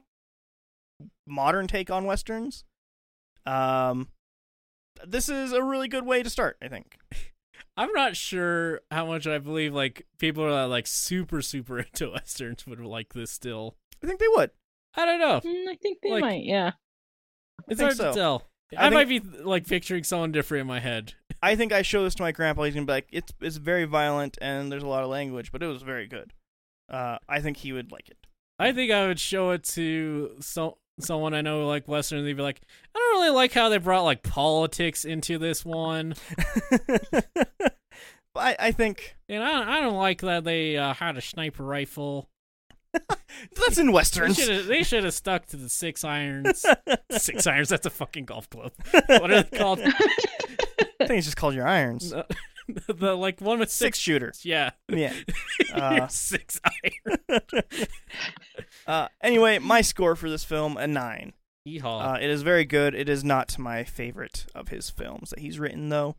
S2: modern take on westerns, um, this is a really good way to start. I think.
S3: I'm not sure how much I believe like people are like super super [laughs] into westerns would like this still.
S2: I think they would.
S3: I don't know.
S1: Mm, I think they
S3: Like-
S1: might. Yeah.
S3: It's
S2: think
S3: hard
S2: so.
S3: to tell.
S2: I
S3: I, might be like picturing someone different in my head.
S2: I think I show this to my grandpa. He's gonna be like, "It's it's very violent and there's a lot of language, but it was very good." Uh, I think he would like it.
S3: I think I would show it to so- someone I know who like western and they'd be like, "I don't really like how they brought like politics into this one."
S2: but [laughs] I, I think
S3: And I, I don't like that they uh, had a sniper rifle.
S2: that's in [laughs]
S3: They
S2: westerns.
S3: should they should have stuck to the
S2: [laughs]
S3: six irons. six irons. That's a fucking golf club. What are
S2: [laughs]
S3: they called?
S2: I think it's just called your irons.
S3: the, the, like one with
S2: Six
S3: six.
S2: shooter.
S3: Yeah,
S2: Yeah. [laughs] Uh,
S3: [laughs] six iron.
S2: [laughs] uh, anyway, my score for this film a nine.
S3: Yeehaw.
S2: Uh, it is very good. It is not my favorite of his films that he's written, though.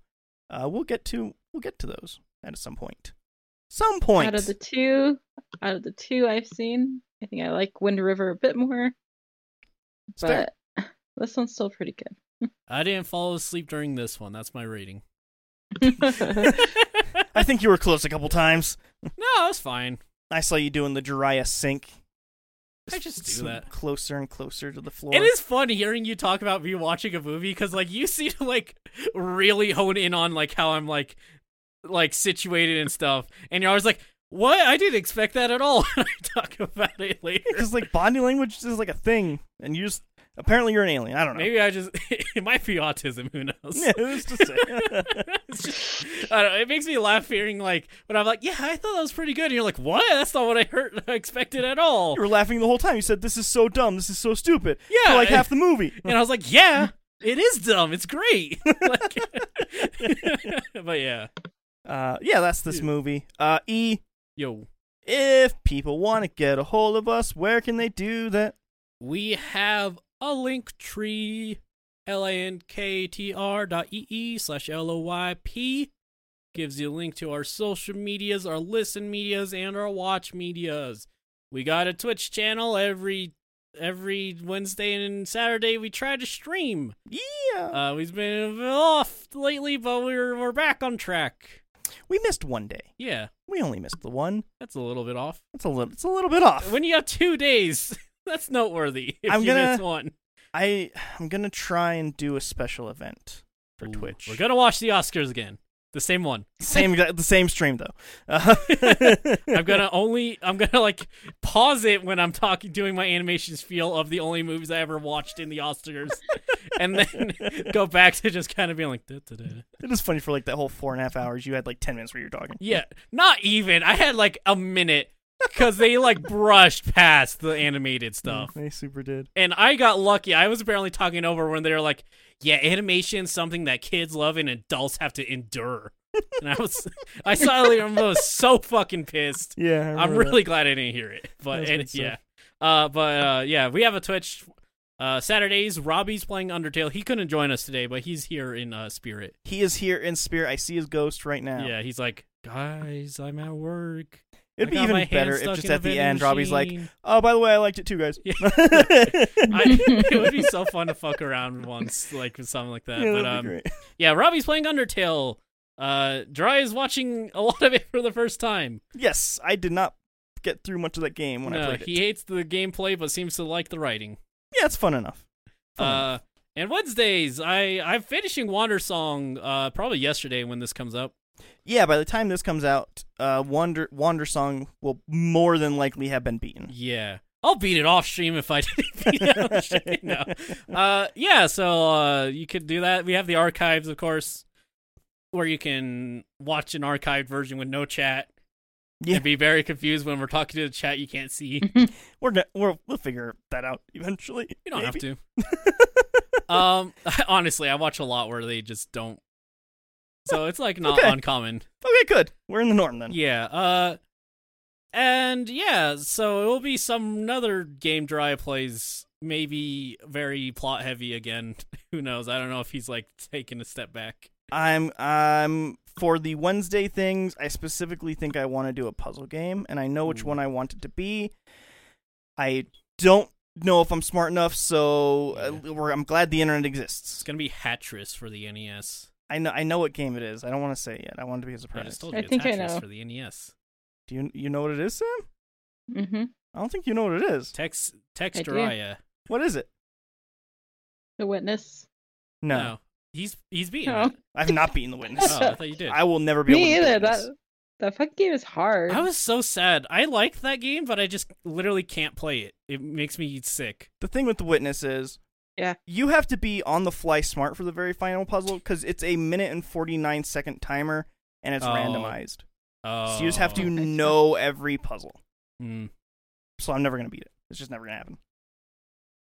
S2: Uh, we'll get to we'll get to those at some point. Some point.
S1: Out of the two, out of the two I've seen, I think I like Wind River a bit more,
S2: It's fair.
S1: but [laughs] this one's still pretty
S3: [laughs] I didn't fall asleep during this one. That's
S2: [laughs]
S3: my rating. [laughs]
S1: good.
S2: I think you were close a couple times.
S3: No, it's fine.
S2: I saw you doing the Jiraiya sink.
S3: I just do
S2: Sink
S3: that.
S2: Closer and closer to the floor. [laughs]
S3: It is fun hearing you talk about me watching a movie because, like, you [laughs] seem to like really hone in on like how I'm like like situated and stuff, and you're always like, "What? I didn't expect that at all." [laughs] And I talk about it later.
S2: because like body language is like a thing, and you just apparently you're an alien. I don't know. [laughs]
S3: Maybe I just [laughs] it might be autism. Who knows?
S2: Yeah, who's to say?
S3: [laughs] It's just- I don't know, it makes me laugh hearing like when I'm like, yeah, I thought that was pretty good. And you're like, what? That's not what I heard [laughs] I expected at all.
S2: you were laughing the whole time. You said, "This is so dumb. This is so stupid."
S3: Yeah,
S2: for like
S3: it-
S2: half the movie.
S3: And I was like, [laughs] yeah, it is dumb. It's great. [laughs] Like- but yeah,
S2: Uh, yeah, that's this
S3: Yeah.
S2: movie. Uh, e.
S3: yo,
S2: If people want to get a hold of us, where can they do that?
S3: we have a link tree, l a n k t r dot e e slash l o y p gives you a link to our social medias, our listen medias, and our watch medias. We got a Twitch channel every every Wednesday and Saturday. We try to stream.
S2: Yeah,
S3: Uh, we've been off lately, but we're we're back on track.
S2: we missed one day.
S3: Yeah,
S2: We only missed the one.
S3: that's a little bit off.
S2: That's a little. It's a little bit off.
S3: When you have two days, [laughs] that's noteworthy. If
S2: Ah. I'm
S3: you
S2: gonna-
S3: miss one
S2: I I'm gonna try and do a special event for Twitch.
S3: we're gonna watch the Oscars again. The same one.
S2: same exact- the same stream
S3: [laughs]
S2: though. [laughs] Uh,
S3: I'm gonna only. I'm gonna like pause it when I'm talking, doing my animations feel of the only movies I ever watched in the Oscars, and then [laughs] go back to just kind of being like, da, da, da.
S2: it is funny for like that whole four and a half hours. You had like ten minutes where you're talking.
S3: yeah, not even. I had like a minute because they like brushed past the animated [laughs] stuff.
S2: They super did.
S3: And I got lucky. I was apparently talking over when they were like, "Yeah, animation is something that kids love and adults have to endure." And I was, I saw it later. and I was so fucking pissed.
S2: Yeah, I
S3: I'm
S2: remember
S3: really glad I didn't hear it. [laughs] But
S2: That's
S3: and,
S2: good
S3: yeah,
S2: stuff.
S3: uh, but uh, yeah, we have a Twitch uh, Saturdays. Robbie's playing Undertale. He couldn't join us today, but he's here in uh, spirit.
S2: that. He is here in spirit. I see his ghost right now.
S3: Yeah, he's like, guys, I'm at work.
S2: It'd
S3: I
S2: be
S3: got my
S2: even
S3: hand
S2: better if
S3: stuck
S2: just
S3: in a
S2: at the
S3: vending
S2: end, Robbie's like, [laughs]
S3: machine."
S2: "Oh, by the way, I liked it too, guys." [laughs]
S3: Yeah. [laughs]
S2: Yeah,
S3: I, [laughs] it would be so fun to fuck around once, like with something like that.
S2: that'd
S3: but
S2: be
S3: um,
S2: great.
S3: Yeah, Robbie's playing Undertale. Uh, Dry is watching a lot of it for the first time.
S2: Yes, I did not get through much of that game when I
S3: no,
S2: played it.
S3: he hates the gameplay but seems to like the writing.
S2: Yeah, it's fun enough. Fun enough.
S3: Uh, and Wednesdays, I I'm finishing Wander Song. Uh, probably yesterday when this comes up.
S2: Yeah, by the time this comes out, uh, Wander Wander Song will more than likely have been
S3: [laughs]
S2: beaten.
S3: Yeah, I'll beat it off stream if I [laughs] didn't beat it off stream.
S2: [laughs]
S3: No. Uh, yeah, so uh, you could do that. We have the archives, of course, where you can watch an archived version with no chat.
S2: Yeah.
S3: And be very confused when we're talking to the chat you can't see.
S2: We're, gonna- we're we'll figure that out eventually.
S3: You don't
S2: maybe.
S3: have to.
S2: [laughs]
S3: um, [laughs] honestly, I watch a lot where they just don't. So it's like not
S2: Okay.
S3: uncommon.
S2: Okay, good. We're in the norm then.
S3: Yeah. Uh, and yeah, so it will be some another game Dry plays, maybe very plot heavy again. [laughs] Who knows? I don't know if he's like taking a step back.
S2: I'm I'm for the Wednesday things. I specifically think I want to do a puzzle game, and I know which
S3: Ooh.
S2: one I want it to be. I don't know if I'm smart enough, so uh, we're, I'm glad the internet
S3: It's
S2: exists.
S3: gonna be Hatress for the E NES.
S2: I know I know what game it is. I don't want to say it yet. I want it to be a
S3: I
S2: surprise.
S3: just told
S1: I
S3: you it's
S1: think I
S3: Hatress
S1: know.
S3: for the E NES.
S2: do you you know what it is, Sam?
S1: Mm-hmm.
S2: I don't think you know what it is.
S3: Tex Tex
S1: I do.
S3: Jiraiya.
S2: What is it?
S1: The witness.
S2: No,
S3: he's he's beaten.
S1: No.
S3: it.
S2: I've not beaten the witness.
S3: Oh, I thought you did.
S2: [laughs]
S1: [laughs]
S2: I will never be
S1: Me
S2: able to
S1: either.
S2: beat
S1: That
S2: this.
S1: that fucking game is hard.
S3: I was so sad. I liked that game, but I just literally can't play it. It makes me sick.
S2: the thing with the witness is
S1: Yeah.
S2: you have to be on the fly smart for the very final puzzle because it's a minute and 49 second timer and it's
S3: Oh.
S2: randomized
S3: Oh,
S2: so you just have to
S1: Okay.
S2: know every puzzle
S3: Mm.
S2: so i'm never gonna beat it it's just never gonna happen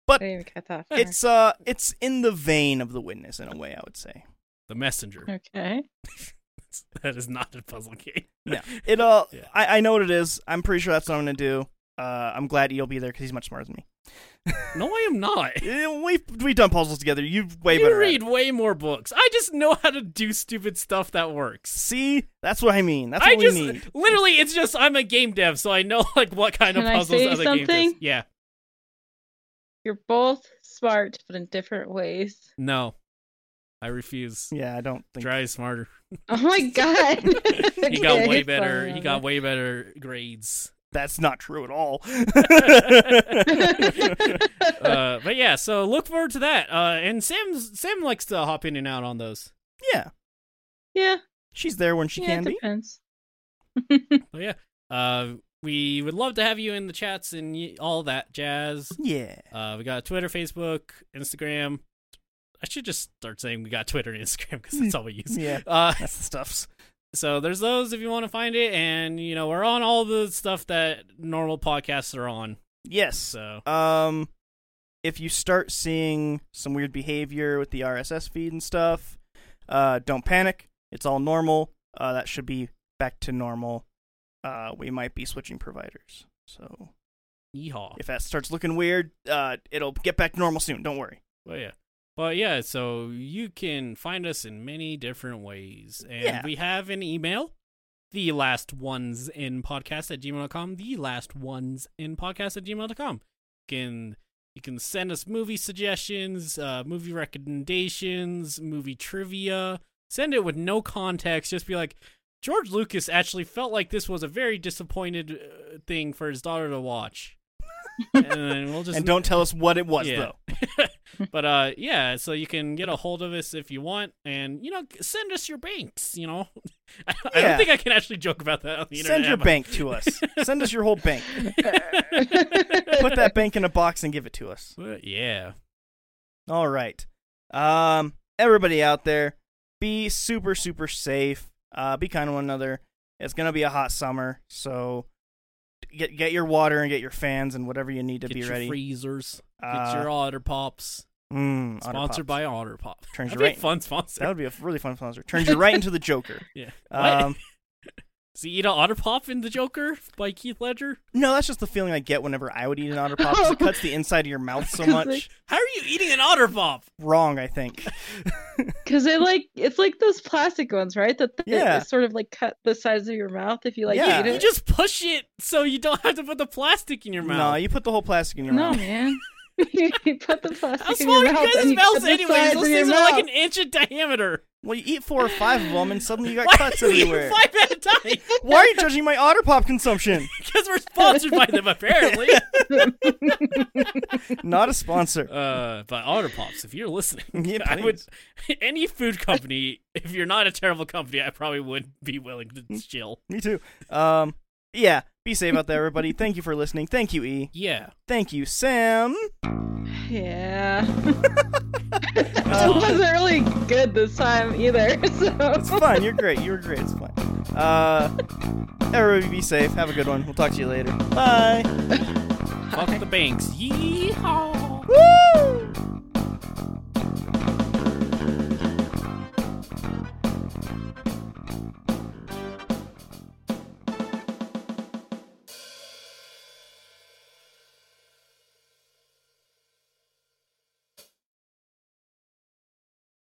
S1: I didn't even get that. far.
S2: it's uh it's in the vein of the witness in a way i would say
S3: the messenger. [laughs]
S1: okay.
S3: that is not a puzzle game.
S2: no it uh
S3: Yeah.
S2: I, I know what it is i'm pretty sure that's what i'm gonna do uh, I'm glad you'll be there because he's much smarter than
S3: [laughs]
S2: me.
S3: No, I am not.
S2: Eh, We've we've done puzzles together. You've way
S3: you
S2: better. at it.
S3: read way more books. I just know how to do stupid stuff that works.
S2: See, that's what I mean. That's what
S3: I
S2: we
S3: just
S2: need.
S3: literally, it's just I'm a game dev, so I know [laughs] like what kind of
S1: Can I
S3: puzzles
S1: say
S3: other games.
S1: something?
S3: is. Yeah,
S1: You're both smart, but in different ways.
S3: no, I refuse.
S2: Yeah, I don't think
S3: Try is
S2: [laughs]
S3: smarter.
S1: Oh
S3: [laughs]
S1: my god.
S3: He got way better. He got way better grades.
S2: that's not true at all.
S1: [laughs]
S3: uh, but yeah, so look forward to that. Uh, and Sam Sam likes to hop in and out on those.
S2: yeah,
S1: yeah.
S2: she's there when she
S1: yeah,
S2: can
S1: it
S2: be.
S1: depends.
S3: Oh yeah, uh, we would love to have you in the chats and y- all that jazz.
S2: Yeah.
S3: Uh, we got Twitter, Facebook, Instagram. I should just start saying we got Twitter and Instagram because that's all we
S2: [laughs]
S3: use.
S2: Yeah.
S3: Uh,
S2: That's the stuffs.
S3: so there's those if you want to find it, and you know we're on all the stuff that normal podcasts are on.
S2: Yes.
S3: So
S2: Um if you start seeing some weird behavior with the RSS feed and stuff, uh don't panic. It's all normal. Uh that should be back to normal. Uh we might be switching providers. So
S3: yeehaw.
S2: if that starts looking weird, uh it'll get back to normal soon. Don't worry.
S3: Well, yeah. But yeah, so you can find us in many different ways. And
S2: Yeah.
S3: we have an email, the last ones in podcast at gmail.com, the last ones in podcast at gmail.com. You can, you can send us movie suggestions, uh, movie recommendations, movie trivia. Send it with no context. Just be like, George Lucas actually felt like this was a very disappointed uh, thing for his daughter
S2: [laughs]
S3: to watch. and then we'll just
S2: And don't tell us what it was
S3: Yeah.
S2: though.
S3: but uh yeah so you can get a hold of us if you want and you know send us your banks you know [laughs] I, I
S2: Yeah.
S3: don't think i can actually joke about that on the
S2: Send
S3: internet
S2: your
S3: am I?
S2: bank to us.
S3: [laughs]
S2: Send us your whole bank. [laughs] Put
S1: Put
S2: that bank in a box and give it to us.
S3: But, yeah
S2: All right. Um, everybody out there, be super, super safe. Uh, be kind to one another. It's gonna be a hot summer, so get get your water and get your fans and whatever you need to
S3: get
S2: be
S3: your
S2: ready.
S3: freezers
S2: Uh,
S3: get your otter pops
S2: mm, Otter
S3: sponsored
S2: Pops.
S3: by otter pop
S2: Turns
S3: That'd
S2: you
S3: be a
S2: right-
S3: fun
S2: That
S3: sponsor
S2: would be a really fun sponsor. Turns you right into
S3: [laughs]
S2: the Joker.
S3: yeah what?
S2: Um,
S3: does he eat an otter pop in the joker by keith ledger
S2: no, that's just the feeling I get whenever I would eat an
S3: [laughs]
S2: otter pop. 'cause It cuts the inside of your mouth so much.
S3: how are you eating an otter pop
S2: Wrong, I think.
S1: Because they like it's like those plastic ones, right? That they
S2: Yeah.
S1: sort of like cut the sides of your mouth if you like
S2: Yeah.
S1: eat
S3: you
S1: it.
S3: just push it so you don't have to put the plastic in [laughs] your mouth
S2: No, you put the whole plastic in your
S1: no,
S3: [laughs]
S2: mouth.
S1: man. [laughs] you put the plastic
S3: how
S1: in
S3: small
S1: your
S3: are you
S1: mouth. and you
S3: guys'
S1: cut
S3: mouths
S1: the
S3: anyways
S1: sides
S3: those
S1: of your
S3: things are like
S1: mouth.
S3: an inch in diameter
S2: Well, you eat four or five of them, and suddenly you got
S3: [laughs] Why
S2: cuts
S3: are we eating
S2: everywhere.
S3: five at a time
S2: [laughs] Why are you judging my otter pop consumption?
S3: because we're sponsored by
S2: [laughs]
S3: them apparently.
S2: Not a sponsor.
S3: Uh, by Otter Pops, if you're listening,
S2: Yeah,
S3: I would
S2: please.
S3: any food company. If you're not a terrible company, I probably would be willing to chill.
S2: Me too. Um, yeah. Be safe out there, everybody. Thank you for listening. Thank you, E.
S3: Yeah,
S2: Thank you, Sam.
S1: [laughs]
S3: [laughs]
S1: Yeah.
S3: Oh.
S1: it wasn't really good this time either. [laughs]
S2: It's
S1: So
S2: fun. You're great. You were great. It's fun. Uh, everybody, be safe. Have a good one. We'll talk to you later. Bye.
S3: fuck the banks. Yeehaw.
S2: Woo!